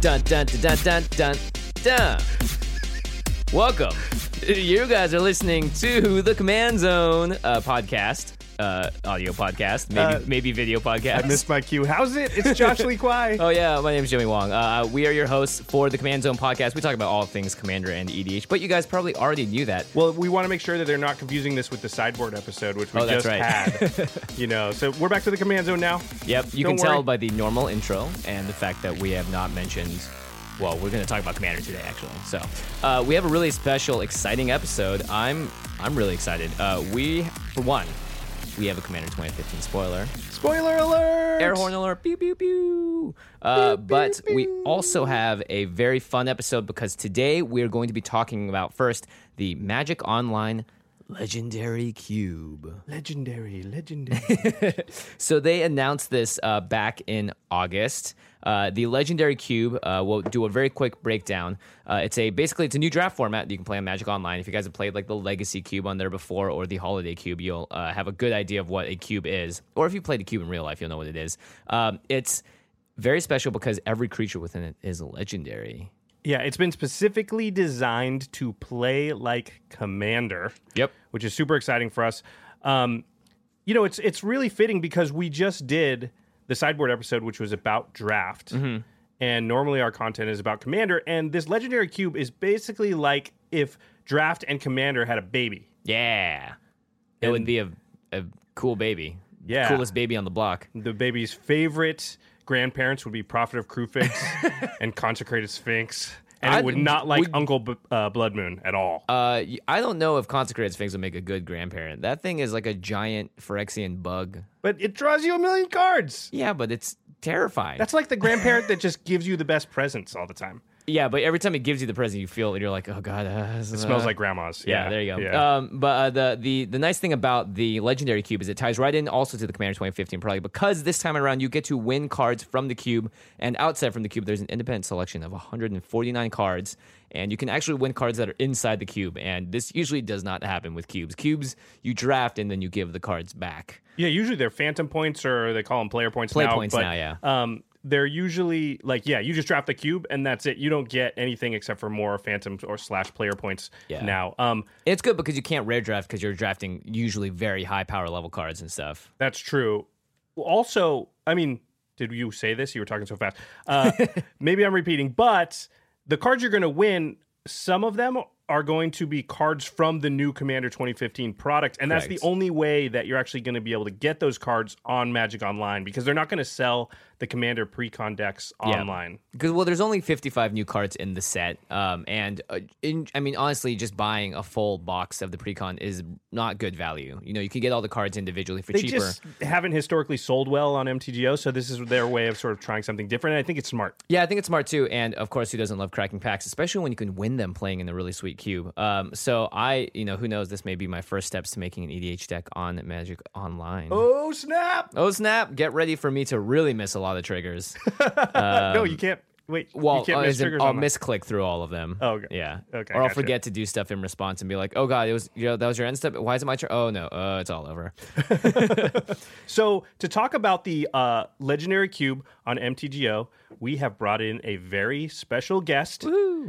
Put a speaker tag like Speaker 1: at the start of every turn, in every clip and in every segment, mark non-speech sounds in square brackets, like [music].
Speaker 1: Dun dun dun dun dun dun. Welcome. You guys are listening to the Command Zone uh, podcast, uh, audio podcast, maybe
Speaker 2: Uh,
Speaker 1: maybe video podcast.
Speaker 2: I missed my cue. How's it? It's Josh
Speaker 1: [laughs]
Speaker 2: Lee Kwai.
Speaker 1: Oh yeah, my name is Jimmy Wong. Uh, we are your hosts for the Command Zone podcast. We talk about all things Commander and EDH, but you guys probably already knew that.
Speaker 2: Well, we want to make sure that they're not confusing this with the sideboard episode, which we
Speaker 1: Oh, that's
Speaker 2: just
Speaker 1: right. [laughs]
Speaker 2: had. you know, so we're back to the command zone now.
Speaker 1: Yep, you
Speaker 2: Don't
Speaker 1: can tell
Speaker 2: worry.
Speaker 1: by the normal intro and the fact that we have not mentioned. Well, we're going to talk about Commander today, actually. So uh, we have a really special, exciting episode. I'm I'm really excited. Uh, we, for one, we have a Commander 2015 spoiler.
Speaker 2: Spoiler alert!
Speaker 1: Air horn alert! Pew pew pew. Uh, but we also have a very fun episode because today we are going to be talking about first the Magic Online Legendary Cube.
Speaker 2: Legendary, legendary.
Speaker 1: So they announced this uh, back in August. Uh, the Legendary Cube. Uh, we'll do a very quick breakdown. Uh, it's a basically it's a new draft format that you can play on Magic Online. If you guys have played like the Legacy Cube on there before or the Holiday Cube, you'll uh, have a good idea of what a cube is. Or if you played a cube in real life, you'll know what it is. Um, it's very special because every creature within it is legendary.
Speaker 2: yeah, it's been specifically designed to play like commander.
Speaker 1: Yep.
Speaker 2: which is super exciting for us. Um, you know, it's it's really fitting because we just did the sideboard episode, which was about draft,
Speaker 1: Mm-hmm.
Speaker 2: and normally our content is about commander. And this legendary cube is basically like if draft and commander had a baby.
Speaker 1: Yeah, it would be a, a cool baby.
Speaker 2: Yeah.
Speaker 1: coolest baby on the block.
Speaker 2: The baby's favorite grandparents would be Prophet of Krufix
Speaker 1: [laughs]
Speaker 2: and Consecrated Sphinx, and
Speaker 1: I'd-
Speaker 2: it would not like
Speaker 1: would-
Speaker 2: Uncle B- uh, Blood Moon at all.
Speaker 1: Uh, y- I don't know if consecrated sphinx would make a good grandparent. That thing is like a giant Phyrexian bug.
Speaker 2: but it draws you a million cards.
Speaker 1: Yeah, but it's terrifying.
Speaker 2: That's like the grandparent that just gives you the best presents all the time.
Speaker 1: yeah, but every time it gives you the present, you feel it. You're like, oh god, uh, it
Speaker 2: Smells like grandma's.
Speaker 1: [laughs] Yeah, there you go.
Speaker 2: Yeah.
Speaker 1: Um, but uh, the the the nice thing about the legendary cube is it ties right in also to the Commander 2015 probably because this time around you get to win cards from the cube and outside from the cube there's an independent selection of 149 cards and you can actually win cards that are inside the cube and this usually does not happen with cubes. Cubes you draft and then you give the cards back.
Speaker 2: Yeah, usually they're phantom points or they call them player points
Speaker 1: Play
Speaker 2: now.
Speaker 1: points
Speaker 2: but,
Speaker 1: now, yeah.
Speaker 2: Um, they're usually like, yeah, you just draft the cube and that's it. You don't get anything except for more phantom or slash player points
Speaker 1: Yeah.
Speaker 2: now. Um,
Speaker 1: It's good because you can't rare draft because you're drafting usually very high power level cards and stuff.
Speaker 2: that's true. Also, I mean, did you say this? You were talking so fast. [laughs] Uh, maybe I'm repeating, but the cards you're going to win, some of them are going to be cards from the new Commander 2015 product. And that's
Speaker 1: Correct.
Speaker 2: the only way that you're actually going to be able to get those cards on Magic Online because they're not going to sell the Commander pre con decks
Speaker 1: Yeah.
Speaker 2: online.
Speaker 1: Because well, there's only 55 new cards in the set, um, and uh, in, I mean honestly, just buying a full box of the precon is not good value. You know, you can get all the cards individually for
Speaker 2: they
Speaker 1: cheaper.
Speaker 2: just haven't historically sold well on MTGO, so this is their way of sort of trying something different. And I think it's smart.
Speaker 1: Yeah, I think it's smart too. And of course, who doesn't love cracking packs, especially when you can win them playing in the really sweet cube? Um, so I, you know, who knows? This may be my first steps to making an EDH deck on Magic Online.
Speaker 2: Oh snap!
Speaker 1: Oh snap! Get ready for me to really miss a lot of triggers.
Speaker 2: Um, no, you can't Wait,
Speaker 1: Well,
Speaker 2: you can't
Speaker 1: uh,
Speaker 2: miss
Speaker 1: as in
Speaker 2: triggers
Speaker 1: I'll
Speaker 2: on that.
Speaker 1: misclick through all of them.
Speaker 2: Oh, okay.
Speaker 1: yeah.
Speaker 2: Okay,
Speaker 1: Or I'll
Speaker 2: gotcha.
Speaker 1: forget to do stuff in response and be like, "Oh God, it was you know that was your end step. Why is it my turn? Oh no, uh, it's all over."
Speaker 2: So to talk about the uh, legendary cube on MTGO, we have brought in a very special guest.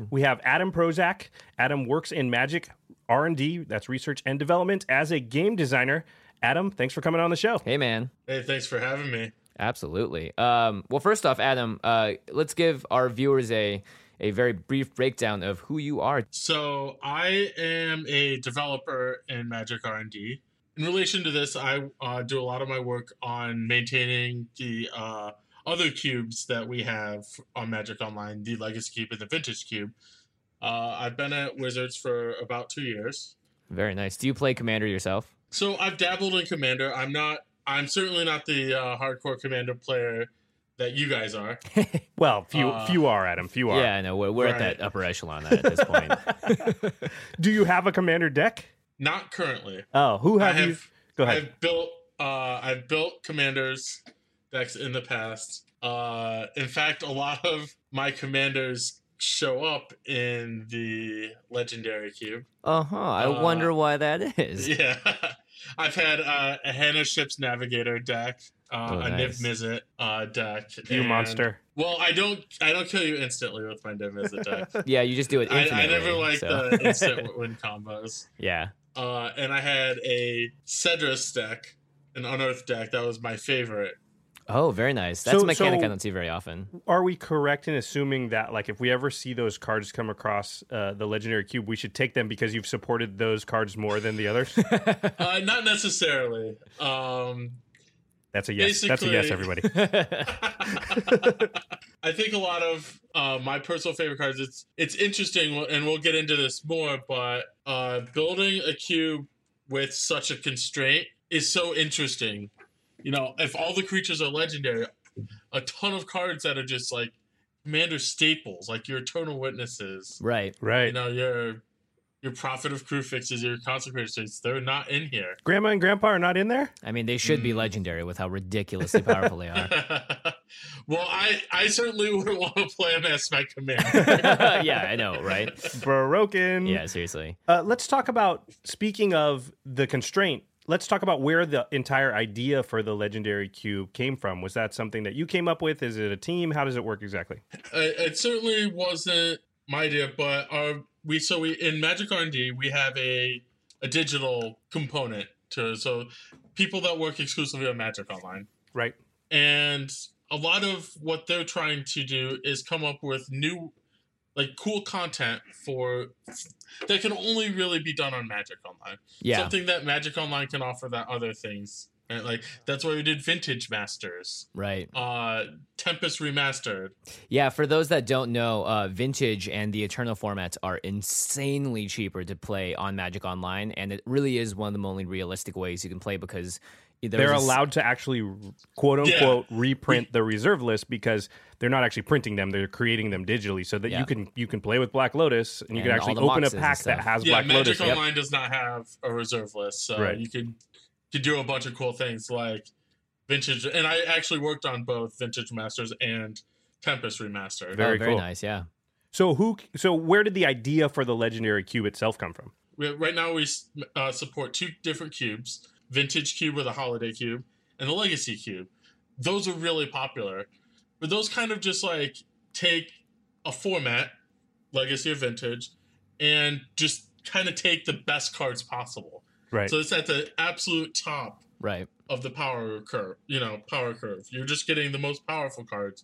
Speaker 2: We have Adam Prozac. Adam works in Magic R and D, that's research and development, as a game designer. Adam, thanks for coming on the show.
Speaker 1: Hey man,
Speaker 3: Hey, thanks for having me.
Speaker 1: absolutely. Um, well, first off, Adam, uh, let's give our viewers a a very brief breakdown of who you are.
Speaker 3: So I am a developer in Magic R and D. In relation to this, I uh, do a lot of my work on maintaining the uh, other cubes that we have on Magic Online, the Legacy Cube and the Vintage Cube. Uh, I've been at Wizards for about two years.
Speaker 1: Very nice. Do you play Commander yourself?
Speaker 3: So I've dabbled in Commander. I'm not. I'm certainly not the uh, hardcore Commander player that you guys are.
Speaker 2: Well, few
Speaker 3: Uh,
Speaker 2: few are Adam, few are.
Speaker 1: Yeah, I know. We're, we're at
Speaker 3: Right.
Speaker 1: that upper echelon at this [laughs]
Speaker 2: [laughs]
Speaker 1: point.
Speaker 2: Do you have a commander deck?
Speaker 3: Not currently.
Speaker 2: Oh, who
Speaker 3: I
Speaker 2: have, you?
Speaker 3: have-
Speaker 2: Go ahead.
Speaker 3: I've built uh, I've built commanders decks in the past. Uh, in fact, a lot of my commanders show up in the legendary cube.
Speaker 1: uh-huh. I
Speaker 3: Uh,
Speaker 1: wonder why that is.
Speaker 3: [laughs] Yeah, I've had uh, a Hannah Ships Navigator deck, uh,
Speaker 1: Oh,
Speaker 3: a
Speaker 1: nice.
Speaker 3: Niv Mizzet uh, deck.
Speaker 2: you
Speaker 3: and-
Speaker 2: monster.
Speaker 3: Well, I don't I don't kill you instantly with my Niv
Speaker 1: [laughs]
Speaker 3: Mizzet deck.
Speaker 1: Yeah, you just do it.
Speaker 3: I, I never
Speaker 1: infinitely,
Speaker 3: like
Speaker 1: so. [laughs]
Speaker 3: the instant win combos.
Speaker 1: yeah.
Speaker 3: uh, and I had a Cedrus deck, an Unearthed deck that was my favorite.
Speaker 1: Oh, very nice. That's
Speaker 2: So-
Speaker 1: a mechanic
Speaker 2: so-
Speaker 1: I don't see very
Speaker 2: [laughs]
Speaker 1: often.
Speaker 2: Are we correct in assuming that, like, if we ever see those cards come across uh, the legendary cube, we should take them because you've supported those cards more than the others? [laughs]
Speaker 3: Uh, not necessarily. Um, [laughs]
Speaker 2: That's a yes. That's a yes,
Speaker 3: Basically-
Speaker 2: everybody.
Speaker 3: I think a lot of uh, my personal favorite cards. It's it's interesting, and we'll get into this more. But uh, building a cube with such a constraint is so interesting. You know, if all the creatures are legendary, a ton of cards that are just like commander staples, like your Eternal Witnesses,
Speaker 1: Right.
Speaker 2: Right.
Speaker 3: you know your your prophet of crew fixes your consecrated states they're not in here
Speaker 2: Grandma and grandpa are not in
Speaker 3: [laughs]
Speaker 2: there?
Speaker 1: I mean, they should be
Speaker 3: Mm.
Speaker 1: legendary with how ridiculously powerful they
Speaker 2: [laughs]
Speaker 1: are. [laughs]
Speaker 3: [laughs] well i i certainly [laughs] wouldn't want to play him as my
Speaker 2: [laughs]
Speaker 3: commander
Speaker 1: yeah, I know, right?
Speaker 2: Broken.
Speaker 1: Yeah, seriously.
Speaker 2: Uh, let's talk about, speaking of the constraint, let's talk about where the entire idea for the legendary cube came from. Was that something that you came up with? Is it a team? How does it work exactly?
Speaker 3: it, it certainly wasn't my idea but our we so we in magic r&d we have a a digital component to it. so people that work exclusively on magic online
Speaker 2: Right.
Speaker 3: and a lot of what they're trying to do is come up with new like cool content for that can only really be done on magic online
Speaker 1: Yeah.
Speaker 3: something that magic online can offer that other things right? like that's why we did vintage masters
Speaker 1: Right.
Speaker 3: uh tempest remastered
Speaker 1: Yeah, for those that don't know, uh, vintage and the eternal formats are insanely cheaper to play on Magic Online, and it really is one of the only realistic ways you can play because there was
Speaker 2: they're
Speaker 1: a s-
Speaker 2: allowed to actually quote unquote reprint the reserve list because they're not actually printing them they're creating them digitally so that
Speaker 1: Yeah.
Speaker 2: you can you can play with black lotus and
Speaker 1: And
Speaker 2: you can
Speaker 1: all
Speaker 2: actually
Speaker 1: the
Speaker 2: open a
Speaker 1: boxes and
Speaker 2: pack
Speaker 1: stuff.
Speaker 2: that has
Speaker 3: yeah
Speaker 2: black
Speaker 3: magic
Speaker 2: lotus Yep.
Speaker 3: online does not have a reserve list so
Speaker 2: Right.
Speaker 3: you can you do a bunch of cool things like vintage and i actually worked on both vintage masters and tempest remastered
Speaker 2: Very
Speaker 1: oh, very
Speaker 2: cool.
Speaker 1: nice. Yeah.
Speaker 2: so who so where did the idea for the legendary cube itself come from
Speaker 3: we, right now we uh, support two different cubes vintage cube with a holiday cube and the legacy cube those are really popular but those kind of just like take a format legacy or vintage and just kind of take the best cards possible
Speaker 2: right
Speaker 3: so it's at the absolute top
Speaker 1: Right.
Speaker 3: of the power curve you know power curve you're just getting the most powerful cards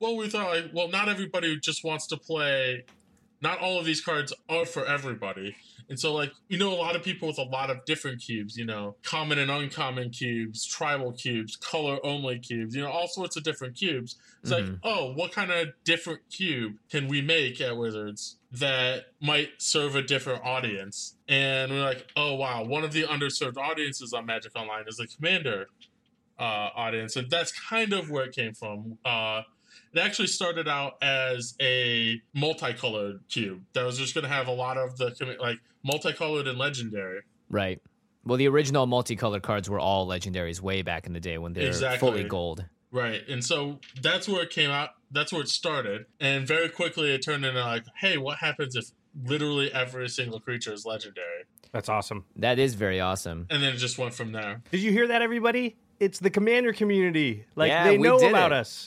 Speaker 3: well we thought like well not everybody just wants to play not all of these cards are for everybody and so like you know a lot of people with a lot of different cubes you know common and uncommon cubes tribal cubes color only cubes you know all sorts of different cubes it's
Speaker 1: Mhm.
Speaker 3: like oh what kind of different cube can we make at wizards that might serve a different audience and we're like oh wow one of the underserved audiences on magic online is the commander uh, audience, and that's kind of where it came from. Uh, it actually started out as a multicolored cube that was just going to have a lot of the commi- like multicolored and legendary.
Speaker 1: Right. Well, the original multicolored cards were all legendaries way back in the day when they were fully
Speaker 3: Exactly.
Speaker 1: gold.
Speaker 3: Right. And so that's where it came out. That's where it started. And very quickly it turned into like, hey, what happens if literally every single creature is legendary?
Speaker 2: That's awesome.
Speaker 1: That is very awesome.
Speaker 3: And then it just went from there. [laughs]
Speaker 2: Did you hear that, everybody? It's the commander community. Like
Speaker 1: Yeah,
Speaker 2: they
Speaker 1: we
Speaker 2: know
Speaker 1: did
Speaker 2: about
Speaker 1: it. [laughs]
Speaker 2: us.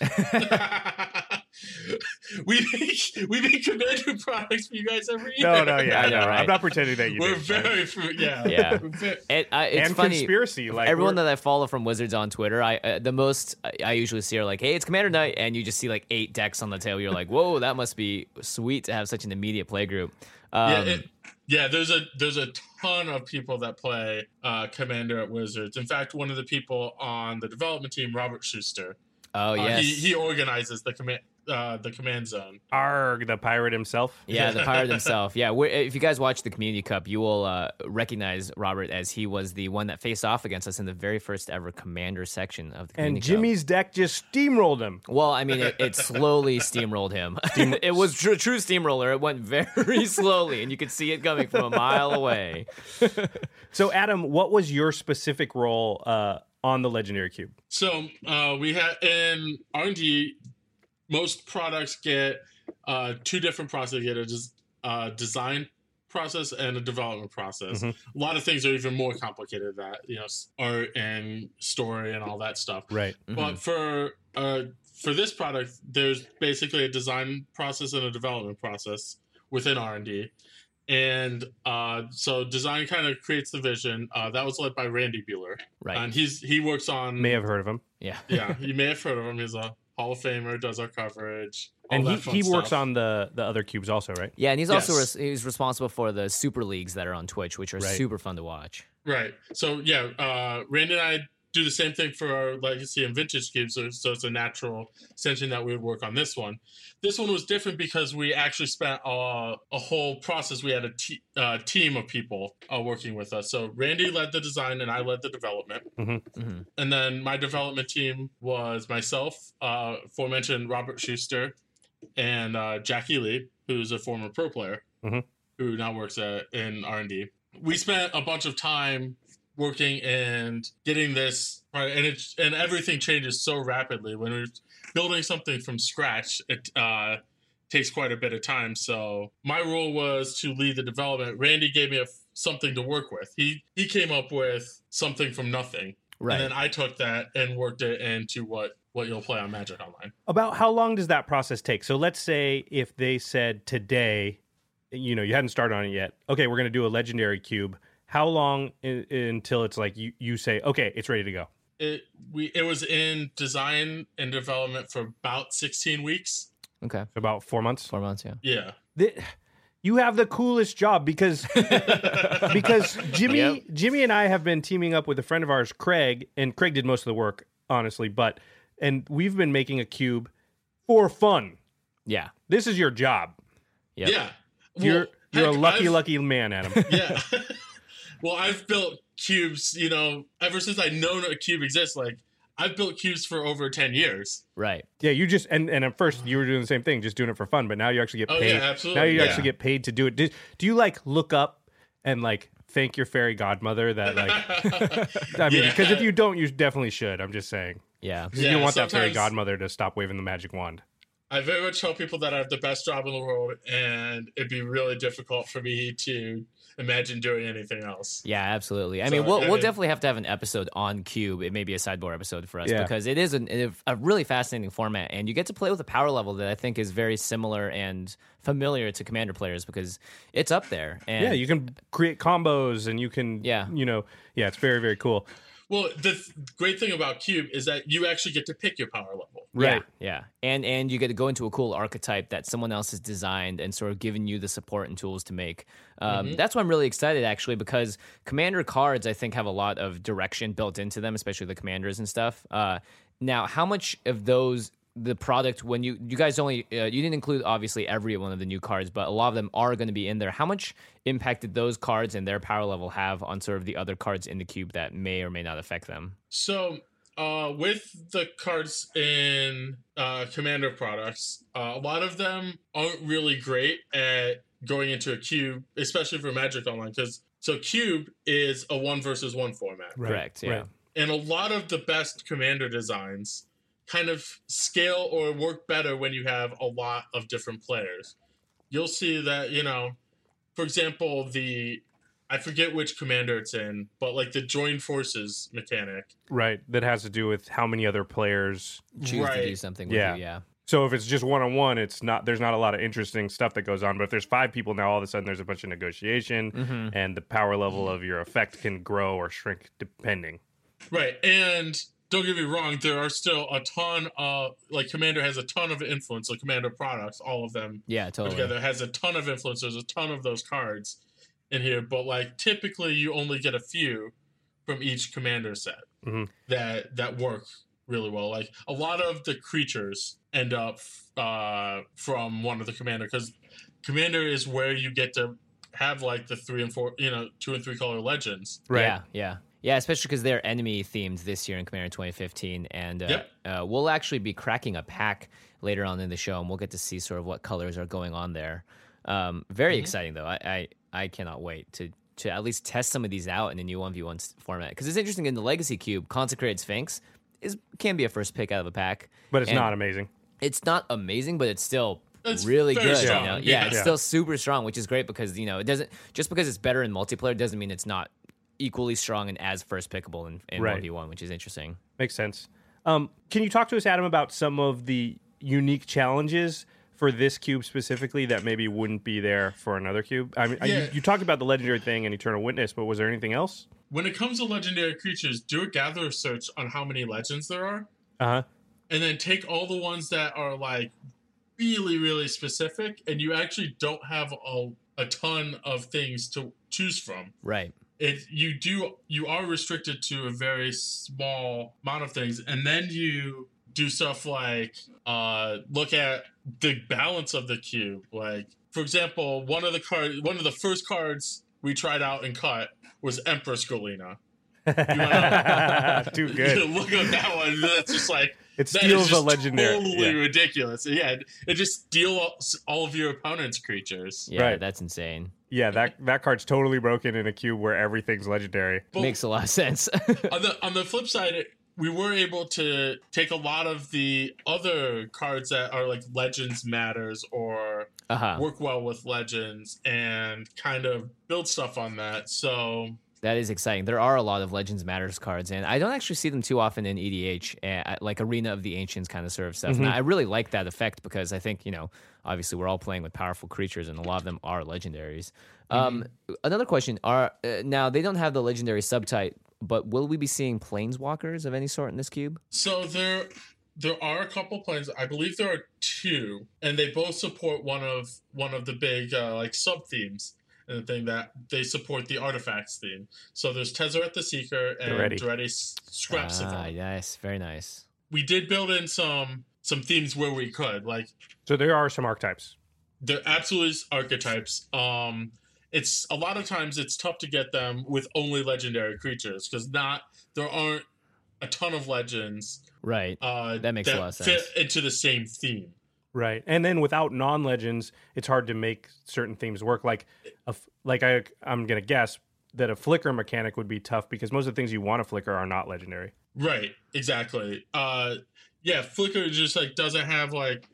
Speaker 3: we make we make commander products for you guys every year.
Speaker 2: No, no, yeah,
Speaker 3: [laughs]
Speaker 1: I know,
Speaker 2: no, I'm
Speaker 1: right?
Speaker 2: not pretending that you.
Speaker 3: We're
Speaker 2: didn't, right?
Speaker 3: very fru- yeah.
Speaker 1: Yeah.
Speaker 3: [laughs] We're ve-
Speaker 1: It, I it's
Speaker 2: and
Speaker 1: funny.
Speaker 2: conspiracy. Like
Speaker 1: Everyone
Speaker 2: we're-
Speaker 1: that I follow from Wizards on Twitter, I uh, the most I, I usually see are like, "Hey, it's Commander Night," and you just see like eight decks on the table. You're like, "Whoa, that must be sweet to have such an immediate play group." Um,
Speaker 3: yeah, it, yeah. There's a there's a ton of people that play uh, commander at Wizards. In fact, one of the people on the development team, Robert Schuster,
Speaker 1: oh
Speaker 3: uh,
Speaker 1: yes,
Speaker 3: he, [laughs] he organizes the command uh, the command zone.
Speaker 2: Arg, the pirate himself.
Speaker 1: Yeah, the pirate himself. Yeah, we if you guys watch the Community Cup, you will uh, recognize Robert as he was the one that faced off against us in the very first ever commander section of the Community
Speaker 2: And
Speaker 1: Cup.
Speaker 2: Jimmy's deck just steamrolled him.
Speaker 1: Well, I mean, it, it slowly steamrolled him. [laughs] it was true, true steamroller. It went [laughs] very slowly, and you could see it coming from a mile away.
Speaker 2: So, Adam, what was your specific role uh, on the Legendary Cube?
Speaker 3: So uh, we had in R and D, most products get uh, two different processes: You get a des- uh, design process and a development process.
Speaker 2: Mhm.
Speaker 1: Mm-hmm.
Speaker 3: A lot of things are even more complicated than that you know s- art and story and all that stuff.
Speaker 2: Right.
Speaker 1: Mhm.
Speaker 3: But for uh, for this product, there's basically a design process and a development process within R and D, and uh, so design kind of creates the vision. Uh, that was led by Randy Bueller,
Speaker 1: Right.
Speaker 3: and he's he works on
Speaker 2: May have heard of him.
Speaker 1: Yeah.
Speaker 3: yeah, you may have heard of him. He's a Hall of Famer, does our coverage. all
Speaker 2: and he,
Speaker 3: that fun
Speaker 2: he works
Speaker 3: stuff.
Speaker 2: on the, the other cubes also, right?
Speaker 1: Yeah, and he's also
Speaker 3: Yes.
Speaker 1: res- he's responsible for the super leagues that are on Twitch, which are
Speaker 2: Right.
Speaker 1: super fun to watch.
Speaker 3: Right. So, yeah, uh, Randy and I do the same thing for our legacy and vintage cubes. So, so it's a natural extension that we would work on this one. This one was different because we actually spent uh, a whole process. We had a te- uh, team of people uh, working with us. So, Randy led the design and I led the development.
Speaker 1: hmm
Speaker 3: and then my development team was myself, uh, aforementioned Robert Schuster, and uh, Jackie Lee, who's a former pro player
Speaker 2: Mhm.
Speaker 3: who now works at, in R and D. We spent a bunch of time working and getting this right, and it's and everything changes so rapidly when we're building something from scratch. It uh, takes quite a bit of time. So my role was to lead the development. Randy gave me a, something to work with. He he came up with something from nothing.
Speaker 1: Right.
Speaker 3: And then I took that and worked it into what what you'll play on Magic Online.
Speaker 2: About how long does that process take? So, let's say if they said today, you know, you hadn't started on it yet. Okay, we're going to do a Legendary Cube. How long i until it's like you, you say, okay, it's ready to go?
Speaker 3: It we it was in design and development for about 16 weeks.
Speaker 1: okay.
Speaker 2: About four months?
Speaker 1: Four months. Yeah.
Speaker 3: Yeah.
Speaker 2: Th you have the coolest job
Speaker 3: [laughs]
Speaker 2: because because Jimmy
Speaker 1: Yep.
Speaker 2: Jimmy and I have been teaming up with a friend of ours, Craig, and Craig did most of the work, honestly, but and we've been making a cube for fun.
Speaker 1: Yeah.
Speaker 2: This is your job.
Speaker 1: Yep.
Speaker 3: Yeah. Well,
Speaker 2: You're you're a
Speaker 3: heck,
Speaker 2: lucky,
Speaker 3: I've-
Speaker 2: lucky man, Adam.
Speaker 3: [laughs] Yeah.
Speaker 2: [laughs]
Speaker 3: well, I've built cubes, you know, ever since I known a cube exists, like I've built cubes for over 10 years. [laughs]
Speaker 1: Right.
Speaker 2: yeah, you just and, and at first you were doing the same thing, just doing it for fun, but now you actually get
Speaker 3: Oh,
Speaker 2: paid.
Speaker 3: yeah, absolutely.
Speaker 2: now you
Speaker 3: Yeah.
Speaker 2: actually get paid to do it. Do, do you like look up and like thank your fairy godmother that like I mean, because if
Speaker 3: [laughs] Yeah.
Speaker 2: you don't, you definitely should. I'm just saying.
Speaker 1: Yeah.
Speaker 2: 'Cause you
Speaker 3: Yeah,
Speaker 2: want that fairy
Speaker 3: sometimes-
Speaker 2: godmother to stop waving the magic wand.
Speaker 3: I very much tell people that I have the best job in the world, and it'd be really difficult for me to imagine doing anything else.
Speaker 1: Yeah, absolutely. I
Speaker 3: So,
Speaker 1: mean, we'll,
Speaker 3: I
Speaker 1: we'll
Speaker 3: mean-
Speaker 1: definitely have to have an episode on Cube. It may be a sideboard episode for us
Speaker 2: Yeah.
Speaker 1: because it is an, a really fascinating format, and you get to play with a power level that I think is very similar and familiar to Commander players because it's up there. And
Speaker 2: yeah, you can create combos and you can,
Speaker 1: Yeah.
Speaker 2: you know, yeah, it's very, very cool.
Speaker 3: Well, the th- great thing about Cube is that you actually get to pick your power level.
Speaker 1: Yeah, yeah, and and you get to go into a cool archetype that someone else has designed and sort of given you the support and tools to make. Um, That's why I'm really excited actually because commander cards I think have a lot of direction built into them, especially the commanders and stuff. Uh, now, how much of those the product when you you guys only uh, you didn't include obviously every one of the new cards, but a lot of them are going to be in there. How much impact did those cards and their power level have on sort of the other cards in the cube that may or may not affect them?
Speaker 3: So, uh, with the cards in uh, Commander products, uh, a lot of them aren't really great at going into a cube, especially for Magic Online, because so Cube is a one versus one format.
Speaker 1: Correct. Yeah.
Speaker 2: right.
Speaker 3: and a lot of the best commander designs kind of scale or work better when you have a lot of different players. You'll see that, you know, for example, the I forget which commander it's in, but like the join forces mechanic.
Speaker 2: right? That has to do with how many other players.
Speaker 1: Choose to do
Speaker 3: Right.
Speaker 1: something with
Speaker 2: Yeah.
Speaker 1: you. Yeah.
Speaker 2: So if it's just one on one, it's not. There's not a lot of interesting stuff that goes on. But if there's five people now, all of a sudden there's a bunch of negotiation,
Speaker 1: Mm-hmm.
Speaker 2: and the power level of your effect can grow or shrink depending.
Speaker 3: Right. And don't get me wrong, there are still a ton of like Commander has a ton of influence, like Commander products, all of them
Speaker 1: Yeah, totally.
Speaker 3: together has a ton of influence. There's a ton of those cards in here, but like typically you only get a few from each commander set
Speaker 2: Mhm.
Speaker 3: that that work really well. Like a lot of the creatures end up uh, from one of the commander because commander is where you get to have like the three and four, you know, two and three color legends.
Speaker 2: Right.
Speaker 1: Yeah, yeah. Yeah, especially because they're enemy themed this year in Commander 2015. And uh,
Speaker 3: Yep.
Speaker 1: uh, we'll actually be cracking a pack later on in the show, and we'll get to see sort of what colors are going on there. Um,
Speaker 2: Mm-hmm.
Speaker 1: very exciting, though. I, I, I cannot wait to, to at least test some of these out in a new 1v1 s- format. Because it's interesting in the Legacy Cube, Consecrated Sphinx is can be a first pick out of a pack.
Speaker 2: But it's
Speaker 1: And-
Speaker 2: not amazing.
Speaker 1: it's not amazing, but it's still
Speaker 3: It's
Speaker 1: really
Speaker 3: very
Speaker 1: good.
Speaker 3: strong,
Speaker 1: you know?
Speaker 3: yeah.
Speaker 1: Yeah, it's
Speaker 2: Yeah.
Speaker 1: still super strong, which is great because you know it doesn't just because it's better in multiplayer doesn't mean it's not equally strong and as first pickable in, in
Speaker 2: Right.
Speaker 1: 1v1, which is interesting.
Speaker 2: Makes sense. Um, can you talk to us, Adam, about some of the unique challenges for this cube specifically that maybe wouldn't be there for another cube? I mean, I-
Speaker 3: Yeah.
Speaker 2: you, you talked about the legendary thing and Eternal Witness, but was there anything else?
Speaker 3: When it comes to legendary creatures, do a gather search on how many legends there are.
Speaker 2: Uh huh.
Speaker 3: and then take all the ones that are like really really specific and you actually don't have a, a ton of things to choose from
Speaker 1: Right.
Speaker 3: it you do you are restricted to a very small amount of things and then you do stuff like uh look at the balance of the cube like for example one of the card one of the first cards we tried out and cut was empress galena
Speaker 2: [laughs] Too
Speaker 3: [laughs] You
Speaker 2: good.
Speaker 3: look at that one that's just like
Speaker 2: It
Speaker 3: that is
Speaker 2: steals a
Speaker 3: just
Speaker 2: legendary.
Speaker 3: Totally
Speaker 2: yeah.
Speaker 3: ridiculous. Yeah, it- it just steals all of your opponent's creatures.
Speaker 1: Yeah,
Speaker 2: Right.
Speaker 1: that's insane.
Speaker 2: Yeah, that that card's totally broken in a cube where everything's legendary.
Speaker 3: But
Speaker 1: Makes a lot of sense. [laughs]
Speaker 3: on the on the flip side, it, we were able to take a lot of the other cards that are like legends matters or
Speaker 1: uh-huh.
Speaker 3: work well with legends and kind of build stuff on that. So
Speaker 1: That is exciting. There are a lot of Legends Matters cards, and I don't actually see them too often in EDH, uh, like Arena of the Ancients kind of sort of stuff. And I really like that effect because I think, you know, obviously we're all playing with powerful creatures, and a lot of them are legendaries. Um, another question are uh, now they don't have the legendary subtype, but will we be seeing planeswalkers of any sort in this cube?
Speaker 3: so there there are a couple planes. I believe there are two, and they both support one of one of the big uh, like sub themes. And the thing that they support the artifacts theme. So there's Tezzeret the Seeker and
Speaker 2: Doretti.
Speaker 3: Doretti S- Scrap
Speaker 1: ah,
Speaker 3: Savant.
Speaker 1: yes, very nice.
Speaker 3: we did build in some some themes where we could like
Speaker 2: So there are some archetypes.
Speaker 3: they're absolutely archetypes um it's a lot of times it's tough to get them with only legendary creatures because not there aren't a ton of legends
Speaker 1: Right.
Speaker 3: uh
Speaker 1: That makes a lot of
Speaker 3: fit
Speaker 1: sense.
Speaker 3: into the same theme
Speaker 2: Right. And then without non-legends, it's hard to make certain themes work like a f like I I'm going to guess that a flicker mechanic would be tough because most of the things you want to flicker are not legendary.
Speaker 3: right exactly uh yeah flicker just like doesn't have like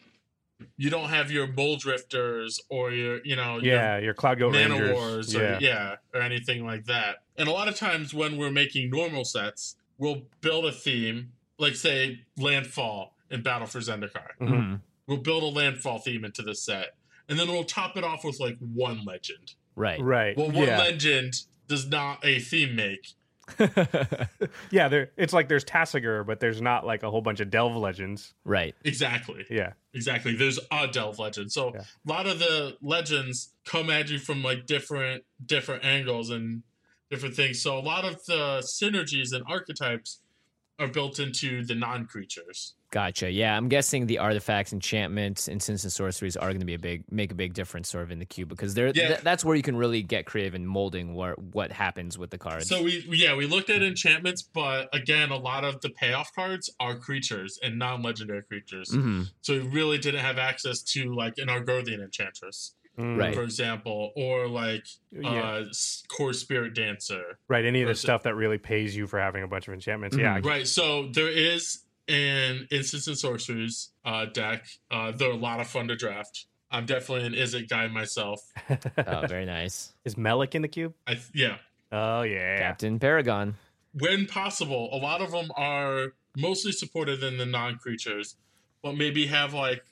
Speaker 3: you don't have your mole drifters or your you know your
Speaker 2: Yeah, your Cloud Goat
Speaker 3: Mana
Speaker 2: Rangers.
Speaker 3: Wars or
Speaker 2: yeah.
Speaker 3: yeah. or anything like that. And a lot of times when we're making normal sets, we'll build a theme, like say Landfall and Battle for Zendikar.
Speaker 2: Mhm.
Speaker 1: Mhm.
Speaker 3: We'll build a Landfall theme into the set, and then we'll top it off with like one legend.
Speaker 1: Right.
Speaker 2: Right.
Speaker 3: Well, one
Speaker 2: yeah.
Speaker 3: legend does not a theme make.
Speaker 2: yeah, there it's like there's Tassiger, but there's not like a whole bunch of Delve legends.
Speaker 1: [laughs] Right.
Speaker 3: Exactly.
Speaker 2: Yeah.
Speaker 3: Exactly. There's a delve legend. So
Speaker 2: Yeah.
Speaker 3: a lot of the legends come at you from like different different angles and different things. So a lot of the synergies and archetypes are built into the non creatures.
Speaker 1: Gotcha. Yeah, I'm guessing the artifacts, enchantments, instants, and sorceries are going to be a big make a big difference sort of in the cube because they're
Speaker 3: Yeah.
Speaker 1: th- that's where you can really get creative in molding where what happens with the cards.
Speaker 3: So we we- yeah, we looked at enchantments, but again, a lot of the payoff cards are creatures and non legendary creatures.
Speaker 2: Mm.
Speaker 3: [laughs]
Speaker 1: Mhm.
Speaker 3: So we really didn't have access to like an Argothian enchantress,
Speaker 2: Mm.
Speaker 1: Right.
Speaker 3: for example, or like uh,
Speaker 2: Yeah.
Speaker 3: s- core spirit dancer.
Speaker 2: Right, any of the
Speaker 3: Versus-
Speaker 2: stuff that really pays you for having a bunch of enchantments. Yeah.
Speaker 1: Mhm.
Speaker 3: Right. So there is and instants and sorceries uh, deck. Uh, they're a lot of fun to draft. I'm definitely an is it guy myself.
Speaker 1: Oh, very nice.
Speaker 2: Is Melik in the cube?
Speaker 3: I th- yeah,
Speaker 2: Oh yeah.
Speaker 1: Captain Paragon.
Speaker 3: when possible, a lot of them are mostly supported in the non creatures, but maybe have like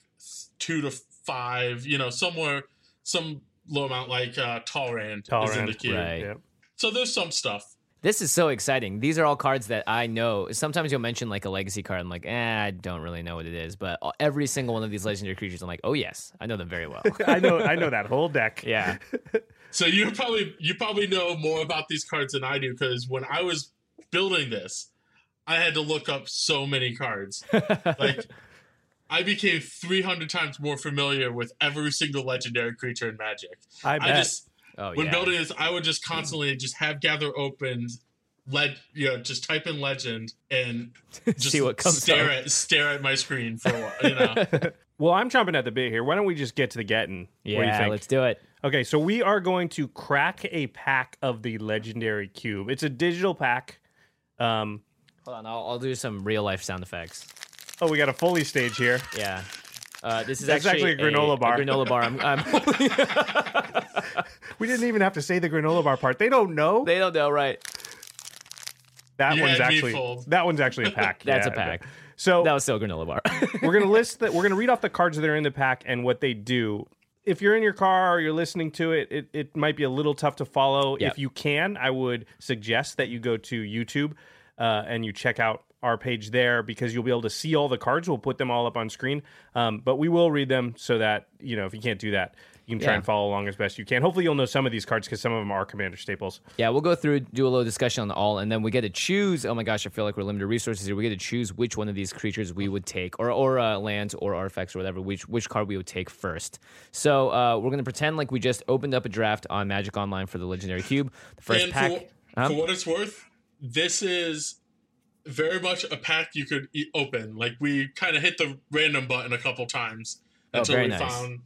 Speaker 3: two to five, you know, somewhere, some low amount like uh, Talrand, is in the
Speaker 2: Tolerant.
Speaker 3: queue.
Speaker 1: right.
Speaker 2: Yep.
Speaker 3: So there's some stuff.
Speaker 1: This is so exciting. These are all cards that I know. Sometimes you'll mention like a legacy card. I'm like, eh, I don't really know what it is. But all- every single one of these legendary creatures, I'm like, oh yes, I know them very well.
Speaker 2: [laughs] I know. I know that whole deck.
Speaker 1: [laughs] yeah.
Speaker 3: So you probably you probably know more about these cards than I do because when I was building this, I had to look up so
Speaker 1: [laughs]
Speaker 3: many cards. like I became 300 times more familiar with every single legendary creature in Magic.
Speaker 2: I
Speaker 3: I
Speaker 2: bet.
Speaker 3: just
Speaker 1: Oh
Speaker 3: when
Speaker 1: yeah.
Speaker 3: building this, I would just constantly just have gather opened, let you know, just type in legend
Speaker 1: [laughs]
Speaker 3: and just
Speaker 1: See what comes
Speaker 3: stare
Speaker 1: up.
Speaker 3: at stare at my screen for a while. You
Speaker 1: [laughs]
Speaker 3: know,
Speaker 2: well, I'm chomping at the bit here. Why don't we just get to the getting?
Speaker 1: yeah.
Speaker 2: What do you think?
Speaker 1: Let's do it.
Speaker 2: Okay, so we are going to crack a pack of the legendary cube. It's a digital pack. Um,
Speaker 1: Hold on. I'll, I'll do some real life sound effects.
Speaker 2: oh, we got a Foley stage here.
Speaker 1: Yeah. Uh, this is
Speaker 2: That's
Speaker 1: actually,
Speaker 2: actually a granola bar.
Speaker 1: granola bar. I'm, I'm,
Speaker 2: [laughs]
Speaker 1: [laughs]
Speaker 2: We didn't even have to say the granola bar part. They don't know.
Speaker 1: they don't know, right?
Speaker 2: that
Speaker 3: You
Speaker 2: one's
Speaker 3: had me
Speaker 2: actually
Speaker 3: fooled.
Speaker 2: that one's actually
Speaker 1: [laughs]
Speaker 2: a pack.
Speaker 1: That's
Speaker 2: Yeah,
Speaker 1: a pack.
Speaker 2: okay. So
Speaker 1: That was still a granola bar. [laughs]
Speaker 2: we're gonna list that. We're gonna read off the cards that are in the pack and what they do. If you're in your car or you're listening to it, it, it might be a little tough to follow.
Speaker 1: Yeah.
Speaker 2: If you can, I would suggest that you go to YouTube uh, and you check out our page there because you'll be able to see all the cards. We'll put them all up on screen, um, but we will read them so that you know if you can't do that, you can try
Speaker 1: Yeah.
Speaker 2: and follow along as best you can. Hopefully, you'll know some of these cards because some of them are commander staples.
Speaker 1: yeah, we'll go through, do a little discussion on all, and then we get to choose. Oh my gosh, I feel like we're limited resources here. We get to choose which one of these creatures we would take, or or uh, lands, or artifacts, or whatever. Which which card we would take first. So uh, we're gonna pretend like we just opened up a draft on Magic Online for the Legendary Cube. The first
Speaker 3: and
Speaker 1: pack.
Speaker 3: for, for what it's worth, this is very much a pack you could e- open. Like we kind of hit the random button a couple times
Speaker 1: Oh,
Speaker 3: until
Speaker 1: very
Speaker 3: we
Speaker 1: nice.
Speaker 3: found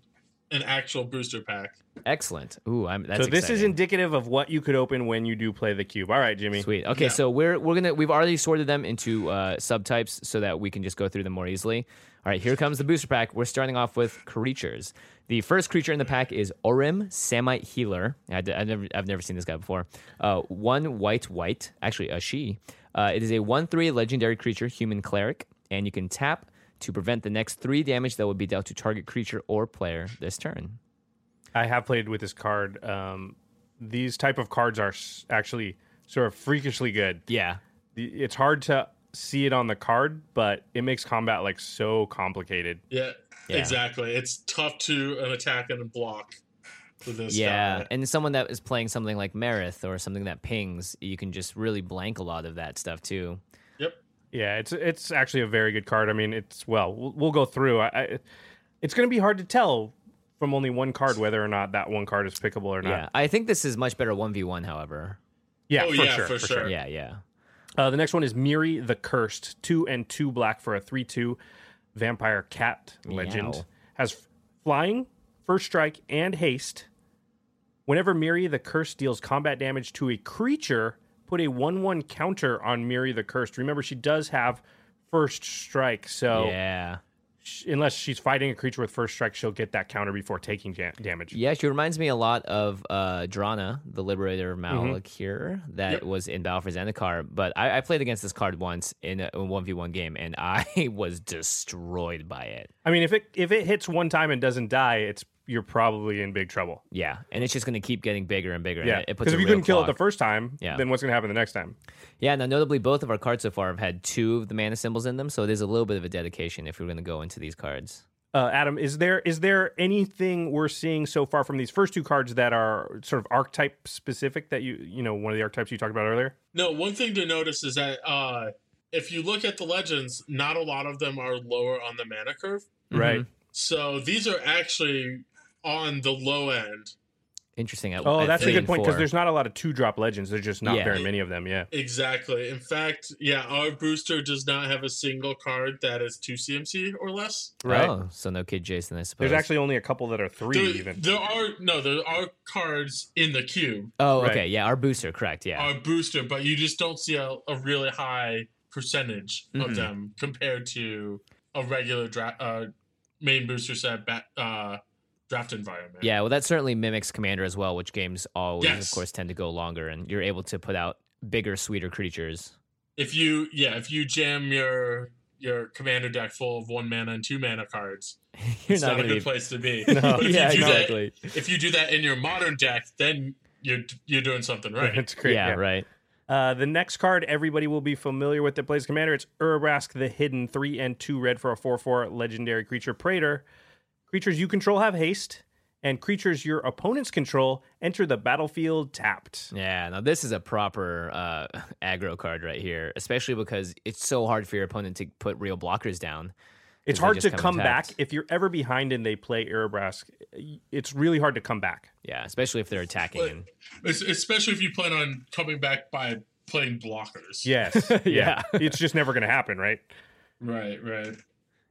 Speaker 3: an actual booster pack.
Speaker 1: Excellent. Ooh, I'm. That's
Speaker 2: so this is
Speaker 1: exciting.
Speaker 2: indicative of what you could open when you do play the cube. All right, Jimmy.
Speaker 1: Sweet. Okay,
Speaker 3: Yeah.
Speaker 1: so we're we're gonna we've already sorted them into uh, subtypes so that we can just go through them more easily. All right, here comes the booster pack. We're starting off with creatures. The first creature in the pack is Orim Samite Healer. I have never I've never seen this guy before. Uh, one white white, actually a she. Uh, it is a one three legendary creature, human cleric, and you can tap to prevent the next three damage that would be dealt to target creature or player this turn.
Speaker 2: I have played with this card. Um, these type of cards are s- actually sort of freakishly good.
Speaker 1: Yeah,
Speaker 2: The- It's hard to see it on the card, but it makes combat like so complicated.
Speaker 3: Yeah,
Speaker 1: Yeah.
Speaker 3: exactly. It's tough to an attack and a block with this.
Speaker 1: yeah,
Speaker 3: guy.
Speaker 1: and someone that is playing something like Marith or something that pings, you can just really blank a lot of that stuff too.
Speaker 3: Yep.
Speaker 2: Yeah, it's it's actually a very good card. I mean, it's well, we'll, we'll go through. I, I, it's going to be hard to tell from only one card whether or not that one card is pickable or
Speaker 1: Yeah,
Speaker 2: not.
Speaker 1: I think this is much better one v one. However,
Speaker 2: Yeah,
Speaker 3: Oh,
Speaker 2: for,
Speaker 3: yeah,
Speaker 2: sure,
Speaker 3: for sure.
Speaker 1: yeah, yeah,
Speaker 2: Uh, the next one is Miri the Cursed, two and two black for a three-two vampire cat legend.
Speaker 1: Meow.
Speaker 2: Has f- flying, first strike, and haste. Whenever Miri the Cursed deals combat damage to a creature, put a one-one counter on Miri the Cursed. Remember, she does have first strike, so
Speaker 1: yeah,
Speaker 2: sh- unless she's fighting a creature with first strike, she'll get that counter before taking ja- damage.
Speaker 1: yeah. She reminds me a lot of uh, Drana, the Liberator of
Speaker 2: Mm-hmm.
Speaker 1: Malakir, that
Speaker 3: Yep.
Speaker 1: was in Battle for Zendikar. But I, I played against this card once in a one v one game, and I [laughs] was destroyed by it.
Speaker 2: I mean, if it if it hits one time and doesn't die, it's you're probably in big trouble.
Speaker 1: Yeah, and it's just going to keep getting bigger and bigger. and
Speaker 2: Yeah,
Speaker 1: it- it puts
Speaker 2: because
Speaker 1: a
Speaker 2: if you
Speaker 1: real
Speaker 2: couldn't kill it
Speaker 1: clog.
Speaker 2: the first time,
Speaker 1: Yeah.
Speaker 2: then what's going to happen the next time?
Speaker 1: Yeah, now notably, both of our cards so far have had two of the mana symbols in them, so it is a little bit of a dedication if we're going to go into these cards.
Speaker 2: Uh, Adam, is there is there anything we're seeing so far from these first two cards that are sort of archetype specific that you you know one of the archetypes you talked about earlier?
Speaker 3: No, one thing to notice is that uh, if you look at the legends, not a lot of them are lower on the mana curve.
Speaker 1: Mm-hmm.
Speaker 2: Right.
Speaker 3: So these are actually on the low end.
Speaker 1: Interesting. At,
Speaker 2: Oh,
Speaker 1: at
Speaker 2: that's a
Speaker 1: three
Speaker 2: good
Speaker 1: and
Speaker 2: point because
Speaker 1: four.
Speaker 2: there's not a lot of two drop legends. There's just not
Speaker 1: Yeah.
Speaker 2: very many of them. Yeah.
Speaker 3: Exactly. In fact, yeah, our booster does not have a single card that is two CMC or less.
Speaker 2: Right.
Speaker 1: Oh, so no Kid Jason, I suppose.
Speaker 2: There's actually only a couple that are three
Speaker 3: There,
Speaker 2: even.
Speaker 3: there are no, there are cards in the cube,
Speaker 1: Oh,
Speaker 2: Right.
Speaker 1: okay. Yeah, our booster, correct. Yeah.
Speaker 3: our booster, but you just don't see a, a really high percentage
Speaker 1: Mhm.
Speaker 3: of them compared to a regular draft uh, main booster set ba- uh, draft environment.
Speaker 1: Yeah, well, that certainly mimics Commander as well, which games always, of
Speaker 3: Yes.
Speaker 1: course, tend to go longer, and you're able to put out bigger, sweeter creatures. [laughs]
Speaker 3: If you yeah, if you jam your your commander deck full of one mana and two mana cards,
Speaker 1: You're
Speaker 3: it's
Speaker 1: not,
Speaker 3: not,
Speaker 1: going
Speaker 3: a good
Speaker 1: to be.
Speaker 3: place to be.
Speaker 2: No.
Speaker 3: But [laughs]
Speaker 1: [laughs]
Speaker 3: if
Speaker 1: yeah,
Speaker 3: you do that
Speaker 1: exactly.
Speaker 3: if you do that in your modern deck, then you're you're doing
Speaker 1: [laughs]
Speaker 3: something
Speaker 2: [laughs]
Speaker 3: right.
Speaker 2: It's great.
Speaker 1: yeah, right.
Speaker 2: Uh, the next card everybody will be familiar with that plays Commander. It's Urabrask the Hidden, three and two red for a four four legendary creature Praetor. Creatures you control have haste, and creatures your opponents control enter the battlefield tapped.
Speaker 1: Yeah, now this is a proper uh, [laughs] aggro card right here, especially because it's so hard for your opponent to put real blockers down.
Speaker 2: It's
Speaker 1: they
Speaker 2: hard
Speaker 1: just
Speaker 2: to
Speaker 1: come
Speaker 2: come back
Speaker 1: tapped.
Speaker 2: if you're ever behind and they play Urabrask. It's really hard to
Speaker 1: [laughs]
Speaker 2: come back.
Speaker 1: Yeah, especially if they're attacking.
Speaker 3: But-
Speaker 1: and-
Speaker 3: Es- Especially if you plan on coming back by playing blockers.
Speaker 2: Yes.
Speaker 1: Yeah.
Speaker 2: it's just never going to happen, right?
Speaker 3: Right, right.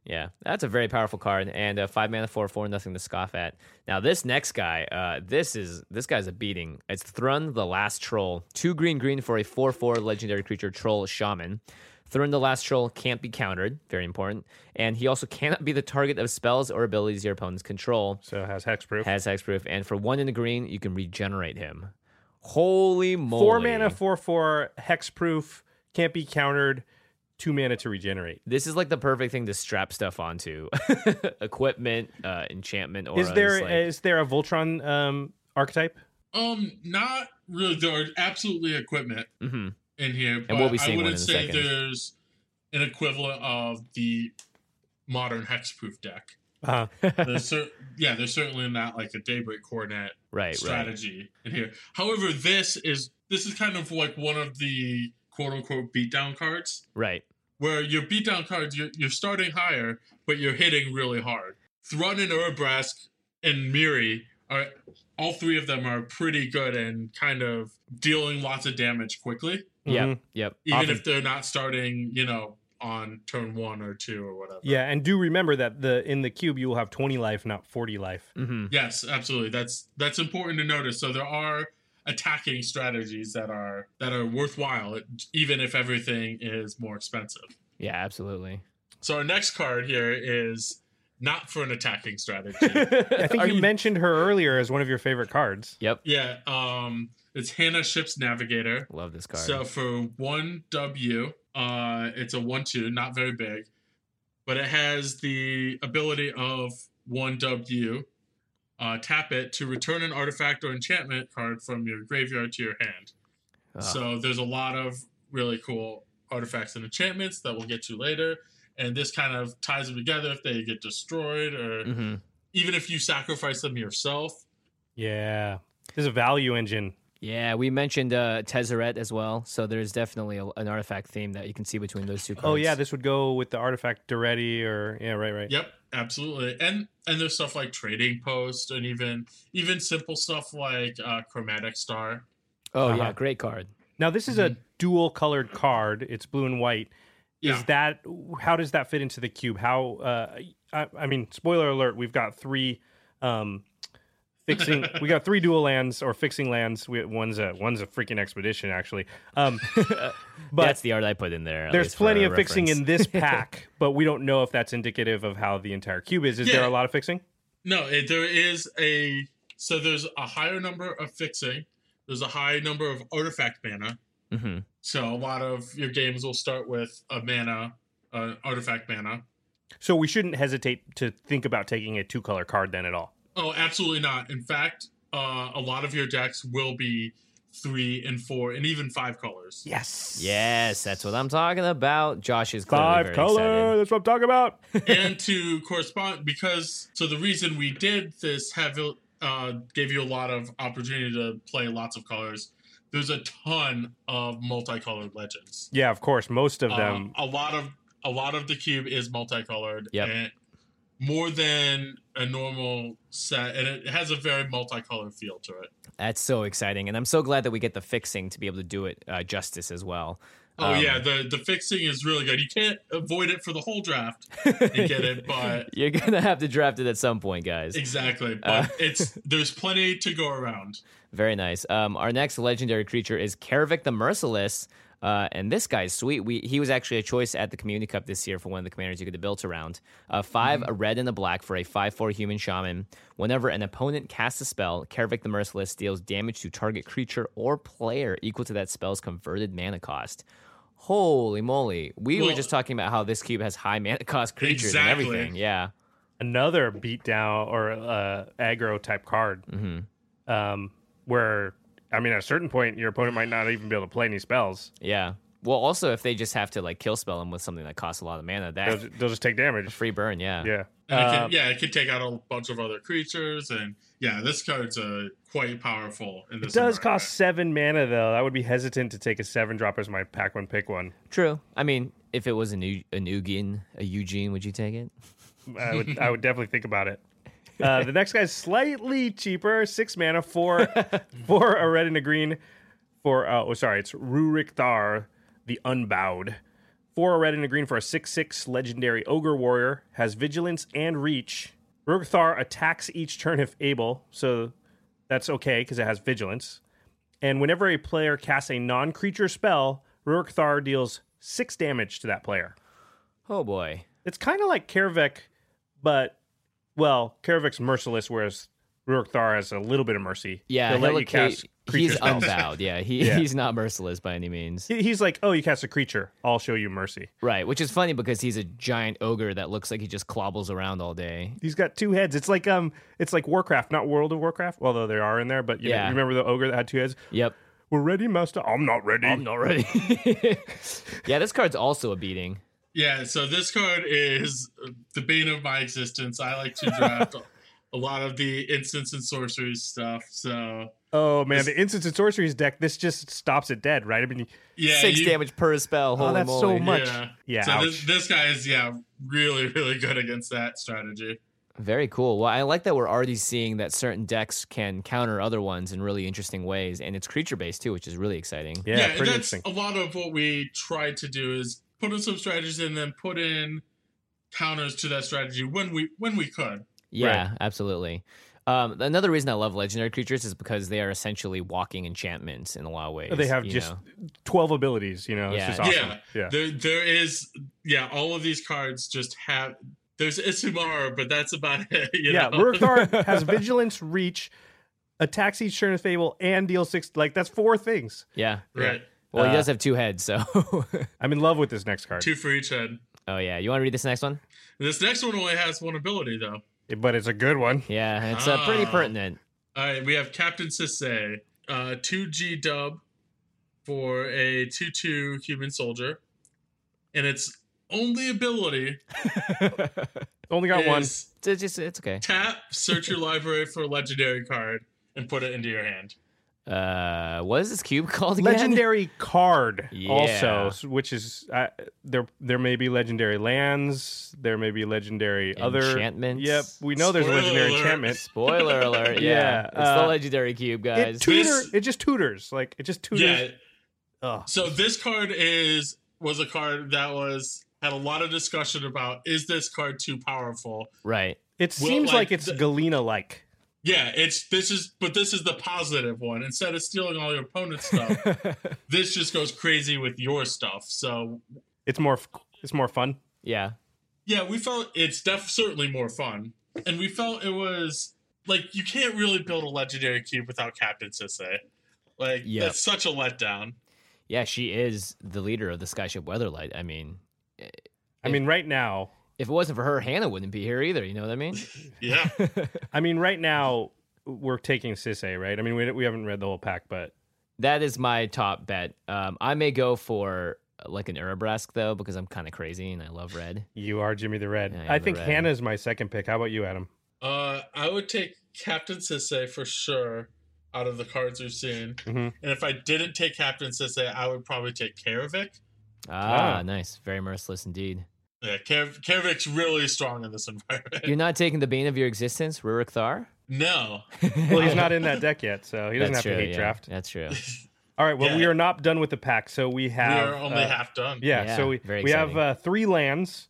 Speaker 1: Yeah, that's a very powerful card, and uh, five mana, four, four, nothing to scoff at. Now this next guy, uh, this is this guy's a beating. It's Thrun the Last Troll, two green green for a four four legendary creature troll shaman. Thrun the Last Troll can't be countered, very important, and he also [laughs] cannot be the target of spells or abilities your opponents control.
Speaker 2: So it has hexproof.
Speaker 1: Has hexproof, and for one in the green, you can regenerate him. Holy moly!
Speaker 2: four mana, four four hexproof can't be countered. Two mana to regenerate.
Speaker 1: This is like the perfect thing to strap stuff onto, [laughs] equipment, uh, enchantment, or
Speaker 2: Is there is there a Voltron um, archetype?
Speaker 3: Um, not really. There are absolutely equipment
Speaker 1: hmm
Speaker 3: in here, but
Speaker 1: we'll be seeing
Speaker 3: I
Speaker 1: one
Speaker 3: wouldn't
Speaker 1: in a
Speaker 3: say
Speaker 1: second.
Speaker 3: there's an equivalent of the modern
Speaker 1: [laughs]
Speaker 3: hexproof deck.
Speaker 2: Uh,
Speaker 3: There's cer- yeah, there's certainly not like a daybreak cornet
Speaker 1: Right, right.
Speaker 3: strategy in here. However, this is this is kind of like one of the quote unquote beatdown cards.
Speaker 1: Right.
Speaker 3: where your beatdown cards you're, you're starting higher, but you're hitting really hard. Thrun and Urbrask and Miri are all three of them are pretty good and kind of dealing lots of damage quickly,
Speaker 1: Yep.
Speaker 2: Mhm.
Speaker 1: Yep.
Speaker 3: even
Speaker 2: Often.
Speaker 3: if they're not starting, you know, on turn one or two or whatever.
Speaker 2: Yeah, and do remember that the in the cube you will have twenty life, not
Speaker 1: [laughs]
Speaker 2: forty life.
Speaker 1: Mm-hmm.
Speaker 3: Yes, absolutely. That's that's important to notice. So there are attacking strategies that are that are worthwhile, even if everything is more expensive.
Speaker 1: Yeah, absolutely.
Speaker 3: So our next card here is not for an attacking strategy.
Speaker 2: [laughs] I think
Speaker 1: Are
Speaker 2: you, mentioned her earlier as one of your favorite cards.
Speaker 1: Yep.
Speaker 3: Yeah, um, it's Hannah Ship's Navigator.
Speaker 1: Love this card.
Speaker 3: So for one W, uh, it's a one-two, not very big, but it has the ability of one W. Uh, tap it to return an artifact or enchantment card from your graveyard to your hand.
Speaker 1: Ugh.
Speaker 3: So there's a lot of really cool artifacts and enchantments that we'll get to later, and this kind of ties them together if they get destroyed or
Speaker 1: Mhm.
Speaker 3: even if you sacrifice them yourself.
Speaker 2: Yeah, this is a value engine.
Speaker 1: Yeah, we mentioned uh, Tezzeret as well. So there's definitely a, an artifact theme that you can see between those two cards.
Speaker 2: Oh yeah, this would go with the artifact Duretti or yeah, right, right.
Speaker 3: Yep, absolutely. And and there's stuff like trading post and even even simple stuff like uh, chromatic star.
Speaker 1: oh yeah,
Speaker 2: Uh-huh.
Speaker 1: great card.
Speaker 2: Now this is a
Speaker 1: Mm-hmm.
Speaker 2: dual colored card. It's blue and white.
Speaker 3: Yeah.
Speaker 2: Is that how does that fit into the cube? How uh, I, I mean, spoiler alert: we've got three um,
Speaker 1: [laughs]
Speaker 2: fixing. we got three dual lands or fixing lands. We, one's a one's a freaking expedition actually. Um,
Speaker 1: [laughs]
Speaker 2: but
Speaker 1: That's the art I put in there. at
Speaker 2: there's
Speaker 1: least for
Speaker 2: plenty of fixing
Speaker 1: reference.
Speaker 2: in
Speaker 1: [laughs]
Speaker 2: this pack, but we don't know if that's indicative of how the entire cube is. Is there
Speaker 3: Yeah.
Speaker 2: a lot of fixing?
Speaker 3: No, it, there is a so there's a higher number of fixing. There's a high number of artifact mana.
Speaker 1: Mhm.
Speaker 3: So a lot of your games will start with a mana, uh, artifact mana.
Speaker 2: So we shouldn't hesitate to think about taking a two color card then at all.
Speaker 3: Oh, absolutely not. In fact, uh, a lot of your decks will be three and four and even five colors.
Speaker 2: Yes.
Speaker 1: Yes, that's what I'm talking about. Josh is clearly
Speaker 2: Five
Speaker 1: very
Speaker 2: color.
Speaker 1: excited.
Speaker 2: That's what I'm talking about.
Speaker 3: and to correspond because so the reason we did this have uh, gave you a lot of opportunity to play lots of colors there's a ton of multicolored legends
Speaker 2: Yeah, of course. Most of them
Speaker 3: um, a lot of a lot of the cube is multicolored
Speaker 1: Yep.
Speaker 3: and more than a normal set and it has a very multicolored feel to it
Speaker 1: That's so exciting, and I'm so glad that we get the fixing to be able to do it uh, justice as well.
Speaker 3: oh
Speaker 1: Um,
Speaker 3: yeah the the fixing is really good you can't avoid it for the whole draft and
Speaker 1: [laughs]
Speaker 3: get it but
Speaker 1: You're gonna have to draft it at some point, guys.
Speaker 3: exactly but
Speaker 1: Uh.
Speaker 3: it's there's plenty to go around
Speaker 1: Very nice. Um, our next legendary creature is Kervik the Merciless. Uh, and this guy's sweet. We he was actually a choice at the Community Cup this year for one of the commanders you could have built around. Uh, 5
Speaker 3: Mm-hmm.
Speaker 1: a red and a black for a five four human shaman. Whenever an opponent casts a spell, Kervik the Merciless deals damage to target creature or player equal to that spell's converted mana cost. Holy moly! We were
Speaker 3: Well-
Speaker 1: just talking about how this cube has high mana cost creatures
Speaker 3: Exactly.
Speaker 1: and everything. Yeah.
Speaker 2: another beatdown or uh, aggro type card, um, where I mean, at a certain point, your opponent might not even be able to play any spells;
Speaker 1: Yeah. Well, also if they just have to like kill spell him with something that costs a lot of mana,
Speaker 2: they'll,
Speaker 1: that
Speaker 2: ju- they'll just take damage.
Speaker 1: free burn. Yeah.
Speaker 2: Yeah,
Speaker 3: And it
Speaker 2: Um,
Speaker 3: can, yeah, it could take out a bunch of other creatures, and yeah, this card's uh, quite powerful. In
Speaker 2: it
Speaker 3: this
Speaker 2: does
Speaker 3: environment.
Speaker 2: cost seven mana though. I would be hesitant to take a seven drop as my pack one pick one.
Speaker 1: True. I mean, if it was a new a Nugin, a Eugene, would you take it?
Speaker 2: I would I would definitely think about it. [laughs] Uh, the next guy's slightly cheaper, six mana, [laughs] four for a red and a green. For uh, oh, sorry, it's Rurik Thar, the Unbowed. Four a red and a green for a six-six legendary ogre warrior has vigilance and reach. Rurik Thar attacks each turn if able, so that's okay because it has vigilance. And whenever a player casts a non-creature spell, Rurik Thar deals six damage to that player.
Speaker 1: Oh boy.
Speaker 2: It's kind of like Kervik, but well, Kervik's merciless, whereas Rurik Thar has a little bit of mercy.
Speaker 1: Yeah.
Speaker 2: He'll let
Speaker 1: he'll
Speaker 2: you
Speaker 1: ca-
Speaker 2: cast creature
Speaker 1: he's
Speaker 2: spells.
Speaker 1: unbowed. Yeah. He
Speaker 2: Yeah.
Speaker 1: he's not merciless by any means.
Speaker 2: [laughs] He- He's like, oh, you cast a creature. I'll show you mercy.
Speaker 1: Right. Which is funny because he's a giant ogre that looks like he just clobbles around all day.
Speaker 2: He's got two heads. It's like um, it's like Warcraft, not World of Warcraft. Although they are in there, but you,
Speaker 1: Yeah.
Speaker 2: you remember the ogre that had two heads?
Speaker 1: Yep.
Speaker 2: We're ready, master. I'm not ready.
Speaker 1: I'm not ready. [laughs] yeah, this card's also a beating.
Speaker 3: Yeah, so this card is the bane of my existence. I like to
Speaker 2: [laughs]
Speaker 3: draft a lot of the instants and sorceries stuff. So
Speaker 2: oh man, the instants and sorceries deck. This just stops it dead, right? I mean,
Speaker 3: yeah,
Speaker 1: Six
Speaker 3: you-
Speaker 1: damage per spell. Holy
Speaker 2: oh, that's
Speaker 1: moly.
Speaker 2: so much.
Speaker 3: Yeah.
Speaker 2: Yeah,
Speaker 3: so this,
Speaker 2: ouch.
Speaker 3: this guy is yeah really really good against that strategy.
Speaker 1: Very cool. Well, I like that we're already seeing that certain decks can counter other ones in really interesting ways, and it's creature based too, which is really exciting.
Speaker 2: yeah,
Speaker 3: and
Speaker 2: pretty
Speaker 3: that's
Speaker 2: interesting.
Speaker 3: a lot of what we tried to do is put in some strategies and then put in counters to that strategy when we when we could.
Speaker 1: Yeah, absolutely. Um, another reason I love legendary creatures is because they are essentially walking enchantments in a lot of ways.
Speaker 2: They have
Speaker 1: you
Speaker 2: just
Speaker 1: know?
Speaker 2: twelve abilities. You know,
Speaker 1: Yeah.
Speaker 2: it's just awesome.
Speaker 3: Yeah. There there is yeah all of these cards just have there's Isumar, but that's about [laughs] it. You
Speaker 2: yeah,
Speaker 3: know? [laughs]
Speaker 2: Lurthar has vigilance, reach, attacks each turn of Fable, and deal six. Like that's four things.
Speaker 1: yeah.
Speaker 3: right.
Speaker 1: Well, he
Speaker 2: Uh,
Speaker 1: does have two heads, so. [laughs]
Speaker 2: I'm in love with this next card,
Speaker 3: Two for each head.
Speaker 1: oh yeah, you want to read this next one?
Speaker 3: This next one only has one ability, though.
Speaker 2: but it's a good one.
Speaker 1: Yeah, it's uh, pretty
Speaker 3: Ah.
Speaker 1: pertinent.
Speaker 3: All right, we have Captain Sisse, uh, 2G dub for a 2 2 human soldier. And its only ability
Speaker 2: Only got one.
Speaker 3: is
Speaker 1: It's just it's okay.
Speaker 3: tap, search your library for a legendary card, and put it into your hand.
Speaker 1: Uh, what is this cube [laughs] called again?
Speaker 2: Legendary card,
Speaker 1: Yeah.
Speaker 2: also, s- which is uh, there. There may be legendary lands. There may be legendary other
Speaker 1: Enchantments.
Speaker 2: Yep, we know there's a
Speaker 3: Spoiler
Speaker 2: legendary
Speaker 3: alert.
Speaker 2: enchantment.
Speaker 1: Spoiler
Speaker 2: [laughs]
Speaker 1: alert! Yeah,
Speaker 2: Yeah,
Speaker 1: it's the
Speaker 2: uh,
Speaker 1: legendary cube, guys.
Speaker 2: It tutor.
Speaker 3: This-
Speaker 2: It just tutors. Like it just tutors.
Speaker 3: Yeah.
Speaker 2: Ugh.
Speaker 3: So this card is was a card that was had a lot of discussion about is this card too powerful?
Speaker 1: right.
Speaker 2: It
Speaker 3: Well,
Speaker 2: seems
Speaker 3: like,
Speaker 2: like, it's
Speaker 3: the-
Speaker 2: Galena like.
Speaker 3: Yeah, it's this is but this is the positive one. Instead of stealing all your opponent's stuff, this just goes crazy with your stuff. So
Speaker 2: It's more. f- It's more fun.
Speaker 1: Yeah.
Speaker 3: yeah, we felt it's def- certainly more fun, and we felt it was like you can't really build a legendary cube without Captain Sisse. Like
Speaker 1: Yep.
Speaker 3: that's such a letdown.
Speaker 1: Yeah, she is the leader of the Skyship Weatherlight. I mean,
Speaker 2: I mean, right now,
Speaker 1: if it wasn't for her, Hannah wouldn't be here either. You know what I mean?
Speaker 3: Yeah,
Speaker 2: I mean, right now we're taking Sisse, right? I mean, we, we haven't read the whole pack, but
Speaker 1: that is my top bet. Um, I may go for uh, like an Arabrask though, because I'm kind of crazy and I love red.
Speaker 2: you are Jimmy the Red.
Speaker 1: Yeah, I am
Speaker 2: I,
Speaker 1: the
Speaker 2: think
Speaker 1: Red.
Speaker 2: Hannah's my second pick. How about you, Adam?
Speaker 3: uh, I would take Captain Sisse for sure out of the cards we've seen,
Speaker 2: Mhm.
Speaker 3: and if I didn't take Captain Sisse, I would probably take Karavik.
Speaker 1: Ah,
Speaker 2: Ah.
Speaker 1: nice, very merciless indeed.
Speaker 3: Yeah, Karav- Karavik's really strong in this [laughs] environment.
Speaker 1: You're not taking the bane of your existence, Rurik Thar.
Speaker 3: no,
Speaker 2: Well, he's not in that deck yet, so he doesn't
Speaker 1: That's
Speaker 2: have to
Speaker 1: true,
Speaker 2: hate
Speaker 1: yeah.
Speaker 2: draft.
Speaker 1: That's true.
Speaker 2: All right, well,
Speaker 3: Yeah.
Speaker 2: we are not done with the pack, so we have.
Speaker 3: we are only
Speaker 2: uh,
Speaker 3: half done.
Speaker 2: Yeah,
Speaker 1: Yeah,
Speaker 2: so we
Speaker 1: very
Speaker 2: we have
Speaker 1: exciting.
Speaker 2: uh, three lands,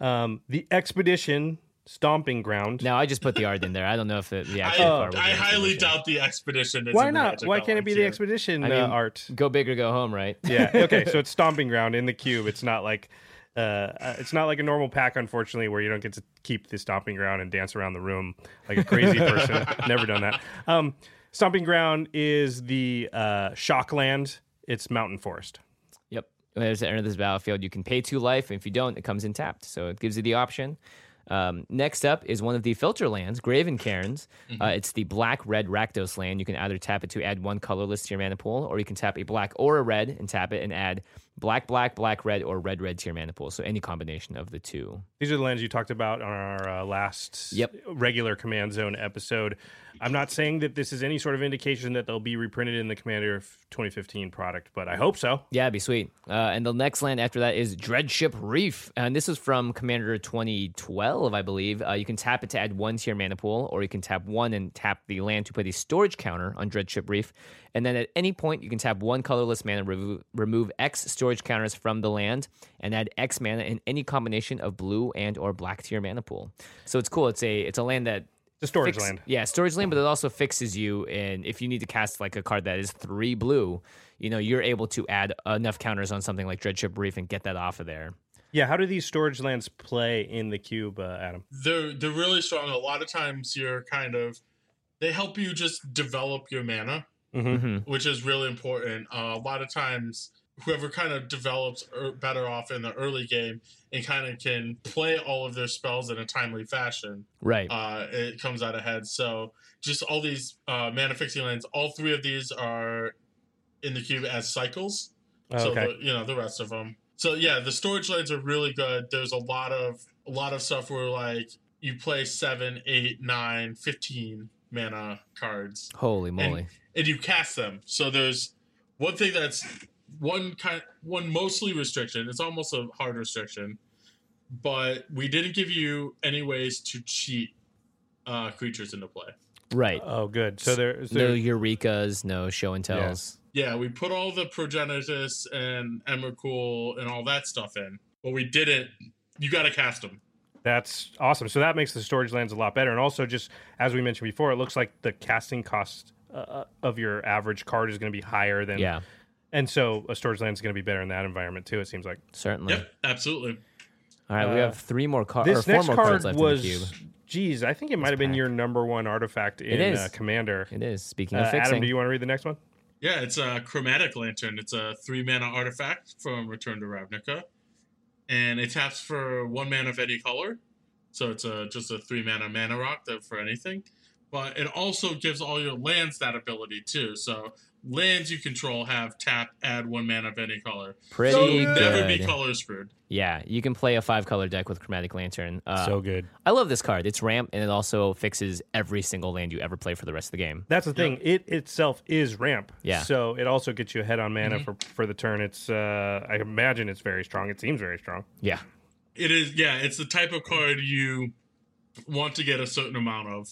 Speaker 2: um, the expedition, stomping ground.
Speaker 1: Now I just put the ard in there. I don't know if it, the
Speaker 3: [laughs] I,
Speaker 1: actual part. would be
Speaker 3: I
Speaker 1: an
Speaker 3: highly
Speaker 1: expedition.
Speaker 3: doubt the expedition. Is
Speaker 2: Why
Speaker 3: in the
Speaker 2: not?
Speaker 3: Magic
Speaker 2: Why can't it
Speaker 3: Online
Speaker 2: be the
Speaker 3: cube.
Speaker 2: expedition
Speaker 1: I
Speaker 2: uh,
Speaker 1: mean-
Speaker 2: art?
Speaker 1: Go big or go home, right?
Speaker 2: Yeah. Okay. so it's stomping ground in the cube. It's not like uh, uh, it's not like a normal pack, unfortunately, where you don't get to keep the stomping ground and dance around the room like a crazy person. Never done that. Um, stomping ground is the uh, shockland. It's mountain forest.
Speaker 1: Yep. There's the end of this battlefield. You can pay two life, and if you don't, it comes in tapped. So it gives you the option. Um, next up is one of the filter lands, Graven Cairns. Uh, it's the black red Rakdos land. You can either tap it to add one colorless to your mana pool, or you can tap a black or a red and tap it and add black, black, black, red, or red, red to your mana pool. So any combination of the two.
Speaker 2: These are the lands you talked about on our uh, last
Speaker 1: Yep.
Speaker 2: regular Command Zone episode. I'm not saying that this is any sort of indication that they'll be reprinted in the Commander 2015 product, but I hope so.
Speaker 1: Yeah, it'd be sweet. Uh, and the next land after that is Dreadship Reef. And this is from Commander 2012, I believe. Uh, you can tap it to add one to your mana pool, or you can tap one and tap the land to put a storage counter on Dreadship Reef. And then at any point, you can tap one colorless mana, remo- remove X storage counters from the land, and add X mana in any combination of blue and or black to your mana pool. So it's cool. It's a it's a land that
Speaker 2: The storage
Speaker 1: fix-
Speaker 2: land.
Speaker 1: Yeah, storage land, but it also fixes you. And if you need to cast like a card that is three blue, you know you're able to add enough counters on something like Dreadship Reef and get that off of there.
Speaker 2: Yeah, how do these storage lands play in the cube, uh, Adam?
Speaker 3: They're they're really strong. A lot of times you're kind of they help you just develop your mana,
Speaker 1: Mm-hmm.
Speaker 3: which is really important. Uh, a lot of times whoever kind of develops er, better off in the early game and kind of can play all of their spells in a timely fashion
Speaker 1: Right.
Speaker 3: uh, it comes out ahead. So just all these uh, mana fixing lands, all three of these are in the cube as cycles. So
Speaker 2: Oh, okay.
Speaker 3: the, you know the rest of them. So yeah, the storage lands are really good. There's a lot of a lot of stuff where like you play seven, eight, nine, fifteen mana cards
Speaker 1: Holy moly!
Speaker 3: and you cast them. So there's one thing that's one kind one mostly restriction. It's almost a hard restriction, but we didn't give you any ways to cheat uh, creatures into play.
Speaker 1: right.
Speaker 2: Oh, good. So there's
Speaker 1: no Eureka's, no show and tells.
Speaker 3: Yeah, we put all the Progenitus and Emrakul and all that stuff in, but we didn't. You got to cast them.
Speaker 2: that's awesome. So that makes the storage lands a lot better. And also, just as we mentioned before, it looks like the casting cost uh, of your average card is going to be higher than.
Speaker 1: Yeah,
Speaker 2: And so a storage land is going to be better in that environment too. It seems like
Speaker 1: certainly.
Speaker 3: Yep, absolutely.
Speaker 1: All right, we
Speaker 2: Uh,
Speaker 1: have three more cards. or
Speaker 2: this
Speaker 1: four
Speaker 2: next
Speaker 1: more
Speaker 2: card
Speaker 1: cards left in the cube.
Speaker 2: was. Geez, I think it might have been
Speaker 1: pack.
Speaker 2: your number one artifact in
Speaker 1: is.
Speaker 2: Uh, Commander.
Speaker 1: It is. Speaking
Speaker 2: Uh,
Speaker 1: of fixing,
Speaker 2: Adam, do you want to read the next one?
Speaker 3: Yeah, it's a chromatic lantern. It's a three mana artifact from Return to Ravnica, and it taps for one mana of any color. So it's a just a three mana mana rock that for anything, but it also gives all your lands that ability too. So lands you control have tap add one mana of any color.
Speaker 1: pretty
Speaker 3: so
Speaker 1: good.
Speaker 3: you'll never be color screwed.
Speaker 1: yeah, you can play a five-color deck with Chromatic Lantern. Uh,
Speaker 2: good.
Speaker 1: I love this card. It's ramp, and it also fixes every single land you ever play for the rest of the game.
Speaker 2: That's the thing. It itself is ramp.
Speaker 1: Yeah. Mm-hmm.
Speaker 2: So it also gets you ahead on mana for for the turn. It's uh, I imagine it's very strong. It seems very strong.
Speaker 1: Yeah.
Speaker 3: It is yeah, it's the type of card you want to get a certain amount of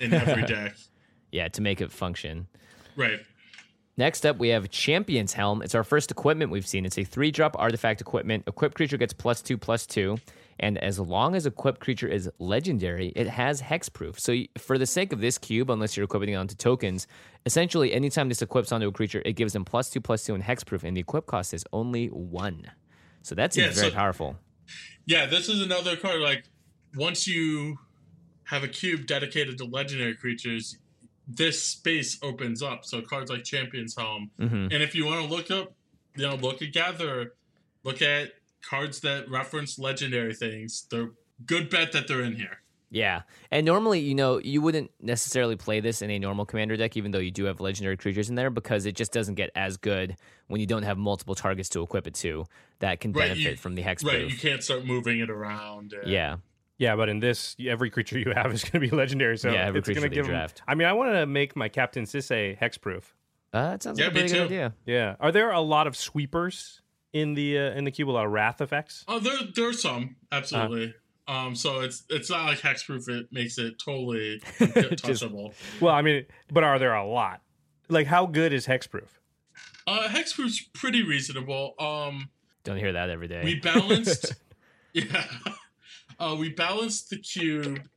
Speaker 3: in every deck.
Speaker 1: Yeah, to make it function.
Speaker 3: Right.
Speaker 1: Next up, we have Champion's Helm. It's our first equipment we've seen. It's a three drop artifact equipment. Equipped creature gets plus two, plus two. And as long as equipped creature is legendary, it has hexproof. So, y- for the sake of this cube, unless you're equipping it onto tokens, essentially anytime this equips onto a creature, it gives them plus two, plus two, and hexproof. And the equip cost is only one. So, that seems
Speaker 3: Yeah,
Speaker 1: very
Speaker 3: so-
Speaker 1: powerful.
Speaker 3: Yeah, this is another card. Like, once you have a cube dedicated to legendary creatures, this space opens up. So cards like Champion's Helm,
Speaker 1: hmm
Speaker 3: and if you want to look up, you know, look at Gather, look at cards that reference legendary things. They're good bet that they're in here.
Speaker 1: Yeah. And normally, you know, you wouldn't necessarily play this in a normal commander deck, even though you do have legendary creatures in there, because it just doesn't get as good when you don't have multiple targets to equip it to that can
Speaker 3: Right,
Speaker 1: benefit
Speaker 3: you-
Speaker 1: from the hex
Speaker 3: Right, you
Speaker 1: proof.
Speaker 3: can't start moving it around. and-
Speaker 1: Yeah.
Speaker 2: Yeah, but in this, every creature you have is going to be legendary. So
Speaker 1: Yeah, every
Speaker 2: it's going
Speaker 1: creature
Speaker 2: to
Speaker 1: they
Speaker 2: give 'em-
Speaker 1: draft.
Speaker 2: I mean, I want to make my Captain Sisse hexproof.
Speaker 1: Uh, that sounds
Speaker 3: Yeah,
Speaker 1: like a
Speaker 3: me
Speaker 1: pretty good
Speaker 3: too.
Speaker 1: idea.
Speaker 2: Yeah. Are there a lot of sweepers in the uh, in the cube? A lot of wrath effects.
Speaker 3: Oh, there there's some absolutely. Um, so it's it's not like hexproof. It makes it totally touchable.
Speaker 2: Well, I mean, but are there a lot? Like, how good is hexproof?
Speaker 3: Uh, hexproof's pretty reasonable. Um,
Speaker 1: [laughs] Don't hear that every day.
Speaker 3: We balanced. yeah. [laughs] Uh, we balanced the cube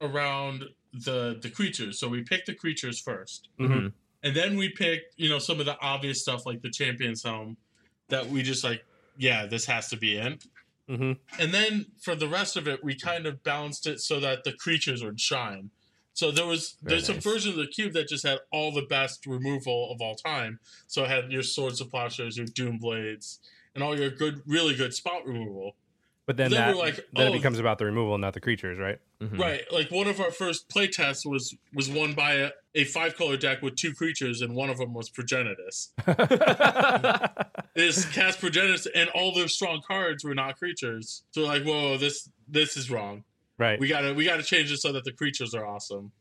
Speaker 3: around the the creatures. So we picked the creatures first,
Speaker 1: Mm-hmm.
Speaker 2: Mhm.
Speaker 3: and then we picked you know some of the obvious stuff like the champions home that we just like yeah this has to be in.
Speaker 2: hmm
Speaker 3: And then for the rest of it, we kind of balanced it so that the creatures would shine. So there was
Speaker 1: Very
Speaker 3: there's some
Speaker 1: nice.
Speaker 3: version of the cube that just had all the best removal of all time. So it had your swords of plowshares, your doom blades, and all your good, really good spot removal.
Speaker 2: But then,
Speaker 3: Then
Speaker 2: that
Speaker 3: we're like,
Speaker 2: then
Speaker 3: oh.
Speaker 2: it becomes about the removal, not the creatures,
Speaker 3: [laughs]
Speaker 2: right? [laughs]
Speaker 1: Mhm.
Speaker 3: Right, like one of our first playtests was was won by a, a five color deck with two creatures, and one of them was Progenitus. This cast Progenitus, and all their strong cards were not creatures. So like, whoa, this this is wrong.
Speaker 2: Right.
Speaker 3: We gotta we gotta change it so that the creatures are awesome.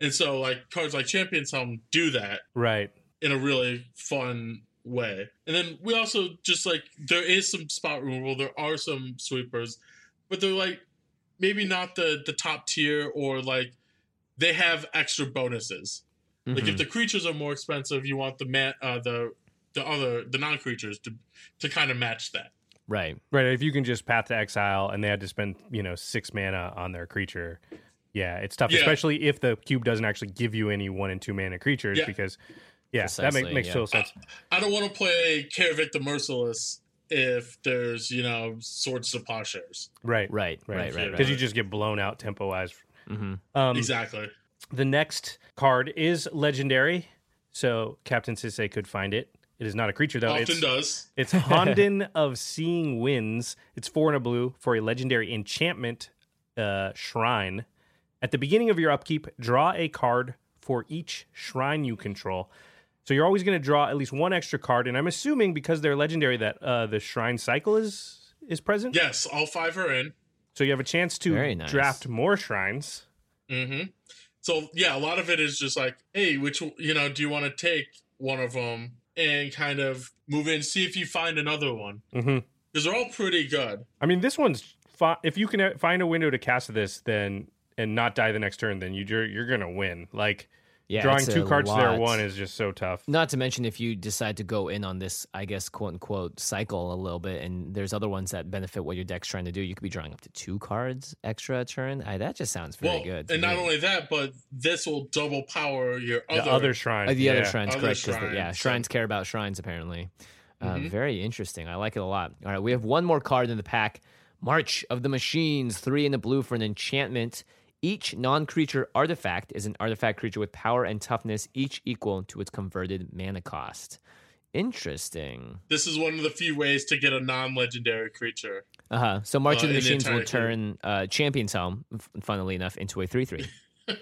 Speaker 3: And so like cards like Champions Helm do that
Speaker 2: right.
Speaker 3: in a really fun way. And then we also just like there is some spot removal, there are some sweepers, but they're like maybe not the the top tier or like they have extra bonuses.
Speaker 1: Mm-hmm.
Speaker 3: Like
Speaker 2: Mm-hmm.
Speaker 3: if the creatures are more expensive, you want the man uh, the the other the non creatures to to kind of match that.
Speaker 1: Right.
Speaker 2: Right. If you can just path to exile and they had to spend, you know, six mana on their creature. Yeah, it's tough,
Speaker 3: Yeah.
Speaker 2: especially if the cube doesn't actually give you any one and two mana creatures
Speaker 3: Yeah.
Speaker 2: because, yeah, that
Speaker 1: Precisely,
Speaker 2: make, makes
Speaker 1: yeah.
Speaker 2: total sense.
Speaker 3: I don't want to play Karavik the Merciless if there's you know swords to plowshares.
Speaker 2: Right.
Speaker 1: Right. Right. Right. Right.
Speaker 2: Because you just get blown out tempo wise.
Speaker 1: Mhm.
Speaker 2: Um,
Speaker 3: exactly.
Speaker 2: The next card is legendary. So Captain Sisse could find it. It is not a creature, though.
Speaker 3: Often
Speaker 2: it's,
Speaker 3: does.
Speaker 2: It's Honden of Seeing Winds. It's four and a blue for a legendary enchantment uh, shrine. At the beginning of your upkeep, draw a card for each shrine you control. So you're always going to draw at least one extra card, and I'm assuming because they're legendary that uh, the shrine cycle is is present.
Speaker 3: Yes, all five are in.
Speaker 2: So you have a chance to
Speaker 1: Very nice.
Speaker 2: draft more shrines.
Speaker 3: hmm So yeah, a lot of it is just like, hey, which you know, do you want to take one of them and kind of move in, see if you find another one
Speaker 2: Mm-hmm.
Speaker 3: because they're all pretty good.
Speaker 2: I mean, this one's fi- if you can uh, find a window to cast this, then and not die the next turn, then you you're, you're going to win. Like
Speaker 1: Yeah,
Speaker 2: drawing
Speaker 1: it's a
Speaker 2: two cards to their
Speaker 1: lot.
Speaker 2: one is just so tough.
Speaker 1: Not to mention, if you decide to go in on this, I guess, quote unquote, cycle a little bit, and there's other ones that benefit what your deck's trying to do. You could be drawing up to two cards extra a turn. I, that just sounds very
Speaker 3: well,
Speaker 1: good. to
Speaker 3: and not
Speaker 1: me.
Speaker 3: only that, but this will double power your
Speaker 2: the
Speaker 3: other.
Speaker 2: other shrine.
Speaker 1: Uh, the other
Speaker 2: yeah.
Speaker 1: shrines,
Speaker 3: Other
Speaker 1: correct? 'cause the- yeah,
Speaker 3: shrines, so-
Speaker 1: shrines care about shrines apparently. Uh,
Speaker 3: Mhm.
Speaker 1: Very interesting. I like it a lot. All right, we have one more card in the pack. March of the Machines, three in the blue for an enchantment. Each non-creature artifact is an artifact creature with power and toughness, each equal to its converted mana cost. Interesting.
Speaker 3: This is one of the few ways to get a non-legendary creature.
Speaker 1: Uh huh. So March
Speaker 3: Uh,
Speaker 1: of the
Speaker 3: in the
Speaker 1: Machines will
Speaker 3: entire
Speaker 1: turn uh, Champions Home, f- funnily enough, into a
Speaker 2: [laughs]
Speaker 1: three-three.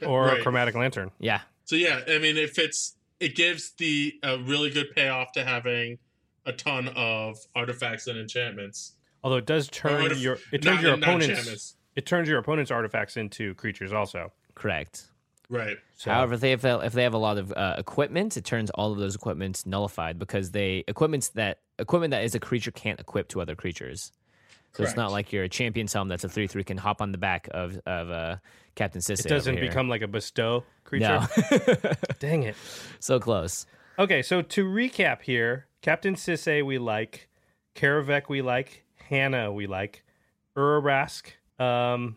Speaker 2: or
Speaker 3: Right.
Speaker 2: a chromatic lantern.
Speaker 1: yeah.
Speaker 3: So yeah, I mean, if it's it gives the a really good payoff to having a ton of artifacts and enchantments.
Speaker 2: Although it does turn
Speaker 3: artif-
Speaker 2: your it
Speaker 3: not-
Speaker 2: turns your
Speaker 3: not
Speaker 2: opponent's
Speaker 3: enchantments.
Speaker 2: it turns your opponent's artifacts into creatures also.
Speaker 1: Correct.
Speaker 3: Right.
Speaker 2: So
Speaker 1: However, if they have if they have a lot of uh, equipment, it turns all of those equipments nullified because they equipments that equipment that is a creature can't equip to other creatures. So it's not
Speaker 3: Correct.
Speaker 1: like your champion's helm that's a three three can hop on the back of of uh, Captain Sissy.
Speaker 2: it doesn't become like a bestow creature.
Speaker 1: no,
Speaker 2: [laughs]
Speaker 1: [laughs]
Speaker 2: Dang it.
Speaker 1: so close.
Speaker 2: Okay, so to recap here, Captain Sisse we like, Karavek we like, Hannah we like, Urarask. Um,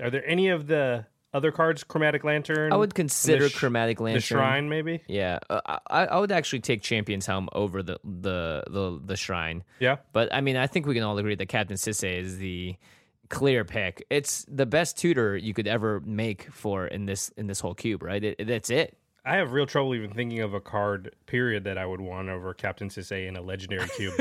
Speaker 2: are there any of the other cards? Chromatic Lantern.
Speaker 1: I would consider
Speaker 2: sh-
Speaker 1: chromatic lantern.
Speaker 2: the Shrine, maybe.
Speaker 1: Yeah, uh, I, I would actually take champion's helm over the the the, the shrine.
Speaker 2: Yeah.
Speaker 1: But I mean, I think we can all agree that Captain Sisse is the clear pick. It's the best tutor you could ever make for in this in this whole cube, right? It, that's it.
Speaker 2: I have real trouble even thinking of a card period that I would want over Captain Sisse in a legendary
Speaker 1: [laughs]
Speaker 2: cube.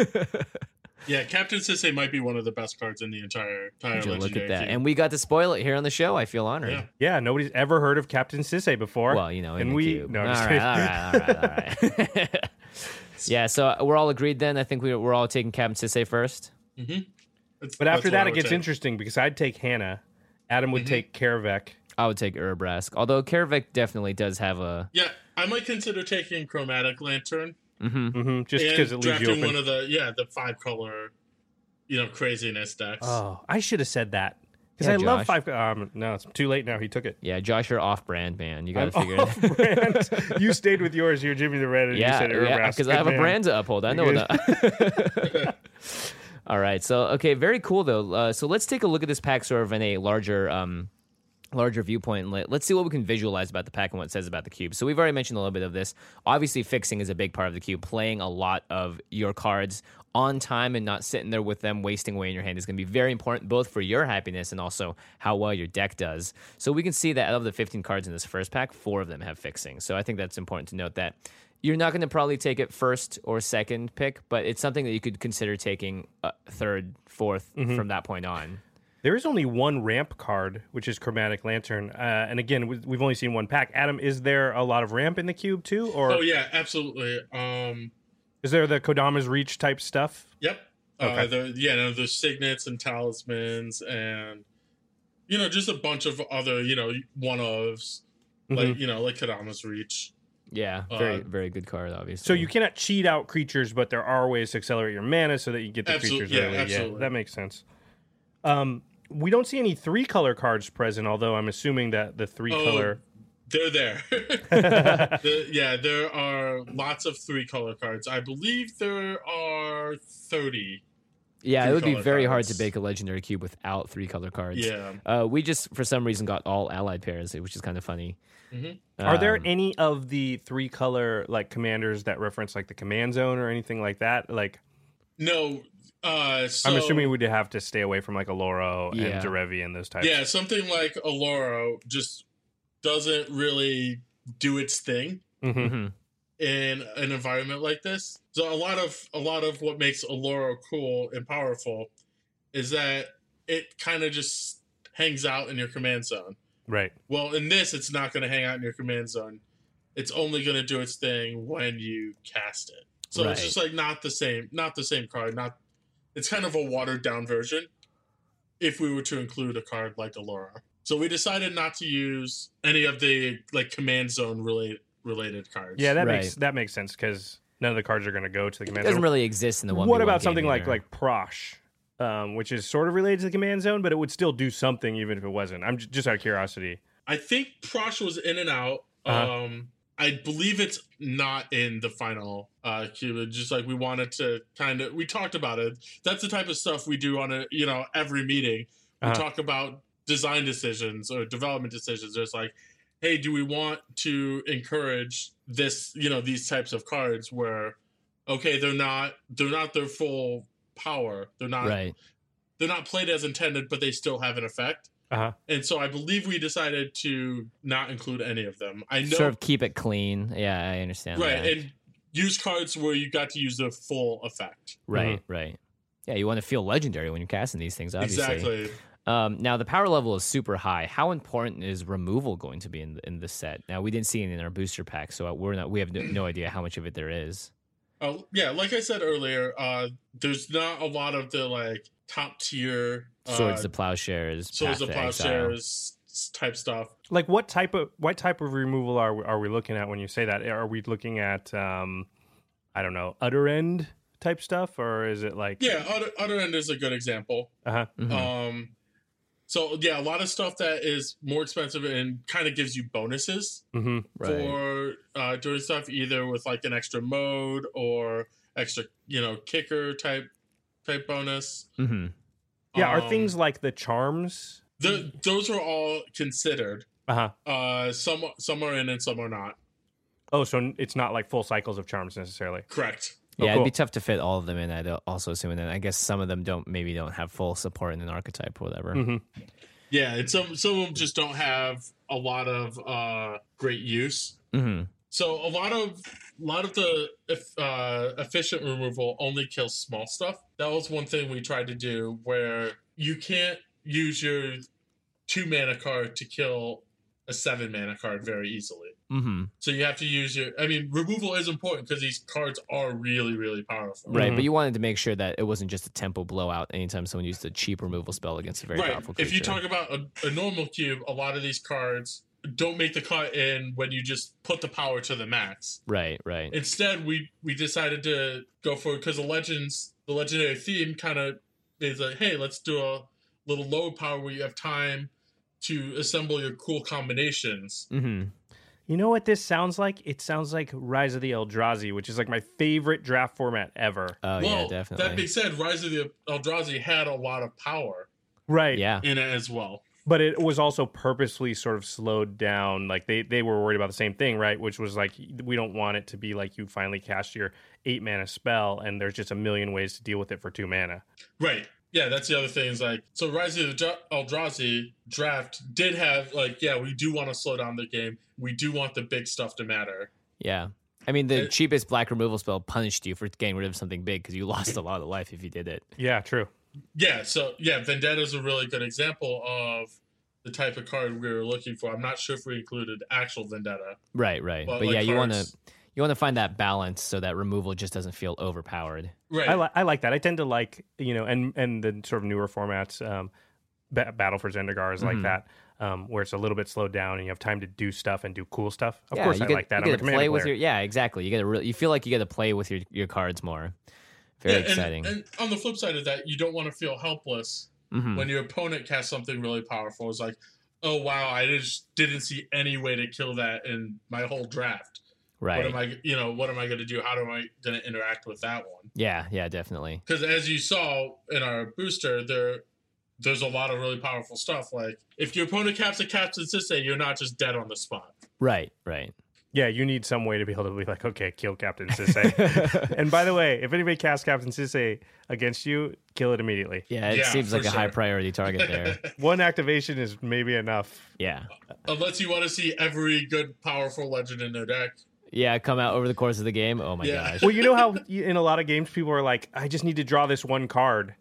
Speaker 3: Yeah, Captain Sisse might be one of the best cards in the entire entire
Speaker 1: Would you look
Speaker 3: legendary
Speaker 1: at that,
Speaker 3: queue.
Speaker 1: and we got to spoil it here on the show. I feel honored.
Speaker 3: Yeah.
Speaker 2: yeah, nobody's ever heard of Captain Sisse before.
Speaker 1: Well, you know, in
Speaker 2: and
Speaker 1: the
Speaker 2: we
Speaker 1: cube.
Speaker 2: no,
Speaker 1: all,
Speaker 2: I'm just
Speaker 1: right, all
Speaker 2: kidding.
Speaker 1: right, all right, all right. [laughs] yeah, so we're all agreed then. I think we, we're all taking Captain Sisse first.
Speaker 3: That's-
Speaker 2: [laughs] But
Speaker 3: that's
Speaker 2: after
Speaker 3: what I
Speaker 2: that, it
Speaker 3: would
Speaker 2: gets
Speaker 3: say.
Speaker 2: interesting because I'd take Hannah, Adam
Speaker 1: Mm-hmm.
Speaker 2: would take Karavek.
Speaker 1: I would take Urbrask, although Karavik definitely does have a
Speaker 3: Yeah, I might consider taking Chromatic Lantern
Speaker 2: hmm just
Speaker 3: and
Speaker 2: because it leaves you
Speaker 3: drafting
Speaker 2: open.
Speaker 3: one of the yeah the five color, you know, craziness decks.
Speaker 2: Oh, I should have said that because
Speaker 1: Yeah,
Speaker 2: I love
Speaker 1: Josh.
Speaker 2: five. Um, no, it's too late now. He took it. [laughs]
Speaker 1: yeah. Josh, you're off brand, man. You got to
Speaker 2: I'm
Speaker 1: figure it. out.
Speaker 2: off brand. you stayed with yours. You're Jimmy the Red, and you
Speaker 1: Yeah,
Speaker 2: said
Speaker 1: yeah,
Speaker 2: Urbrask.
Speaker 1: because I have
Speaker 2: Good
Speaker 1: a
Speaker 2: man.
Speaker 1: brand to uphold. I know what. I- [laughs] All right. So okay, very cool though. Uh, so let's take a look at this pack sort of in a larger. Um, larger viewpoint and let- let's see what we can visualize about the pack and what it says about the cube so we've already mentioned a little bit of this obviously fixing is a big part of the cube playing a lot of your cards on time and not sitting there with them wasting away in your hand is going to be very important both for your happiness and also how well your deck does so we can see that out of the 15 cards in this first pack four of them have fixing so i think that's important to note that you're not going to probably take it first or second pick but it's something that you could consider taking uh, third 4th
Speaker 2: Mm-hmm.
Speaker 1: from that point on
Speaker 2: There is only one ramp card, which is Chromatic Lantern. Uh, and again, we- we've only seen one pack. Adam, is there a lot of ramp in the cube too, or
Speaker 3: Oh yeah, absolutely. Um,
Speaker 2: is there the Kodama's Reach type stuff?
Speaker 3: Yep.
Speaker 2: Okay.
Speaker 3: Uh, the, yeah, no, there's signets and talismans and, you know, just a bunch of other, you know, one ofs,
Speaker 2: Mm-hmm.
Speaker 3: like, you know, like Kadama's Reach.
Speaker 1: yeah very
Speaker 3: Uh,
Speaker 1: very good card obviously
Speaker 2: So you cannot cheat out creatures, but there are ways to accelerate your mana so that you get the
Speaker 3: Absolute-
Speaker 2: creatures
Speaker 3: yeah,
Speaker 2: early.
Speaker 3: absolutely.
Speaker 2: Yeah, that makes sense. Um, we don't see any three color cards present, although I'm assuming that the three
Speaker 3: Oh,
Speaker 2: color.
Speaker 3: They're there. [laughs] The- yeah, there are lots of three color cards. I believe there are 30.
Speaker 1: Yeah, it
Speaker 3: three
Speaker 1: would be
Speaker 3: color
Speaker 1: very hard to
Speaker 3: cards.
Speaker 1: make a legendary cube without three color cards.
Speaker 3: Yeah.
Speaker 1: Uh, we just, for some reason, got all allied pairs, which is kind of funny.
Speaker 3: Mhm.
Speaker 2: Are
Speaker 1: [laughs]
Speaker 2: there
Speaker 1: Um,
Speaker 2: any of the three color like commanders that reference like the command zone or anything like that? Like
Speaker 3: No. Uh, so,
Speaker 2: I'm assuming we'd have to stay away from like Aloro
Speaker 1: Yeah.
Speaker 2: and Derevi and those types.
Speaker 3: Yeah, something like Aloro just doesn't really do its thing.
Speaker 2: Mhm.
Speaker 1: mhm.
Speaker 3: in an environment like this. So a lot of a lot of what makes Alora cool and powerful is that it kind of just hangs out in your command zone.
Speaker 2: Right.
Speaker 3: Well, in this, it's not going to hang out in your command zone. It's only going to do its thing when you cast it. So
Speaker 1: Right.
Speaker 3: it's just like not the same, not the same card. Not it's kind of a watered down version. If we were to include a card like Alora, so we decided not to use any of the like command zone related related cards.
Speaker 2: Yeah, that
Speaker 1: Right.
Speaker 2: makes that makes sense because none of the cards are going to go to the
Speaker 1: It
Speaker 2: command
Speaker 1: doesn't
Speaker 2: zone.
Speaker 1: really exist in the one.
Speaker 2: what about something like like Prosh, um, which is sort of related to the command zone, but it would still do something even if it wasn't. I'm j- just out of curiosity.
Speaker 3: I think Prosh was in and out.
Speaker 2: Uh-huh.
Speaker 3: Um, I believe it's not in the final uh, Cuba. Just like we wanted to kind of, we talked about it. That's the type of stuff we do on a, you know, every meeting. We
Speaker 2: Uh-huh.
Speaker 3: talk about design decisions or development decisions. It's like, hey, do we want to encourage this, you know, these types of cards where, okay, they're not, they're not their full power. They're
Speaker 2: uh,
Speaker 3: not,
Speaker 1: right?
Speaker 3: they're not played as intended, but they still have an effect.
Speaker 2: Uh-huh.
Speaker 3: And so I believe we decided to not include any of them. I know,
Speaker 1: Sort of keep it clean. Yeah, I understand.
Speaker 3: right?
Speaker 1: that.
Speaker 3: And use cards where you got to use their full effect.
Speaker 1: right,
Speaker 2: Mm-hmm.
Speaker 1: right. Yeah, you want to feel legendary when you're casting these things. Obviously.
Speaker 3: Exactly.
Speaker 1: Um, now the power level is super high. How important is removal going to be in in this set? Now we didn't see it in our booster pack, so uh, we're not. We have no, no idea how much of it there is.
Speaker 3: Oh yeah, like I said earlier, uh, there's not a lot of the like top tier uh,
Speaker 1: Swords to plowshares.
Speaker 3: swords
Speaker 1: Path
Speaker 3: of
Speaker 1: to Exile.
Speaker 3: plowshares type stuff.
Speaker 2: Like what type of what type of removal are we, are we looking at when you say that? Are we looking at um, I don't know, utter end type stuff, or is it like
Speaker 3: Yeah, other, other end is a good example.
Speaker 2: Uh-huh.
Speaker 1: Mhm.
Speaker 3: Um, so yeah, a lot of stuff that is more expensive and kind of gives you bonuses.
Speaker 2: hmm
Speaker 3: for uh, doing stuff either with like an extra mode or extra you know kicker type type bonus
Speaker 1: hmm
Speaker 2: Yeah, are
Speaker 3: Um,
Speaker 2: things like the charms?
Speaker 3: th- those are all considered
Speaker 2: Uh huh.
Speaker 3: uh some some are in and some are not
Speaker 2: Oh, so n- it's not like full cycles of charms necessarily.
Speaker 3: correct
Speaker 2: Oh,
Speaker 1: Yeah,
Speaker 2: cool.
Speaker 1: it'd be tough to fit all of them in. I'd also assume, and then I guess some of them don't maybe don't have full support in an archetype or whatever.
Speaker 2: Mhm.
Speaker 3: yeah and some some of them just don't have a lot of uh great use
Speaker 1: hmm
Speaker 3: so a lot of a lot of the eff- uh, efficient removal only kills small stuff. That was one thing we tried to do where you can't use your two mana card to kill a seven mana card very easily.
Speaker 1: hmm
Speaker 3: So you have to use your. I mean, removal is important because these cards are really really powerful.
Speaker 1: Right,
Speaker 2: Mhm.
Speaker 1: but you wanted to make sure that it wasn't just a tempo blowout. Anytime someone used a cheap removal spell against a very
Speaker 3: right.
Speaker 1: powerful creature.
Speaker 3: If you talk about a, a normal cube, a lot of these cards don't make the cut in when you just put the power to the max.
Speaker 1: right, right,
Speaker 3: instead we we decided to go for because the legends the legendary theme kind of is like hey let's do a little low power where you have time to assemble your cool combinations
Speaker 1: hmm
Speaker 2: You know what this sounds like? It sounds like Rise of the Eldrazi, which is like my favorite draft format ever.
Speaker 1: Oh yeah,
Speaker 3: well,
Speaker 1: definitely.
Speaker 3: that being said, Rise of the Eldrazi had a lot of power
Speaker 2: Right.
Speaker 1: yeah.
Speaker 3: in it as well.
Speaker 2: But it was also purposely sort of slowed down. Like they, they were worried about the same thing, right? Which was like, we don't want it to be like you finally cast your eight mana spell and there's just a million ways to deal with it for two mana.
Speaker 3: Right. Yeah, that's the other thing. Is like, so Rise of the Eldrazi draft did have like, yeah, we do want to slow down the game. We do want the big stuff to matter.
Speaker 1: Yeah. I mean, the
Speaker 3: It-
Speaker 1: cheapest black removal spell punished you for getting rid of something big because you [laughs] lost a lot of life if you did it.
Speaker 2: Yeah, true.
Speaker 3: Yeah. So yeah, Vendetta is a really good example of the type of card we were looking for. I'm not sure if we included actual Vendetta.
Speaker 1: Right, right.
Speaker 3: Well,
Speaker 1: but
Speaker 3: like
Speaker 1: yeah, you want to
Speaker 3: cards.
Speaker 1: you want to find that balance so that removal just doesn't feel overpowered.
Speaker 3: Right.
Speaker 2: I, li- I like that. I tend to like you know, and and the sort of newer formats, um, ba- Battle for Zendikar is like
Speaker 1: Mhm.
Speaker 2: that, um, where it's a little bit slowed down and you have time to do stuff and do cool stuff. Of
Speaker 1: yeah,
Speaker 2: course,
Speaker 1: you
Speaker 2: I
Speaker 1: get,
Speaker 2: like that.
Speaker 1: You
Speaker 2: I'm
Speaker 1: get
Speaker 2: a
Speaker 1: to
Speaker 2: commander
Speaker 1: play
Speaker 2: player.
Speaker 1: with your yeah, exactly. You get to really you feel like you get to play with your your cards more. Very
Speaker 3: Yeah, and-
Speaker 1: exciting.
Speaker 3: And, on the flip side of that, you don't want to feel helpless
Speaker 1: Mhm.
Speaker 3: when your opponent casts something really powerful. It's like, oh wow, I just didn't see any way to kill that in my whole draft. What
Speaker 1: Right.
Speaker 3: am I, you know, what am I going to do? How am I going to interact with that one?
Speaker 1: yeah, yeah, definitely.
Speaker 3: Because as you saw in our booster, there, there's a lot of really powerful stuff. Like if your opponent caps a Captain Sisse, you're not just dead on the spot.
Speaker 1: Right, right.
Speaker 2: Yeah, you need some way to be able to be like, okay, kill Captain Sisse. and by the way, if anybody casts Captain Sisse against you, kill it immediately.
Speaker 1: Yeah, it
Speaker 3: Yeah,
Speaker 1: seems like
Speaker 3: for
Speaker 1: a high
Speaker 3: sure.
Speaker 1: priority target
Speaker 3: [laughs]
Speaker 1: there.
Speaker 2: One activation is maybe enough.
Speaker 1: yeah.
Speaker 3: Unless you want to see every good powerful legend in their deck.
Speaker 1: Yeah, come out over the course of the game. Oh my
Speaker 3: Yeah.
Speaker 1: gosh.
Speaker 2: Well, you know how you- in a lot of games people are like, I just need to draw this one card.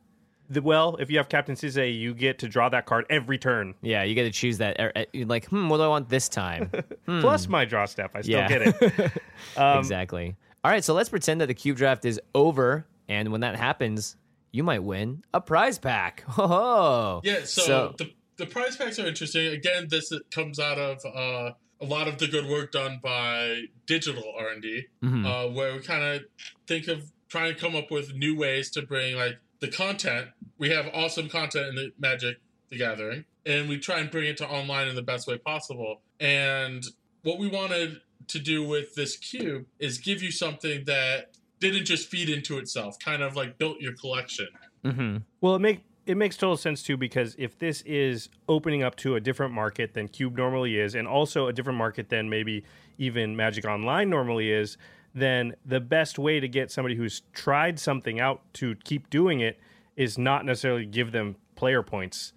Speaker 2: The, well, if you have Captain Sisse, you get to draw that card every turn.
Speaker 1: Yeah, you got to choose that. er- er- You're like, hmm, what do I want this
Speaker 2: [laughs]
Speaker 1: time? Hmm,
Speaker 2: plus my draw step. I still
Speaker 1: Yeah.
Speaker 2: get it. Um,
Speaker 1: exactly. All right, so let's pretend that the cube draft is over, and when that happens, you might win a prize pack. [laughs] Oh,
Speaker 3: [laughs] Yeah, so, the the prize packs are interesting. Again, this comes out of uh, a lot of the good work done by digital R and D,
Speaker 1: Mhm.
Speaker 3: uh, where we kind of think of trying to come up with new ways to bring like the content. We have awesome content in the Magic the Gathering, and we try and bring it to online in the best way possible. And what we wanted to do with this cube is give you something that didn't just feed into itself, kind of like built your collection.
Speaker 1: Mhm.
Speaker 2: well, it make it makes total sense too because if this is opening up to a different market than Cube normally is, and also a different market than maybe even Magic Online normally is, then the best way to get somebody who's tried something out to keep doing it is not necessarily give them player points.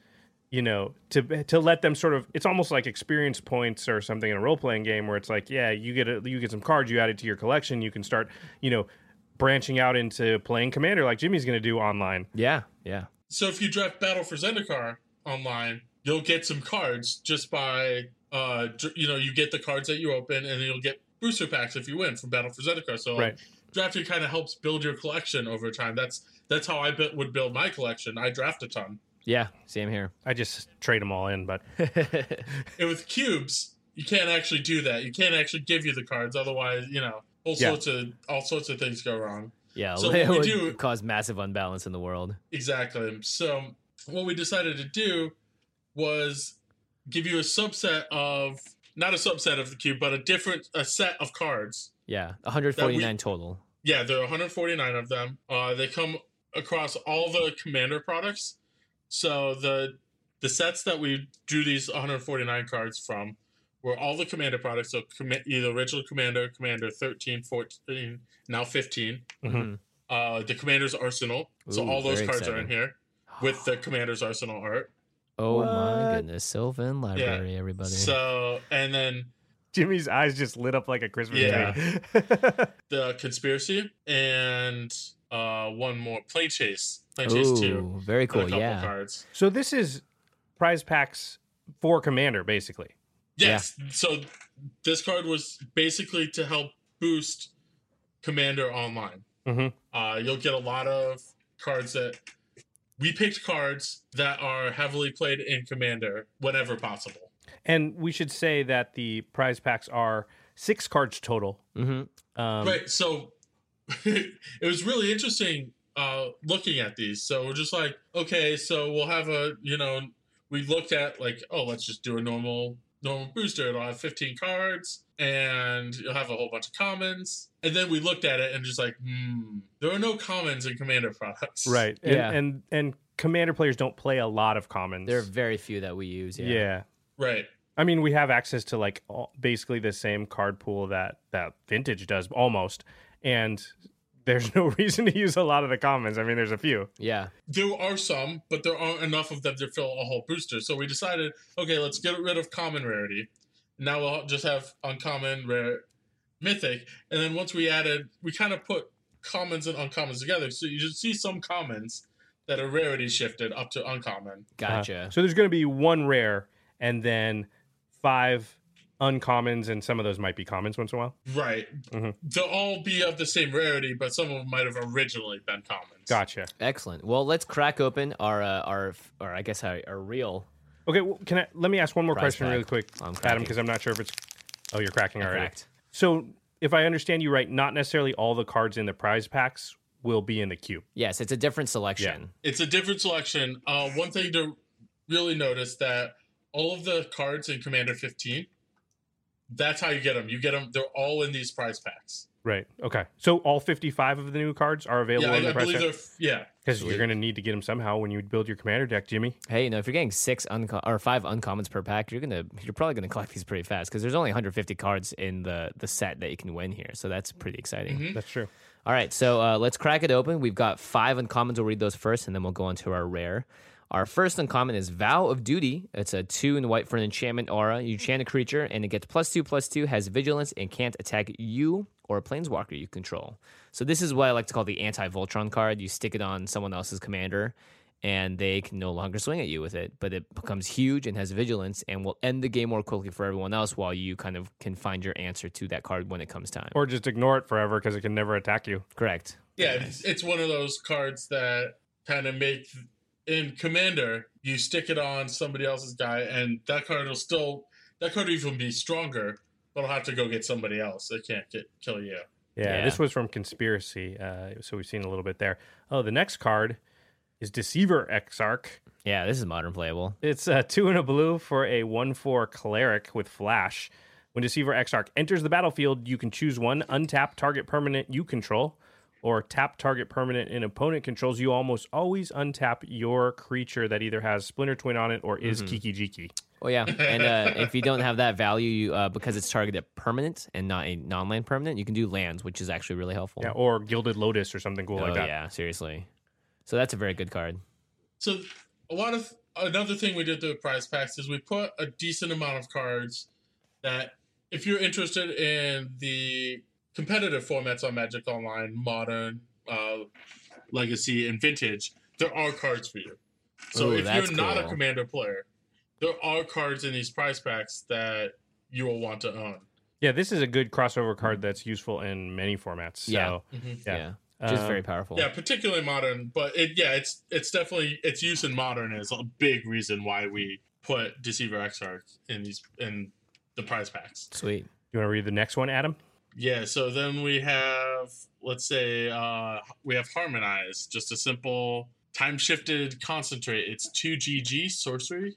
Speaker 2: you know, to to let them sort of it's almost like experience points or something in a role playing game where it's like, yeah, you get a, you get some cards, you add it to your collection, you can start, you know, branching out into playing commander like Jimmy's going to do online.
Speaker 1: yeah, yeah,
Speaker 3: So if you draft Battle for Zendikar online, you'll get some cards just by, uh, dr- you know, you get the cards that you open, and then you'll get booster packs if you win from Battle for Zendikar. So
Speaker 2: Right.
Speaker 3: drafting kind of helps build your collection over time. That's that's how I bu- would build my collection. I draft a ton,
Speaker 1: yeah. Same here.
Speaker 2: I just trade them all in, but [laughs]
Speaker 3: and with cubes, you can't actually do that. You can't actually give you the cards, otherwise, you know, all
Speaker 2: Yeah.
Speaker 3: sorts of all sorts of things go wrong.
Speaker 1: [laughs] Yeah,
Speaker 3: So
Speaker 1: it
Speaker 3: what we
Speaker 1: would
Speaker 3: do-
Speaker 1: cause massive unbalance in the world.
Speaker 3: Exactly. So what we decided to do was give you a subset of not a subset of the cube, but a different a set of cards.
Speaker 1: Yeah, 149 total.
Speaker 3: Yeah, there are 149 of them. Uh, they come across all the commander products. So the the sets that we drew these 149 cards from were all the commander products. So comma- either original commander, commander 13, 14, now 15.
Speaker 1: Hmm.
Speaker 2: Mhm.
Speaker 3: Uh, the commander's arsenal. So
Speaker 1: Ooh,
Speaker 3: all those
Speaker 1: very
Speaker 3: cards are
Speaker 1: exciting.
Speaker 3: in here with the commander's arsenal art.
Speaker 1: Oh my
Speaker 2: What?
Speaker 1: goodness, Sylvan Library, everybody.
Speaker 3: So and then
Speaker 2: Jimmy's eyes just lit up like a Christmas
Speaker 3: Yeah.
Speaker 2: tree.
Speaker 3: the conspiracy and uh one more plane chase. Plane chase two.
Speaker 1: Ooh, very
Speaker 3: and
Speaker 1: cool.
Speaker 3: A couple
Speaker 1: Yeah,
Speaker 3: cards.
Speaker 2: [laughs] so this is prize packs for commander basically.
Speaker 3: Yes. So this card was basically to help boost Commander online.
Speaker 2: Mhm.
Speaker 1: Mm-hmm.
Speaker 3: Uh, you'll get a lot of cards that we picked cards that are heavily played in Commander whenever possible.
Speaker 2: And we should say that the prize packs are 6 cards total.
Speaker 1: hmm
Speaker 2: Um
Speaker 3: right. So [laughs] it was really interesting uh, looking at these. So we're just like, okay, so we'll have a, you know, we looked at like, oh, let's just do a normal normal booster. It'll have 15 cards and you'll have a whole bunch of commons. And then we looked at it and just like, hmm, there are no commons in Commander products.
Speaker 2: Right. And,
Speaker 1: Yeah.
Speaker 2: and and commander players don't play a lot of commons.
Speaker 1: There are very few that we use.
Speaker 2: yeah.
Speaker 1: Yeah.
Speaker 3: Right.
Speaker 2: I mean, we have access to like all, basically the same card pool that that vintage does almost, and there's [laughs] no reason to use a lot of the commons. I mean, there's a few.
Speaker 1: Yeah.
Speaker 3: There are some, but there aren't enough of them to fill a whole booster. So we decided, okay, let's get rid of common rarity. Now we'll just have uncommon, rare, mythic. And then once we added, we kind of put commons and uncommons together. So you should see some commons that are rarity shifted up to uncommon.
Speaker 1: Gotcha.
Speaker 2: Uh, so there's going to be one rare, and then five uncommons, and some of those might be commons once in a while.
Speaker 3: Right.
Speaker 2: Mhm.
Speaker 3: They'll all be of the same rarity, but some of them might have originally been commons.
Speaker 2: Gotcha.
Speaker 1: Excellent. Well, let's crack open our uh, our or I guess our, our real.
Speaker 2: Okay, well, can I let me ask one more
Speaker 1: Price
Speaker 2: question
Speaker 1: tag.
Speaker 2: really quick,
Speaker 1: I'm
Speaker 2: Adam?
Speaker 1: cracking.
Speaker 2: Because I'm not sure if it's. Oh, you're cracking already.
Speaker 1: cracked.
Speaker 2: So if I understand you right, not necessarily all the cards in the prize packs will be in the cube.
Speaker 1: Yes, it's a different selection.
Speaker 3: It's a different selection. Uh, one thing to really notice that all of the cards in Commander 15, that's how you get them. You get them, they're all in these prize packs.
Speaker 2: Right. Okay. So all 55 of the new cards are
Speaker 3: Yeah,
Speaker 2: available in
Speaker 3: I,
Speaker 2: the
Speaker 3: I
Speaker 2: prize
Speaker 3: believe
Speaker 2: pack
Speaker 3: they're, yeah.
Speaker 2: because you're going to need to get them somehow when you build your commander deck, Jimmy.
Speaker 1: Hey, you know, if you're getting six unco- or five uncommons per pack, you're gonna you're probably gonna [laughs] collect these pretty fast because there's only 150 cards in the the set that you can win here. So that's pretty exciting.
Speaker 3: Hmm?
Speaker 2: That's true.
Speaker 1: All right, so uh, let's crack it open. We've got five uncommons. We'll read those first, and then we'll go on to our rare. Our first uncommon is Vow of Duty. It's a two and white for an enchantment aura. You enchant a creature, and it gets plus two, plus two, has vigilance, and can't attack you or a planeswalker you control. So this is what I like to call the anti-Voltron card. You stick it on someone else's commander, and they can no longer swing at you with it. But it becomes huge and has vigilance, and will end the game more quickly for everyone else, while you kind of can find your answer to that card when it comes time.
Speaker 2: Or just ignore it forever because it can never attack you.
Speaker 1: Correct.
Speaker 3: Yeah, it's, it's one of those cards that kind of make in Commander, you stick it on somebody else's guy, and that card will still, that card will even be stronger, but it'll have to go get somebody else. It can't get kill you.
Speaker 2: Yeah,
Speaker 1: Yeah.
Speaker 2: This was from Conspiracy. Uh, so we've seen a little bit there. Oh, the next card is Deceiver Exarch.
Speaker 1: Yeah, this is modern playable.
Speaker 2: It's a two and a blue for a one four cleric with flash. When Deceiver Exarch enters the battlefield, you can choose one untap target permanent you control, or tap target permanent an opponent controls. You almost always untap your creature that either has Splinter Twin on it or is Kiki Jiki.
Speaker 1: Oh yeah, and uh, if you don't have that value, you uh, because it's targeted at permanent and not a non-land permanent, you can do lands, which is actually really helpful.
Speaker 2: Yeah, or Gilded Lotus or something cool
Speaker 1: oh
Speaker 2: like that.
Speaker 1: yeah, seriously. So that's a very good card.
Speaker 3: So a lot of another thing we did through the prize packs is we put a decent amount of cards that if you're interested in the competitive formats on Magic Online, modern, uh, legacy, and vintage, there are cards for you. So
Speaker 1: Ooh,
Speaker 3: if
Speaker 1: that's
Speaker 3: you're not a
Speaker 1: cool.
Speaker 3: commander player, there are cards in these prize packs that you will want to own.
Speaker 2: Yeah, this is a good crossover card that's useful in many formats. So,
Speaker 1: Mm-hmm. Yeah.
Speaker 2: Yeah.
Speaker 1: Yeah, which is
Speaker 2: Um,
Speaker 1: very powerful.
Speaker 3: Yeah, particularly modern, but it yeah, it's it's definitely its use in modern is a big reason why we put Deceiver Exarch in these in the prize packs.
Speaker 1: Sweet.
Speaker 2: you want to read the next one, Adam?
Speaker 3: Yeah, so then we have, let's say, uh, we have Harmonize, just a simple time shifted concentrate. It's 2GG sorcery,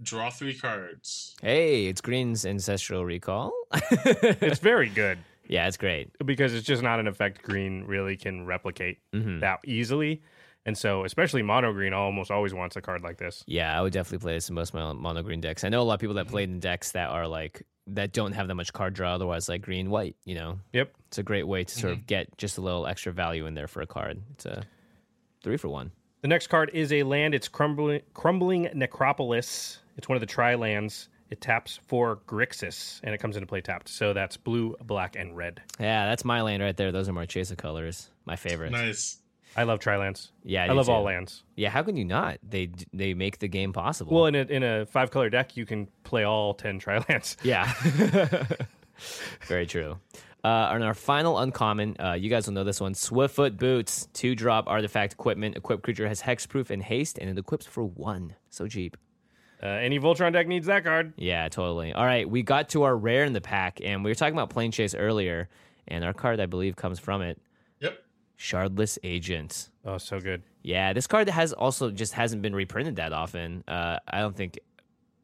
Speaker 3: draw three cards.
Speaker 1: Hey, it's Green's ancestral recall.
Speaker 2: It's very good
Speaker 1: [laughs] yeah, it's great.
Speaker 2: because it's just not an effect green really can replicate.
Speaker 1: hmm
Speaker 2: that easily. And so, especially mono green, almost always wants a card like this.
Speaker 1: Yeah, I would definitely play this in most of my mono green decks. I know a lot of people that played in decks that are like that don't have that much card draw, otherwise like green white. You know,
Speaker 2: Yep.
Speaker 1: it's a great way to sort of get just a little extra value in there for a card. It's a three for one.
Speaker 2: The next card is a land. It's crumbling, crumbling necropolis. It's one of the tri lands. It taps for Grixis, and it comes into play tapped. So that's blue, black, and red.
Speaker 1: Yeah, that's my land right there. Those are Marchesa colors, my favorite.
Speaker 3: Nice.
Speaker 2: I love tri lands.
Speaker 1: Yeah,
Speaker 2: I,
Speaker 1: do
Speaker 2: love all
Speaker 1: too.
Speaker 2: lands.
Speaker 1: Yeah, how can you not? They d- they make the game possible.
Speaker 2: Well, in a, in a five color deck, you can play all ten tri lands.
Speaker 1: yeah, [laughs] very true. Uh, and our final uncommon, uh, you guys will know this one: Swiftfoot Boots, two drop artifact equipment. Equipped creature has hexproof and haste, and it equips for one. So cheap.
Speaker 2: [laughs] Uh, any Voltron deck needs that card.
Speaker 1: Yeah, totally. All right, we got to our rare in the pack, and we were talking about Plane Chase earlier, and our card I believe comes from it.
Speaker 3: Yep.
Speaker 1: Shardless Agent.
Speaker 2: Oh, so good.
Speaker 1: Yeah, this card has also just hasn't been reprinted that often. Uh, I don't think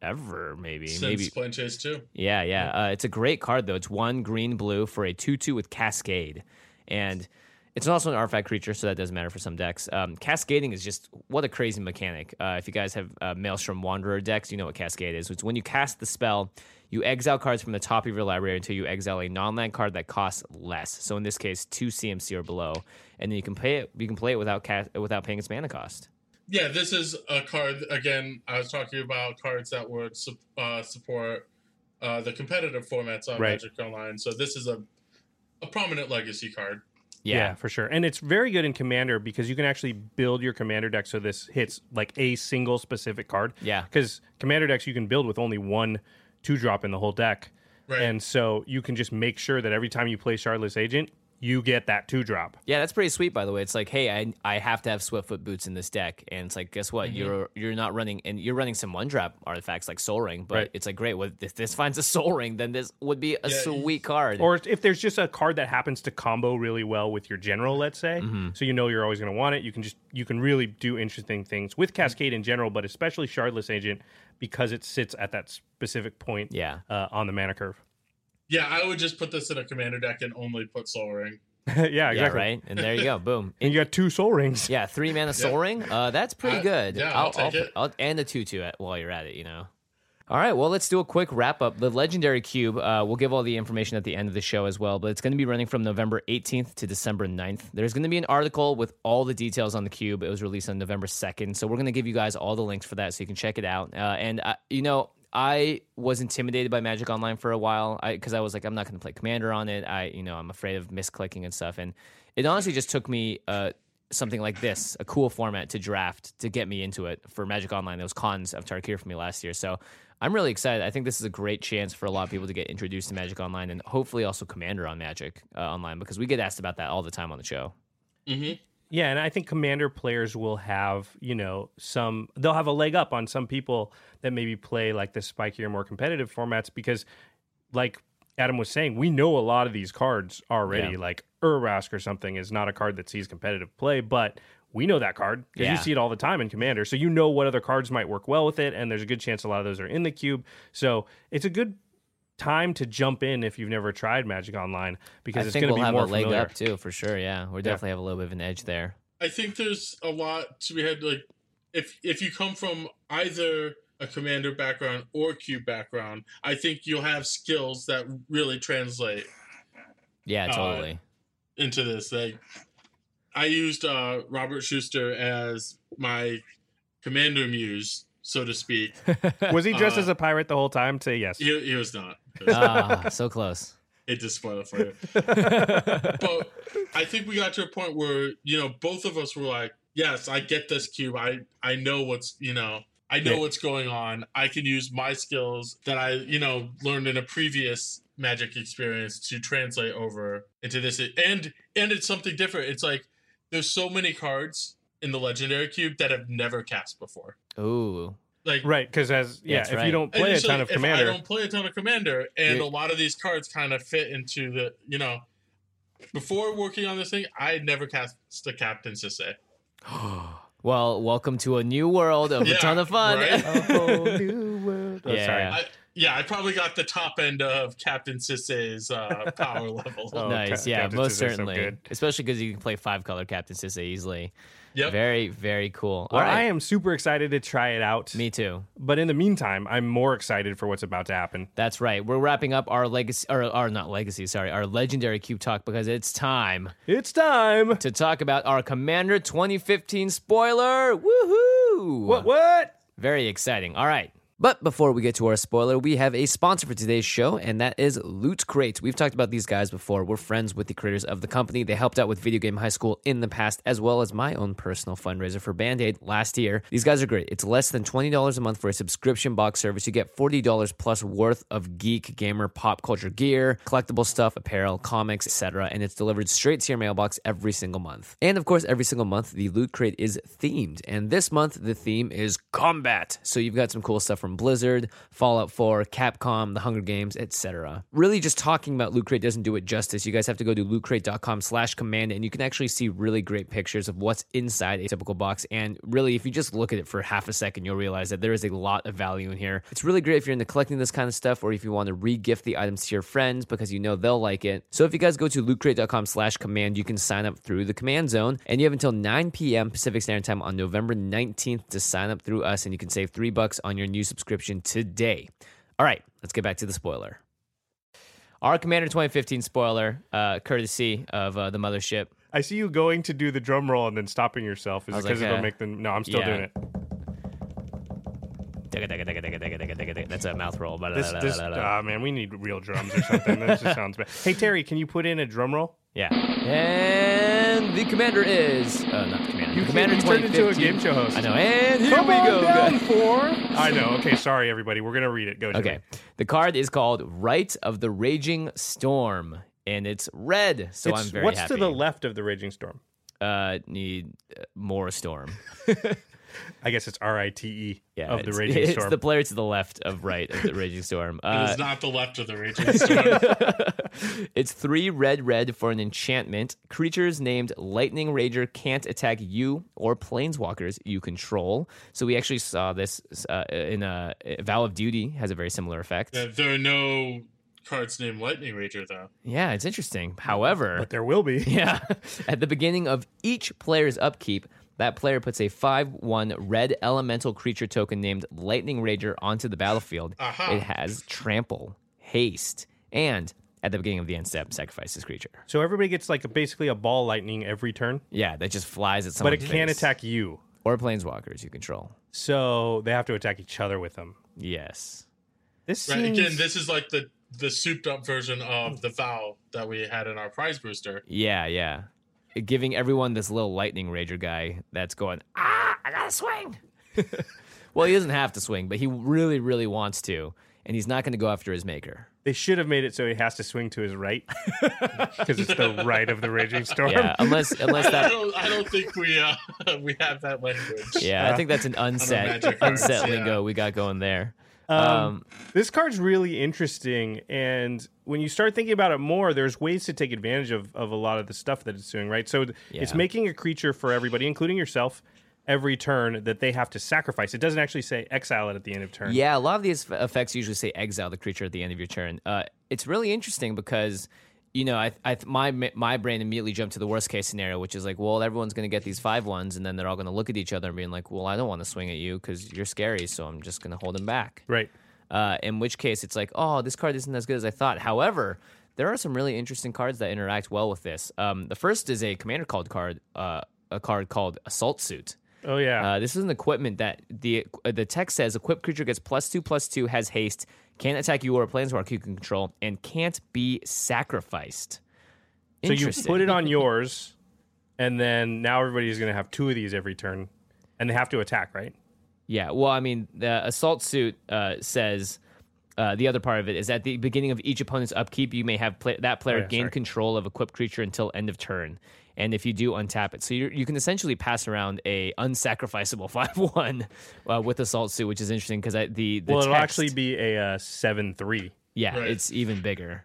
Speaker 1: ever, maybe.
Speaker 3: Since
Speaker 1: maybe
Speaker 3: Plan Chase 2.
Speaker 1: Yeah, yeah. Uh, it's a great card though. It's one green blue for a two two with Cascade, and it's also an artifact creature, so that doesn't matter for some decks. Um, cascading is just what a crazy mechanic. Uh, if you guys have uh, Maelstrom Wanderer decks, you know what Cascade is. It's when you cast the spell, you exile cards from the top of your library until you exile a non-land card that costs less. So in this case, two CMC or below, and then you can pay it. You can play it without ca- without paying its mana cost.
Speaker 3: Yeah, this is a card. Again, I was talking about cards that would su- uh, support uh, the competitive formats on
Speaker 2: Right.
Speaker 3: Magic Online. So this is a a prominent legacy card.
Speaker 2: Yeah. for sure. And it's very good in Commander because you can actually build your Commander deck so this hits like a single specific card.
Speaker 1: Yeah.
Speaker 2: Because Commander decks you can build with only one two drop in the whole deck.
Speaker 3: Right.
Speaker 2: And so you can just make sure that every time you play Shardless Agent, you get that two drop.
Speaker 1: Yeah, that's pretty sweet, by the way. It's like, hey, I, I have to have Swiftfoot boots in this deck, and it's like, guess what?
Speaker 2: Mm-hmm.
Speaker 1: You're you're not running, and you're running some one drop artifacts like Soul Ring, but
Speaker 2: Right.
Speaker 1: it's like, great. Well, if this finds a Soul Ring, then this would be a
Speaker 3: Yeah,
Speaker 1: sweet card.
Speaker 2: Or if there's just a card that happens to combo really well with your general, let's say, so you know you're always going to want it. You can just you can really do interesting things with Cascade in general, but especially Shardless Agent because it sits at that specific point
Speaker 1: yeah,
Speaker 2: uh, on the mana curve.
Speaker 3: Yeah, I would just put this in a commander deck and only put Soul Ring.
Speaker 2: yeah,
Speaker 1: [laughs]
Speaker 2: exactly.
Speaker 1: yeah, right. And there you go, boom.
Speaker 2: And you got two soul rings.
Speaker 1: yeah, three mana Soul Ring. Uh, that's pretty
Speaker 3: I-
Speaker 1: good.
Speaker 3: yeah, I'll take
Speaker 1: put-
Speaker 3: it.
Speaker 1: I'll, and a two two while you're at it, you know. All right, well, let's do a quick wrap up. The Legendary Cube, uh, we'll give all the information at the end of the show as well, but it's going to be running from November 18th to December 9th. There's going to be an article with all the details on the Cube. It was released on November 2nd. So we're going to give you guys all the links for that so you can check it out. Uh, and, uh, you know, I was intimidated by Magic Online for a while because I, was like, I'm not going to play Commander on it. I, you know, I'm afraid of misclicking and stuff. And it honestly just took me. Uh, something like this, a cool format to draft to get me into it for Magic Online. Those cons of Tarkir for me last year. So I'm really excited. I think this is a great chance for a lot of people to get introduced to Magic Online and hopefully also Commander on Magic uh, Online because we get asked about that all the time on the show.
Speaker 3: Mm-hmm.
Speaker 2: Yeah, and I think commander players will have, you know, some they'll have a leg up on some people that maybe play like the spikier, more competitive formats because like Adam was saying, we know a lot of these cards already.
Speaker 1: Yeah.
Speaker 2: Like Urrask or something is not a card that sees competitive play, but we know that card because
Speaker 1: Yeah.
Speaker 2: you see it all the time in Commander. So you know what other cards might work well with it, and there's a good chance a lot of those are in the cube. So it's a good time to jump in if you've never tried Magic Online because
Speaker 1: I
Speaker 2: it's
Speaker 1: think
Speaker 2: going to
Speaker 1: we'll
Speaker 2: be
Speaker 1: have
Speaker 2: more
Speaker 1: a leg
Speaker 2: familiar.
Speaker 1: up too for sure. Yeah, we will definitely have a little bit of an edge there.
Speaker 3: I think there's a lot to be had. Like, if if you come from either a commander background or cube background, I think you'll have skills that really translate
Speaker 1: Yeah,
Speaker 3: Uh,
Speaker 1: totally.
Speaker 3: into this. Like, I used uh, Robert Schuster as my commander muse, so to speak.
Speaker 2: Was he dressed
Speaker 3: Uh,
Speaker 2: as a pirate the whole time? Say yes.
Speaker 3: He, he was not.
Speaker 1: ah, so close.
Speaker 3: it just spoiled for you. but I think we got to a point where you know both of us were like, "Yes, I get this cube. I I know what's you know I know
Speaker 2: Yeah.
Speaker 3: what's going on. I can use my skills that I you know learned in a previous magic experience to translate over into this. And and it's something different. It's like there's so many cards in the legendary cube that I've never cast before.
Speaker 1: Ooh,
Speaker 3: Like
Speaker 2: [laughs] Right, because as yeah,
Speaker 1: That's
Speaker 2: if
Speaker 1: right.
Speaker 2: you don't
Speaker 3: and
Speaker 2: play a
Speaker 3: it's
Speaker 2: ton of
Speaker 3: like, if I
Speaker 1: [laughs]
Speaker 2: commander,
Speaker 3: don't play a ton of commander, and
Speaker 1: You-
Speaker 3: a lot of these cards kind of fit into the you know. Before working on this thing, I had never cast the captain to say.
Speaker 1: well, welcome to a new world of
Speaker 3: Yeah,
Speaker 1: a ton of fun. [laughs]
Speaker 3: right?
Speaker 2: Oh,
Speaker 1: yeah.
Speaker 2: sorry.
Speaker 3: I, yeah, I probably got the top end of Captain
Speaker 1: [laughs]
Speaker 3: Sisse's uh, power level.
Speaker 2: Oh,
Speaker 1: nice,
Speaker 2: Cap-
Speaker 1: yeah,
Speaker 2: Captain
Speaker 1: most
Speaker 2: Sisse is so
Speaker 1: certainly.
Speaker 2: good.
Speaker 1: Especially because you can play five color Captain Sisse easily.
Speaker 3: Yep.
Speaker 1: Very, very cool. All
Speaker 2: Well,
Speaker 1: right,
Speaker 2: I am super excited to try it out.
Speaker 1: me too.
Speaker 2: But in the meantime, I'm more excited for what's about to happen.
Speaker 1: That's right. We're wrapping up our legacy, or our not legacy, sorry, our legendary cube talk because it's time
Speaker 2: It's time.
Speaker 1: to talk about our Commander 2015 spoiler. Woohoo!
Speaker 2: What? What?
Speaker 1: Very exciting. All right. But before we get to our spoiler, we have a sponsor for today's show, and that is Loot Crate. We've talked about these guys before. We're friends with the creators of the company. They helped out with Video Game High School in the past, as well as my own personal fundraiser for Band Aid last year. These guys are great. It's less than $20 a month for a subscription box service. You get $40 plus worth of geek, gamer, pop culture gear, collectible stuff, apparel, comics, etc. And it's delivered straight to your mailbox every single month. And of course, every single month, the Loot Crate is themed. And this month, the theme is combat. So you've got some cool stuff from from Blizzard, Fallout 4, Capcom, The Hunger Games, etc. Really, just talking about Loot Crate doesn't do it justice. You guys have to go to lootcrate.com slash command, and you can actually see really great pictures of what's inside a typical box. And really, if you just look at it for half a second, you'll realize that there is a lot of value in here. It's really great if you're into collecting this kind of stuff, or if you want to re-gift the items to your friends because you know they'll like it. So if you guys go to lootcrate.com slash command, you can sign up through the command zone, and you have until 9 p.m. Pacific Standard Time on November 19th to sign up through us, and you can save three bucks on your new subscription today. All right, let's get back to the spoiler. Our Commander 2015 spoiler, uh, courtesy of uh, the mothership.
Speaker 2: I see you going to do the drum roll and then stopping yourself. Is
Speaker 1: I
Speaker 2: it
Speaker 1: was
Speaker 2: because
Speaker 1: like,
Speaker 2: it'll
Speaker 1: uh,
Speaker 2: make them? No, I'm still
Speaker 1: yeah.
Speaker 2: doing it.
Speaker 1: Digga, digga, digga, digga, digga, digga, digga, digga. That's a mouth roll.
Speaker 2: This, this,
Speaker 1: Ba-da-da-da-da-da.
Speaker 2: ah, man, we need real drums or something. this just sounds bad. Hey Terry, can you put in a drum roll?
Speaker 1: Yeah. And the commander is uh, not the commander.
Speaker 2: You-
Speaker 1: the commander
Speaker 2: you turned into a
Speaker 1: 2015.
Speaker 2: game show host.
Speaker 1: I know. And here
Speaker 2: Come
Speaker 1: we
Speaker 2: on
Speaker 1: go.
Speaker 2: down,
Speaker 1: guys.
Speaker 2: I know. Okay, sorry everybody. We're gonna read it. Go. Jimmy.
Speaker 1: Okay. The card is called Right of the Raging Storm, and it's red. So
Speaker 2: It's-
Speaker 1: I'm very
Speaker 2: what's
Speaker 1: happy.
Speaker 2: to the left of the raging storm?
Speaker 1: Uh, need uh, more storm.
Speaker 2: I guess it's R I T E
Speaker 1: Yeah,
Speaker 2: of the
Speaker 1: it's- [laughs]
Speaker 2: raging
Speaker 1: it's
Speaker 2: storm.
Speaker 1: the player to the left of right of the Raging Storm. Uh,
Speaker 3: it's not the left of
Speaker 1: [laughs]
Speaker 3: the uh, raging storm.
Speaker 1: it's three red red for an enchantment. Creatures named Lightning Rager can't attack you or planeswalkers you control. So we actually saw this uh, in a uh, Vow of Duty has a very similar effect.
Speaker 3: Yeah, there are no cards named Lightning Rager though.
Speaker 1: Yeah, it's interesting. However,
Speaker 2: [laughs] but there will be.
Speaker 1: [laughs] yeah, at the beginning of each player's upkeep, that player puts a 5 1 red elemental creature token named Lightning Rager onto the battlefield.
Speaker 3: Aha.
Speaker 1: It has trample, haste, and at the beginning of the end step, sacrifice this creature.
Speaker 2: So everybody gets like a, basically a ball lightning every turn,
Speaker 1: Yeah, that just flies at
Speaker 2: but
Speaker 1: someone.
Speaker 2: it can attack you.
Speaker 1: Or planeswalkers you control.
Speaker 2: So they have to attack each other with them.
Speaker 1: Yes.
Speaker 2: This
Speaker 3: Right.
Speaker 2: seems...
Speaker 3: Again, this is like the the souped up version of the vow that we had in our prize booster.
Speaker 1: Yeah, yeah. Giving everyone this little lightning rager guy that's going, ah, I gotta swing. [laughs] well, he doesn't have to swing, but he really, really wants to, and he's not gonna go after his maker.
Speaker 2: They should have made it so he has to swing to his right [laughs] because it's the right of the raging storm.
Speaker 1: [laughs] Yeah, unless unless
Speaker 3: I
Speaker 1: that
Speaker 3: don't, I don't think we uh, [laughs] we have that language.
Speaker 1: Yeah, I think that's an unset
Speaker 3: magic cards,
Speaker 1: unset
Speaker 3: yeah.
Speaker 1: lingo we got going there. um
Speaker 2: This card's really interesting, and when you start thinking about it more, there's ways to take advantage of, of a lot of the stuff that it's doing, right? So th- it's
Speaker 1: Yeah.
Speaker 2: making a creature for everybody, including yourself, every turn that they have to sacrifice. It doesn't actually say exile it at the end of turn.
Speaker 1: Yeah, a lot of these f- effects usually say exile the creature at the end of your turn. Uh, it's really interesting because you know, I, I my my brain immediately jumped to the worst case scenario, which is like, well, everyone's going to get these five ones, and then they're all going to look at each other and being like, well, I don't want to swing at you because you're scary, so I'm just going to hold him back.
Speaker 2: Right.
Speaker 1: Uh, in which case, it's like, oh, this card isn't as good as I thought. However, there are some really interesting cards that interact well with this. Um, the first is a commander called card, uh, a card called Assault Suit.
Speaker 2: Oh, yeah.
Speaker 1: Uh, this is an equipment that the uh, the text says equipped creature gets plus two plus two, has haste, can't attack you or a planeswalker you can control, and can't be sacrificed.
Speaker 2: so you
Speaker 1: Interesting.
Speaker 2: put it
Speaker 1: [laughs]
Speaker 2: on yours, and then now everybody's going to have two of these every turn, and they have to attack, right?
Speaker 1: Yeah. Well, I mean, the assault suit uh, says uh, the other part of it is at the beginning of each opponent's upkeep, you may have pla- that player
Speaker 2: Oh, yeah,
Speaker 1: gain
Speaker 2: sorry.
Speaker 1: control of equipped creature until end of turn, and if you do, untap it. So you you can essentially pass around a unsacrificeable [laughs] five one uh, with assault suit, which is interesting because the, the
Speaker 2: well, it'll
Speaker 1: text-
Speaker 2: actually be a uh, 7 3.
Speaker 1: yeah,
Speaker 3: Right.
Speaker 1: it's even bigger.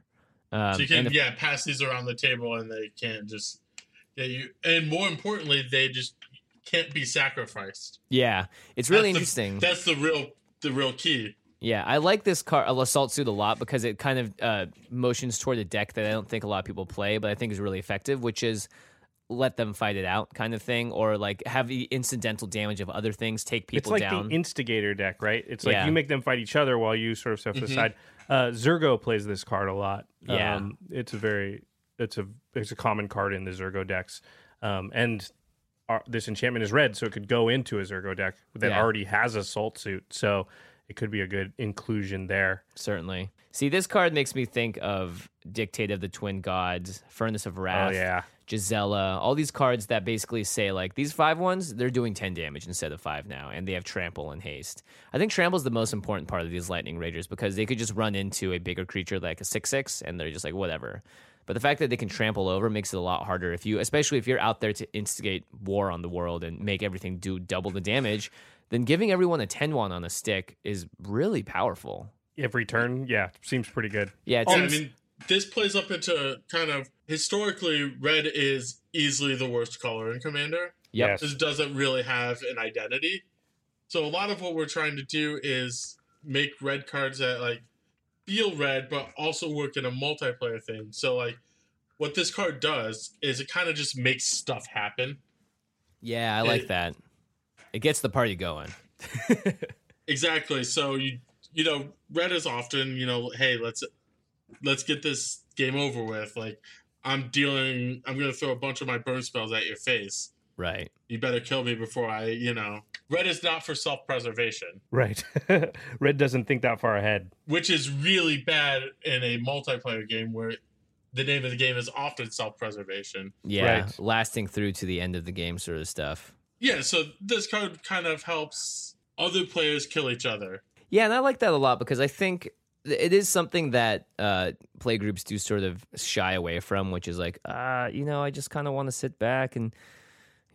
Speaker 1: Um,
Speaker 3: So you
Speaker 1: and
Speaker 3: can
Speaker 1: the-
Speaker 3: yeah pass these around the table, and they can't just yeah you. And more importantly, they just can't be sacrificed.
Speaker 1: Yeah, it's really
Speaker 3: That's the-
Speaker 1: interesting.
Speaker 3: that's the real the real key.
Speaker 1: yeah, I like this car assault suit a lot because it kind of uh, motions toward a deck that I don't think a lot of people play, but I think is really effective, which is let them fight it out kind of thing, or like have the incidental damage of other things take people
Speaker 2: it's like
Speaker 1: down.
Speaker 2: the instigator deck, right? It's like
Speaker 1: Yeah.
Speaker 2: you make them fight each other while you sort of stuff to the side. Uh, Zergo plays this card a lot. Um,
Speaker 1: Yeah.
Speaker 2: it's a very it's a it's a common card in the Zergo decks, um, and our, this enchantment is red, so it could go into a Zergo deck that
Speaker 1: Yeah.
Speaker 2: already has a Salt Suit, so it could be a good inclusion there.
Speaker 1: certainly, see this card makes me think of Dictate of the Twin Gods, Furnace of Wrath.
Speaker 2: Oh yeah,
Speaker 1: Gisela, all these cards that basically say like these five ones, they're doing ten damage instead of five now, and they have trample and haste. I think trample's the most important part of these lightning ragers because they could just run into a bigger creature like a six six, and they're just like whatever. But the fact that they can trample over makes it a lot harder if you, especially if you're out there to instigate war on the world and make everything do double the damage. then giving everyone a 10 1 on a stick is really powerful.
Speaker 2: Every turn, yeah, seems pretty good.
Speaker 1: Yeah, it
Speaker 3: Yeah,
Speaker 1: seems,
Speaker 3: Oh, I mean, this plays up into kind of historically, red is easily the worst color in Commander.
Speaker 1: Yep.
Speaker 2: Yes.
Speaker 3: This doesn't really have an identity. So a lot of what we're trying to do is make red cards that like feel red, but also work in a multiplayer thing. So like, what this card does is it kind of just makes stuff happen.
Speaker 1: yeah, I like
Speaker 3: it-
Speaker 1: that. It gets the party going.
Speaker 3: Exactly. So you you know, red is often, you know, hey, let's let's get this game over with. Like I'm dealing I'm gonna throw a bunch of my burn spells at your face.
Speaker 1: Right.
Speaker 3: You better kill me before I, you know. Red is not for self preservation,
Speaker 2: Right. [laughs] Red doesn't think that far ahead.
Speaker 3: which is really bad in a multiplayer game where the name of the game is often self preservation.
Speaker 1: Yeah.
Speaker 2: Right.
Speaker 1: Lasting through to the end of the game sort of stuff.
Speaker 3: Yeah, so this card kind of helps other players kill each other.
Speaker 1: Yeah, and I like that a lot because I think th- it is something that uh, playgroups do sort of shy away from, which is like, uh, you know, I just kind of want to sit back and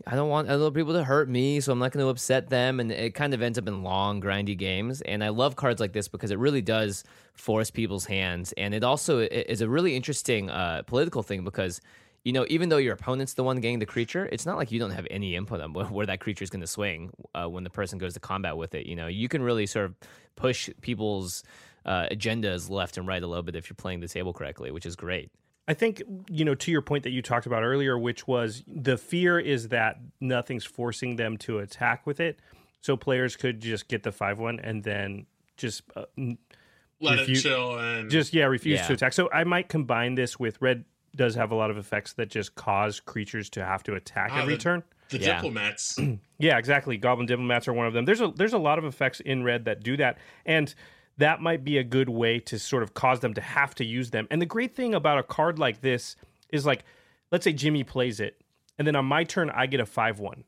Speaker 1: I don't want other people to hurt me, so I'm not going to upset them. And it kind of ends up in long, grindy games. And I love cards like this because it really does force people's hands. And it also i- is a really interesting uh, political thing because. You know, even though your opponent's the one getting the creature, it's not like you don't have any input on wh- where that creature is going to swing uh, when the person goes to combat with it. You know, you can really sort of push people's uh, agendas left and right a little bit if you're playing the table correctly, which is great.
Speaker 2: I think, you know, to your point that you talked about earlier, which was the fear is that nothing's forcing them to attack with it. So players could just get the 5 1 and then just uh, n-
Speaker 3: Let
Speaker 2: If you-
Speaker 3: it chill and
Speaker 2: just yeah refuse
Speaker 1: Yeah.
Speaker 2: to attack so i might combine this with red does have a lot of effects that just cause creatures to have to attack
Speaker 3: Ah,
Speaker 2: every
Speaker 3: the-
Speaker 2: turn
Speaker 3: the
Speaker 1: Yeah.
Speaker 2: [clears throat]
Speaker 3: diplomats.
Speaker 2: yeah exactly goblin diplomats are one of them there's a there's a lot of effects in red that do that and that might be a good way to sort of cause them to have to use them and the great thing about a card like this is like let's say jimmy plays it and then on my turn i get a 5-1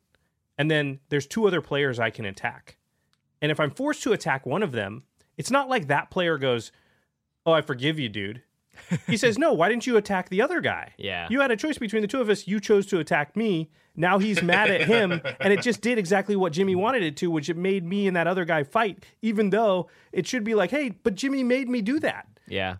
Speaker 2: and then there's two other players i can attack and if i'm forced to attack one of them it's not like that player goes oh i forgive
Speaker 1: [laughs]
Speaker 2: you dude he says no why didn't you attack the other guy
Speaker 1: Yeah.
Speaker 2: you had a choice between the two of us. You chose to attack me. Now he's mad at
Speaker 1: [laughs]
Speaker 2: him. And it just did exactly what Jimmy wanted it to, which it made me and that other guy fight, even though it should be like, hey, but Jimmy made me do that.
Speaker 1: yeah.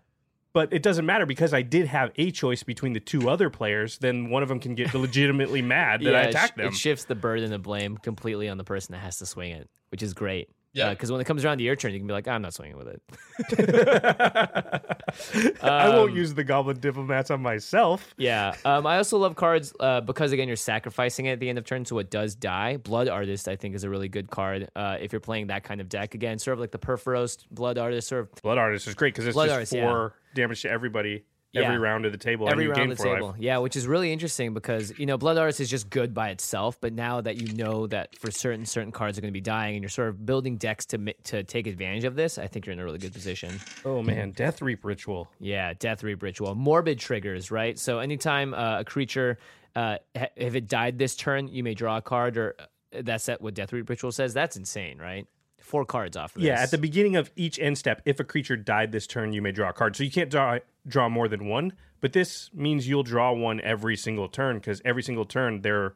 Speaker 2: But it doesn't matter because I did have a choice between the two other players. Then one of them can
Speaker 1: [laughs]
Speaker 2: get legitimately mad that I
Speaker 1: Yeah, it sh-
Speaker 2: attacked them.
Speaker 1: It shifts the burden of blame completely on the person that has to swing it, which is great.
Speaker 3: Yeah.
Speaker 1: Because when it comes around to your turn, you can be like, I'm not swinging
Speaker 2: [laughs]
Speaker 1: with it.
Speaker 2: I won't use the goblin diplomats on myself.
Speaker 1: Yeah. Um, I also love cards uh, because again you're sacrificing it at the end of turn, so it does die. Blood Artist I think is a really good card uh, if you're playing that kind of deck. Again, sort of like the Perforos Blood Artist, sort of
Speaker 2: Blood Artist is great because it's
Speaker 1: Blood
Speaker 2: just
Speaker 1: Artist, yeah.
Speaker 2: four damage to everybody
Speaker 1: Yeah.
Speaker 2: every round of the table.
Speaker 1: every
Speaker 2: and you
Speaker 1: round
Speaker 2: gain
Speaker 1: of the
Speaker 2: four life.
Speaker 1: table. Yeah, which is really interesting because you know Blood Artist is just good by itself, but now that you know that for certain certain cards are going to be dying, and you're sort of building decks to mi- to take advantage of this, I think you're in a really good position.
Speaker 2: Oh, man. Death Reap Ritual.
Speaker 1: Yeah, Death Reap Ritual, morbid triggers, right? So anytime uh, a creature, uh, ha- if it died this turn, you may draw a card, or uh, that's that what Death Reap Ritual says. That's insane, right? Four cards off. Of
Speaker 2: Yeah,
Speaker 1: this.
Speaker 2: at the beginning of each end step, if a creature died this turn, you may draw a card. So you can't draw draw more than one, but this means you'll draw one every single turn because every single turn their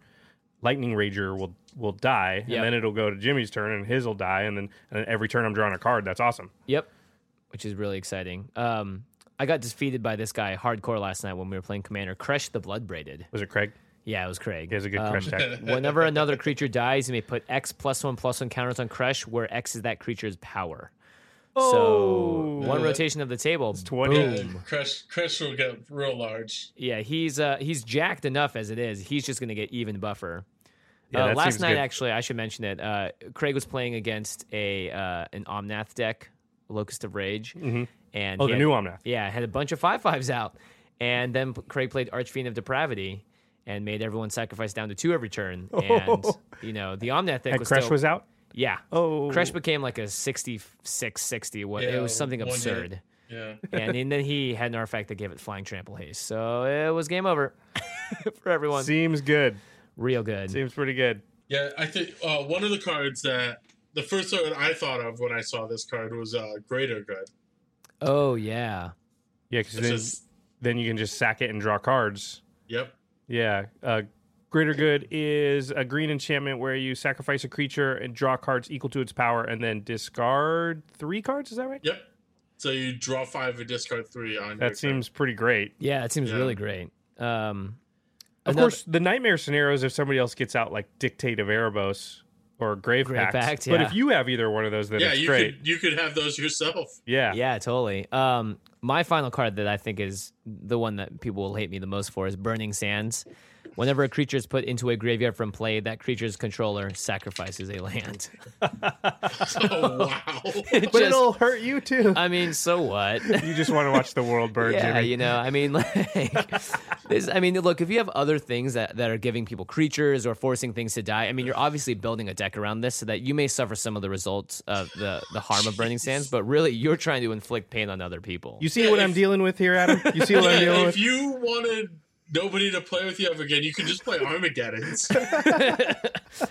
Speaker 2: lightning rager will will die,
Speaker 1: Yep.
Speaker 2: and then it'll go to Jimmy's turn, and his will die, and then and then every turn I'm drawing a card. That's awesome.
Speaker 1: Yep. Which is really exciting. Um, I got defeated by this guy hardcore last night when we were playing Commander. Crush the Blood Braided.
Speaker 2: Was it Craig?
Speaker 1: Yeah, it was Craig.
Speaker 2: He has a good
Speaker 1: Um,
Speaker 2: crush deck.
Speaker 1: [laughs] Whenever another creature dies, you may put X plus one plus one counters on Crush, where X is that creature's power. so one
Speaker 3: Yeah.
Speaker 1: rotation of the table.
Speaker 2: Oh. Twenty.
Speaker 3: Yeah, Crush, Crush will get real large.
Speaker 1: Yeah, he's uh, he's jacked enough as it is. He's just going to get even buffer.
Speaker 2: Yeah,
Speaker 1: uh,
Speaker 2: that
Speaker 1: last
Speaker 2: seems
Speaker 1: night,
Speaker 2: good.
Speaker 1: actually, I should mention it. Uh, Craig was playing against a uh, an Omnath deck, Locust of Rage, and
Speaker 2: Oh,
Speaker 1: he
Speaker 2: the
Speaker 1: had-
Speaker 2: new Omnath.
Speaker 1: Yeah, had a bunch of five fives out, and then p- Craig played Archfiend of Depravity and made everyone sacrifice down to two every
Speaker 2: [laughs]
Speaker 1: turn. And you know the Omnath deck
Speaker 2: And
Speaker 1: was
Speaker 2: Oh. Crush
Speaker 1: still,
Speaker 2: was out.
Speaker 1: yeah.
Speaker 2: Oh.
Speaker 1: Crush became like a 66, 60. What it
Speaker 3: Yeah,
Speaker 1: was something
Speaker 3: one hit.
Speaker 1: absurd
Speaker 3: Yeah.
Speaker 1: and, and then he had an artifact that gave it flying trample haste. So it was game over [laughs] for everyone.
Speaker 2: Seems good.
Speaker 1: Real good.
Speaker 2: Seems pretty good.
Speaker 3: Yeah, I think uh, one of the cards that the first card I thought of when I saw this card was uh, Greater Good.
Speaker 1: Oh yeah,
Speaker 2: Yeah, because
Speaker 3: It's
Speaker 2: then,
Speaker 3: just,
Speaker 2: then you can just sack it and draw cards.
Speaker 3: yep.
Speaker 2: Yeah, uh, Greater Good is a green enchantment where you sacrifice a creature and draw cards equal to its power and then discard three cards. Is that right?
Speaker 3: Yep. So you draw five and discard three on. your turn.
Speaker 2: That seems pretty great.
Speaker 1: Yeah, it seems
Speaker 3: Yeah.
Speaker 1: really great. Um,
Speaker 2: Of
Speaker 1: another-
Speaker 2: course, the nightmare scenario is if somebody else gets out like Dictate of Erebos or Grave,
Speaker 1: Grave
Speaker 2: Pact.
Speaker 1: Pact,
Speaker 2: But
Speaker 1: yeah.
Speaker 2: if you have either one of those, then
Speaker 3: Yeah,
Speaker 2: it's
Speaker 3: you
Speaker 2: great.
Speaker 3: could you could have those yourself.
Speaker 2: Yeah.
Speaker 1: Yeah, totally. Um, my final card that I think is the one that people will hate me the most for is Burning Sands. Whenever a creature is put into a graveyard from play, that creature's controller sacrifices a land. [laughs]
Speaker 3: Oh wow!
Speaker 2: But it'll hurt you too.
Speaker 1: I mean, so
Speaker 2: [laughs]
Speaker 1: what?
Speaker 2: you just want to watch
Speaker 1: [laughs]
Speaker 2: the world burn,
Speaker 1: yeah,
Speaker 2: Jimmy.
Speaker 1: you know, I mean, [laughs] like, this, I mean, look, if you have other things that, that are giving people creatures or forcing things to die, I mean, you're obviously building a deck around this so that you may suffer some of the results of the, the harm of Burning Sands, but really you're trying to inflict pain on other people.
Speaker 2: You see what I'm dealing with here, Adam? You see what I'm dealing
Speaker 3: [laughs] Yeah,
Speaker 2: with?
Speaker 3: if you wanted nobody to play with you ever again, you could just play Armageddon.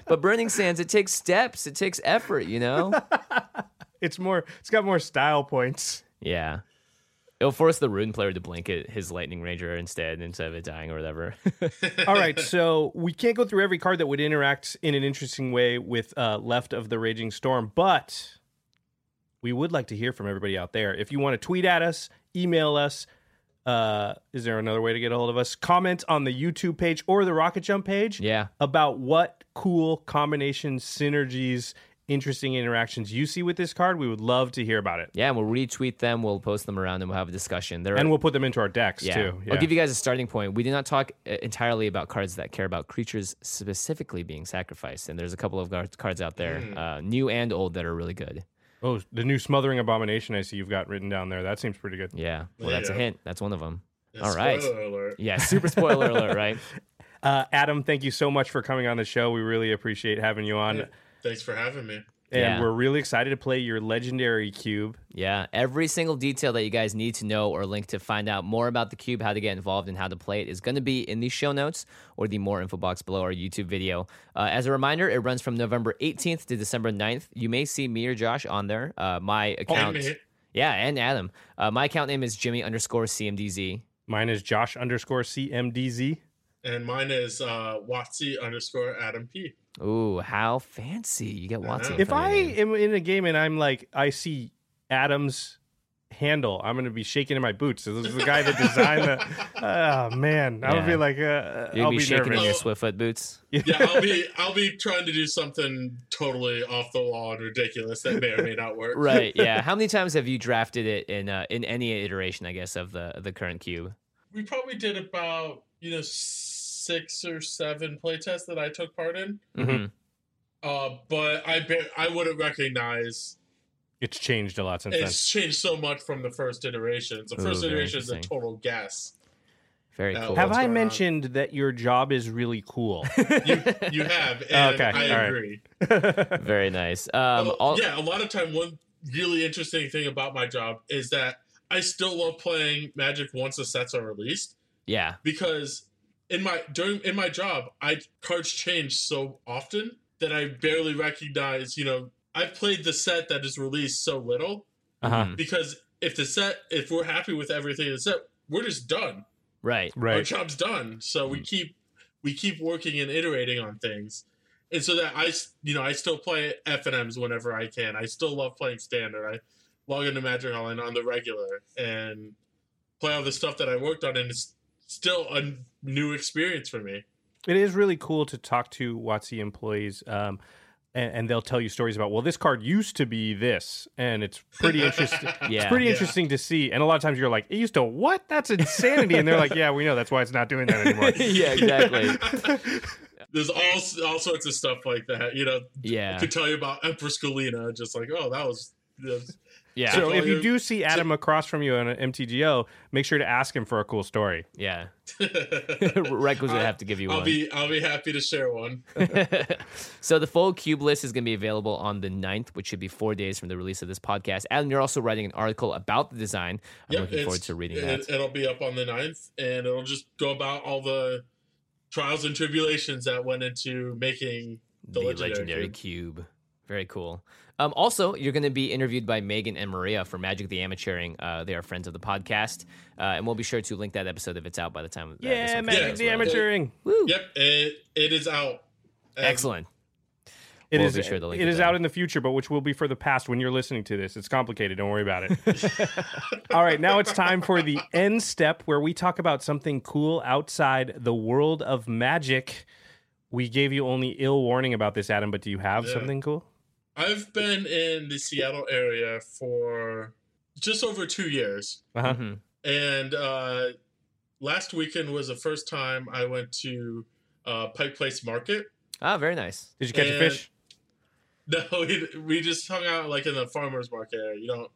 Speaker 1: but Burning Sands, it takes steps, it takes effort, you
Speaker 2: [laughs]
Speaker 1: know?
Speaker 2: It's more. It's got more style points.
Speaker 1: yeah. It'll force the rune player to blink it, his Lightning Ranger instead, instead of it dying or whatever. [laughs]
Speaker 2: All right, so we can't go through every card that would interact in an interesting way with uh, Left of the Raging Storm, but we would like to hear from everybody out there. If you want to tweet at us, email us, uh, is there another way to get a hold of us? Comment on the YouTube page or the Rocket Jump page
Speaker 1: yeah.
Speaker 2: about what cool combinations, synergies, interesting interactions you see with this card. We would love to hear about it.
Speaker 1: Yeah, and we'll retweet them, we'll post them around, and we'll have a discussion. There are-
Speaker 2: And we'll put them into our decks
Speaker 1: yeah.
Speaker 2: too.
Speaker 1: I'll give you guys a starting point. We did not talk uh, entirely about cards that care about creatures specifically being sacrificed, and there's a couple of gar- cards out there,
Speaker 3: Hmm.
Speaker 1: uh, new and old, that are really good.
Speaker 2: oh, the new Smothering Abomination I see you've got written down there. That seems pretty good.
Speaker 1: Yeah, well, that's a
Speaker 3: Yeah.
Speaker 1: hint. That's one of them. All right.
Speaker 3: Spoiler alert.
Speaker 1: Yeah, super
Speaker 3: [laughs]
Speaker 1: spoiler alert, right?
Speaker 2: Uh, Adam, thank you so much for coming on the show. We really appreciate having you on.
Speaker 3: Thanks for having me.
Speaker 2: And
Speaker 1: Yeah.
Speaker 2: we're really excited to play your legendary cube.
Speaker 1: Yeah, every single detail that you guys need to know or link to find out more about the cube, how to get involved, and how to play it is going to be in the show notes or the more info box below our YouTube video. Uh, as a reminder, it runs from November 18th to December 9th. You may see me or Josh on there. Uh, my account,
Speaker 3: me.
Speaker 1: yeah, and Adam. Uh, my account name is Jimmy underscore CMDZ.
Speaker 2: Mine is Josh underscore CMDZ.
Speaker 3: And mine is uh, Watsy underscore Adam P.
Speaker 1: Ooh, how fancy! You get Watson. in
Speaker 2: If
Speaker 1: front
Speaker 2: I
Speaker 1: of your name.
Speaker 2: am in a game and I'm like, I see Adam's handle, I'm going to be shaking in my boots. This is the guy that designed [laughs] the. Oh, man. I'll
Speaker 1: Yeah.
Speaker 2: be like, uh,
Speaker 1: you'll
Speaker 2: I'll
Speaker 1: be,
Speaker 2: be,
Speaker 1: shaking in your
Speaker 2: nervous.
Speaker 1: Swiftfoot
Speaker 2: [laughs]
Speaker 1: boots.
Speaker 3: Yeah,
Speaker 1: [laughs]
Speaker 3: I'll be I'll be trying to do something totally off the wall and ridiculous that may or may not work.
Speaker 1: Right? Yeah. how many times have you drafted it in uh, in any iteration? I guess of the the current cube.
Speaker 3: We probably did about you know six or seven playtests that I took part in.
Speaker 2: Mm-hmm.
Speaker 1: Mhm.
Speaker 3: Uh, but I ba- I wouldn't recognize
Speaker 2: It's changed a lot since then.
Speaker 3: it's changed so much from the first iterations. The
Speaker 1: Ooh,
Speaker 3: first
Speaker 1: very
Speaker 3: iteration is a
Speaker 1: interesting.
Speaker 3: total guess.
Speaker 1: Very
Speaker 3: Uh,
Speaker 1: cool.
Speaker 2: Have
Speaker 3: what's
Speaker 2: I
Speaker 3: going on?
Speaker 2: mentioned that your job is really cool?
Speaker 1: [laughs]
Speaker 3: You you have and
Speaker 2: Okay, all right.
Speaker 3: I agree.
Speaker 1: Very nice. Um,
Speaker 3: Oh,
Speaker 1: all,
Speaker 3: yeah, a lot of time. One really interesting thing about my job is that I still love playing Magic once the sets are released
Speaker 1: yeah,
Speaker 3: because in my during in my job, I cards change so often that I barely recognize. You know, I played the set that is released so little
Speaker 1: Mm-hmm.
Speaker 2: Uh-huh.
Speaker 3: because if the set, if we're happy with everything in the set, we're just done.
Speaker 1: right.
Speaker 3: Our
Speaker 2: [laughs] Right.
Speaker 3: job's done. So we keep we keep working and iterating on things. And so that I, s- you know, I still play FNMs whenever I can. I still love playing standard. I log into Magic Online on the regular and play all the stuff that I worked on, and it's still a n- new experience for me.
Speaker 2: It is really cool to talk to WotC employees, um, and, and they'll tell you stories about, well, this card used to be this, and it's pretty interesting.
Speaker 1: [laughs] Yeah.
Speaker 2: It's pretty
Speaker 3: Yeah.
Speaker 2: interesting to see, and a lot of times you're like, "It used to what? That's insanity!" And they're like, "Yeah, we know. That's why it's not doing
Speaker 1: [laughs]
Speaker 2: that anymore."
Speaker 1: yeah, exactly.
Speaker 3: [laughs] [laughs] There's all s- all sorts of stuff like that. You know, I
Speaker 1: Yeah,
Speaker 3: could tell you about Empress Galena, just like oh, that was. that was- [laughs]
Speaker 1: yeah,
Speaker 2: So
Speaker 3: Well,
Speaker 2: if you
Speaker 3: you're-
Speaker 2: do see Adam across from you on an MTGO, make sure to ask him for a cool story.
Speaker 1: yeah. Requisite
Speaker 3: I-
Speaker 1: have to give you
Speaker 3: I'll
Speaker 1: one.
Speaker 3: be I'll be happy to share one.
Speaker 1: [laughs] so the full cube list is going to be available on the 9th, which should be four days from the release of this podcast. Adam, you're also writing an article about the design. I'm
Speaker 3: Yep,
Speaker 1: looking forward
Speaker 3: it's-
Speaker 1: to reading that.
Speaker 3: it, It'll be up on the 9th, and it'll just go about all the trials and tribulations that went into making
Speaker 1: the
Speaker 3: the
Speaker 1: legendary,
Speaker 3: legendary
Speaker 1: cube. Very cool. Um, also, you're going to be interviewed by Megan and Maria for Magic the Amateuring. Uh, they are friends of the podcast, uh, and we'll be sure to link that episode if it's out by the time. uh, this
Speaker 2: Yeah,
Speaker 1: one
Speaker 2: Magic
Speaker 1: comes out as
Speaker 2: the
Speaker 1: well.
Speaker 2: Amateuring.
Speaker 3: Yep, it, it is out. as-
Speaker 1: Excellent.
Speaker 2: It
Speaker 1: We'll
Speaker 2: is.
Speaker 1: be sure to link it
Speaker 2: it is
Speaker 1: down.
Speaker 2: out in the future, but which will be for the past when you're listening to this. It's complicated. Don't worry about it. [laughs] All right, now it's time for the end step where we talk about something cool outside the world of magic. We gave you only ill warning about this, Adam, but do you have
Speaker 3: Yeah.
Speaker 2: something cool?
Speaker 3: I've been in the Seattle area for just over two years.
Speaker 2: Uh-huh.
Speaker 1: Mhm.
Speaker 3: And uh, last weekend was the first time I went to uh, Pike Place Market.
Speaker 1: Ah, very nice.
Speaker 2: Did you catch a
Speaker 3: And-
Speaker 2: fish?
Speaker 3: [laughs] No, we, we just hung out like in the farmers market. area. You don't.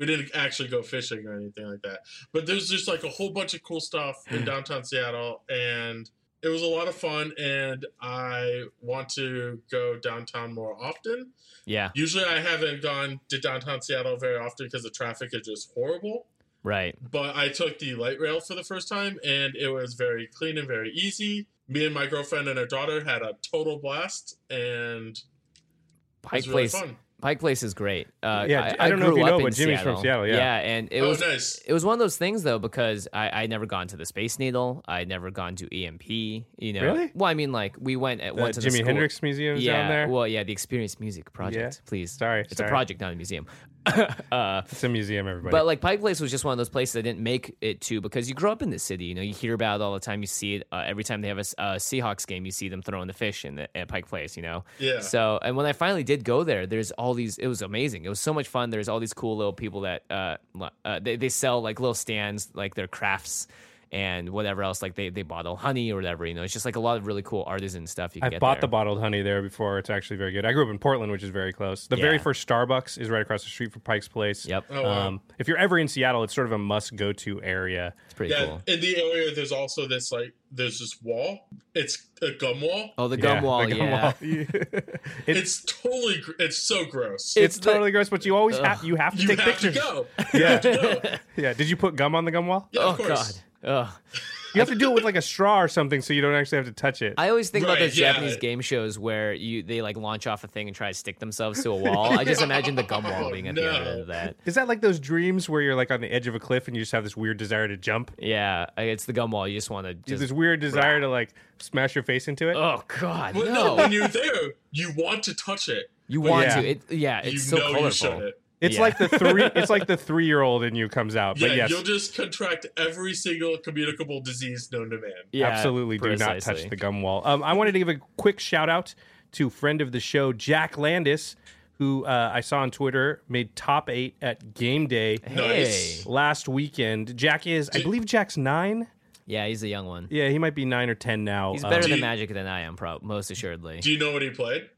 Speaker 3: We didn't actually go fishing or anything like that. But there's just like a whole bunch of cool stuff
Speaker 1: Hmm.
Speaker 3: in downtown Seattle, and it was a lot of fun. And I want to go downtown more often.
Speaker 1: Yeah,
Speaker 3: Usually, I haven't gone to downtown Seattle very often because the traffic is just horrible.
Speaker 1: right.
Speaker 3: But I took the light rail for the first time, and it was very clean and very easy. Me and my girlfriend and her daughter had a total blast, and it
Speaker 1: Pike
Speaker 3: was really
Speaker 1: Place.
Speaker 3: fun.
Speaker 1: Pike Place is great. Uh,
Speaker 2: Yeah, I don't know if
Speaker 1: grew
Speaker 2: you know,
Speaker 1: up in
Speaker 2: but Jimmy's from Seattle, yeah.
Speaker 1: and it
Speaker 3: oh,
Speaker 1: was
Speaker 3: nice.
Speaker 1: it was one of those things though because I I never gone to the Space Needle. I never gone to EMP. You know,
Speaker 2: Really?
Speaker 1: Well, I mean, like we went at
Speaker 2: The
Speaker 1: once.
Speaker 2: Uh, Jimi Hendrix Museum
Speaker 1: yeah,
Speaker 2: down there.
Speaker 1: Well, yeah, the Experience Music Project. Please,
Speaker 2: Sorry,
Speaker 1: it's
Speaker 2: sorry.
Speaker 1: a project, not a museum. uh,
Speaker 2: it's a museum, everybody.
Speaker 1: but like Pike Place was just one of those places I didn't make it to because you grow up in this city. You know, you hear about it all the time. You see it uh, every time they have a, s- a Seahawks game. You see them throwing the fish in the, at Pike Place. You know,
Speaker 3: Yeah.
Speaker 1: so, and when I finally did go there, there's all these. It was amazing. It was so much fun. There's all these cool little people that uh, li- uh they they sell like little stands, like their crafts and whatever else. Like they they bottle honey or whatever. You know, it's just like a lot of really cool artisan stuff. You can
Speaker 2: I
Speaker 1: get
Speaker 2: bought the
Speaker 1: there.
Speaker 2: bottled honey there before. It's actually very good. I grew up in Portland, which is very close. The very
Speaker 1: Yeah.
Speaker 2: first Starbucks is right across the street from Pike's Place.
Speaker 1: Yep.
Speaker 3: Oh, wow.
Speaker 2: Um, if you're ever in Seattle, it's sort of a must go to area.
Speaker 1: It's pretty
Speaker 3: Yeah,
Speaker 1: cool.
Speaker 3: in the area, there's also this like there's this wall. It's a gum wall.
Speaker 1: Oh, the gum wall.
Speaker 2: the gum
Speaker 1: yeah.
Speaker 3: [laughs]
Speaker 2: wall. [laughs] it's,
Speaker 3: It's totally gr- it's so
Speaker 2: it's
Speaker 3: gross.
Speaker 1: It's the-
Speaker 2: totally gross, but you always have you have to
Speaker 3: you
Speaker 2: take
Speaker 3: have
Speaker 2: pictures.
Speaker 1: [laughs]
Speaker 3: to go.
Speaker 2: [laughs] Yeah,
Speaker 3: No.
Speaker 2: [laughs] yeah. Did you put gum on the gum wall?
Speaker 3: Yeah,
Speaker 1: [laughs] Oh
Speaker 3: of course.
Speaker 1: God. Ugh.
Speaker 2: You have to do it with like a straw or something, so you don't actually have to touch it.
Speaker 1: I always think about
Speaker 3: Right,
Speaker 1: those
Speaker 3: yeah.
Speaker 1: Japanese game shows where you they like launch off a thing and try to stick themselves to a wall. I
Speaker 3: [laughs]
Speaker 1: just imagine the gum wall
Speaker 3: Oh,
Speaker 1: being at the other
Speaker 3: no.
Speaker 1: end of that.
Speaker 2: is that like those dreams where you're like on the edge of a cliff and you just have this weird desire to jump?
Speaker 1: Yeah, I- it's the gum wall. You just want to
Speaker 2: You have
Speaker 1: just.
Speaker 2: this weird desire to like smash your face into it?
Speaker 1: Oh God,
Speaker 3: Well,
Speaker 1: no!
Speaker 3: no, when you're there, you want to touch it.
Speaker 1: You want
Speaker 2: Yeah.
Speaker 1: to? It, yeah, it's
Speaker 3: you
Speaker 1: so
Speaker 3: know you
Speaker 1: colorful.
Speaker 3: shouldn't.
Speaker 2: It's
Speaker 1: Yeah.
Speaker 2: like the three. It's
Speaker 1: [laughs]
Speaker 2: like the three-year-old in you comes out.
Speaker 3: Yeah,
Speaker 2: but yes,
Speaker 3: you'll just contract every single communicable disease known to man.
Speaker 1: Yeah,
Speaker 2: absolutely do not touch
Speaker 1: precisely.
Speaker 2: the gum wall. Um, I wanted to give a quick shout out to friend of the show Jack Landis, who uh, I saw on Twitter made top eight at game day
Speaker 1: Hey,
Speaker 3: Nice.
Speaker 2: last weekend. Jack is, I believe, Jack's nine.
Speaker 1: yeah, he's a young one.
Speaker 2: Yeah, he might be nine or ten now.
Speaker 1: He's
Speaker 2: Um,
Speaker 1: better
Speaker 3: do
Speaker 1: than
Speaker 3: you-
Speaker 1: Magic than I am, prob most assuredly.
Speaker 3: Do you know what he played?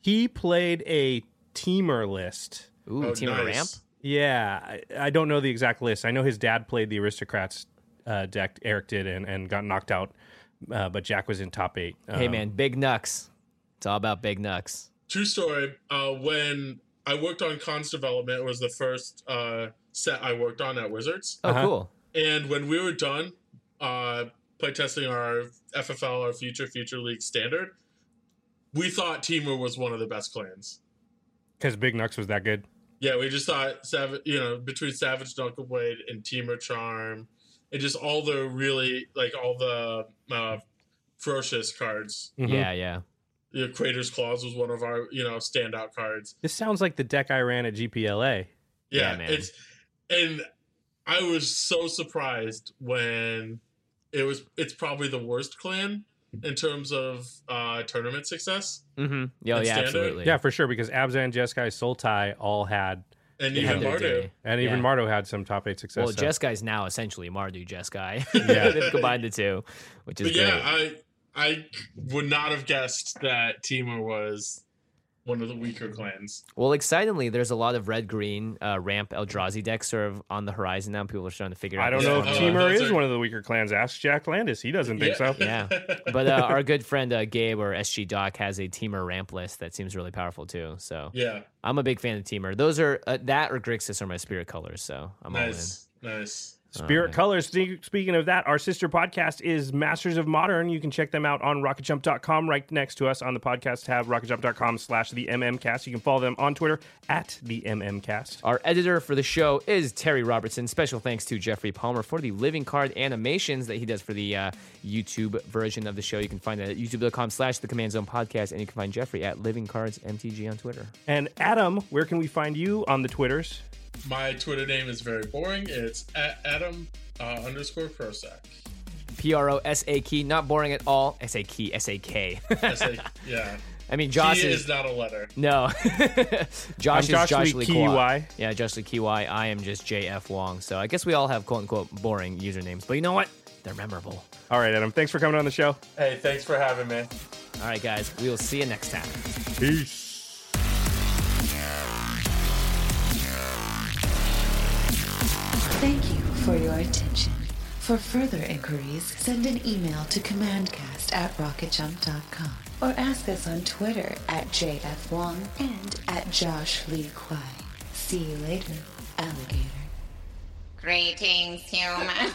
Speaker 2: he played a teamer list.
Speaker 1: Ooh,
Speaker 3: Oh,
Speaker 1: Team
Speaker 3: nice.
Speaker 1: Ramp.
Speaker 2: Yeah, I, I don't know the exact list. I know his dad played the Aristocrats uh, deck. Eric did, and, and got knocked out. Uh, but Jack was in top eight.
Speaker 1: hey
Speaker 2: Um,
Speaker 1: man, big nucks. It's all about big nucks.
Speaker 3: True story. Uh, when I worked on cons development, it was the first uh, set I worked on at Wizards.
Speaker 1: Oh,
Speaker 2: Uh-huh.
Speaker 1: cool.
Speaker 3: And when we were done uh, playtesting our FFL, our future future league standard, we thought Teamer was one of the best clans.
Speaker 2: Because Big Nux was that good.
Speaker 3: Yeah, we just thought Savage, you know, between Savage Knuckleblade and Teamer Charm, and just all the really like all the uh, ferocious cards.
Speaker 2: Mhm.
Speaker 1: Yeah, yeah.
Speaker 3: You know, Crater's Claws was one of our you know standout cards.
Speaker 2: This sounds like the deck I ran at GPLA.
Speaker 3: Yeah,
Speaker 1: Yeah, man.
Speaker 3: it's and I was so surprised when it was it's probably the worst clan in terms of uh tournament success.
Speaker 1: Mm-hmm. Oh,
Speaker 3: It's
Speaker 1: yeah,
Speaker 3: standard?
Speaker 1: absolutely.
Speaker 2: Yeah, for sure, because Abzan, Jeskai, Sultai all had,
Speaker 3: And
Speaker 1: They
Speaker 3: even
Speaker 1: had their
Speaker 3: Mardu.
Speaker 1: day.
Speaker 2: and even
Speaker 1: Yeah.
Speaker 2: Mardo had some top eight success.
Speaker 1: Well,
Speaker 2: so-
Speaker 1: Jess guy's now essentially Mardu Jess guy. [laughs]
Speaker 2: Yeah.
Speaker 1: They've combined the two, which is
Speaker 3: But
Speaker 1: great.
Speaker 3: yeah, I I would not have guessed that Teamer was one of the weaker clans.
Speaker 1: Well, excitingly, there's a lot of red green uh, ramp Eldrazi decks sort of on the horizon now. People are starting to figure out.
Speaker 2: I don't
Speaker 1: which
Speaker 2: know if
Speaker 1: one
Speaker 3: Yeah.
Speaker 1: to-
Speaker 2: Teamer
Speaker 3: those
Speaker 2: is
Speaker 3: are-
Speaker 2: one of the weaker clans. Ask Jack Landis; he doesn't think so.
Speaker 3: [laughs]
Speaker 1: Yeah. But uh, our good friend uh, Gabe or SG Doc has a Teamer ramp list that seems really powerful too. So
Speaker 3: Yeah.
Speaker 1: I'm a big fan of Teamer. Those are uh, that or Grixis are my spirit colors. So I'm all in.
Speaker 3: Nice. Nice.
Speaker 2: Spirit Colors. Ste- Speaking of that, our sister podcast is Masters of Modern. You can check them out on rocketjump.com right next to us on the podcast tab, rocketjump.com slash the MMcast. You can follow them on Twitter at the MMcast.
Speaker 1: Our editor for the show is Terry Robertson. Special thanks to Jeffrey Palmer for the living card animations that he does for the uh, YouTube version of the show. You can find that at youtube.com slash the command zone podcast, and you can find Jeffrey at living cards MTG on Twitter.
Speaker 2: And Adam, where can we find you on the Twitters?
Speaker 3: My Twitter name is very boring. It's at Adam uh, underscore Prosac.
Speaker 1: P R O S A K, not boring at all. S A K, S A K. [laughs]
Speaker 3: I say, [laughs] yeah.
Speaker 1: I mean, Josh
Speaker 3: He
Speaker 1: is.
Speaker 3: is not a letter.
Speaker 1: No, [laughs] Josh is
Speaker 2: Josh
Speaker 1: Josh
Speaker 2: Lee
Speaker 1: Lee
Speaker 2: Kiwi.
Speaker 1: Kawhi. Yeah, Josh Lee Kiwi. I am just JF Wong. So I guess we all have quote unquote boring usernames, but you know what? They're memorable.
Speaker 2: All right, Adam, thanks for coming on the show.
Speaker 3: Hey, thanks for having me.
Speaker 1: All right, guys, we will see you next time.
Speaker 2: Peace.
Speaker 4: Thank you for your attention. For further inquiries, send an email to commandcast at rocketjump.com or ask us on Twitter at JF Wong and at Josh Lee Kwai. See you later, alligator.
Speaker 5: Greetings, humans.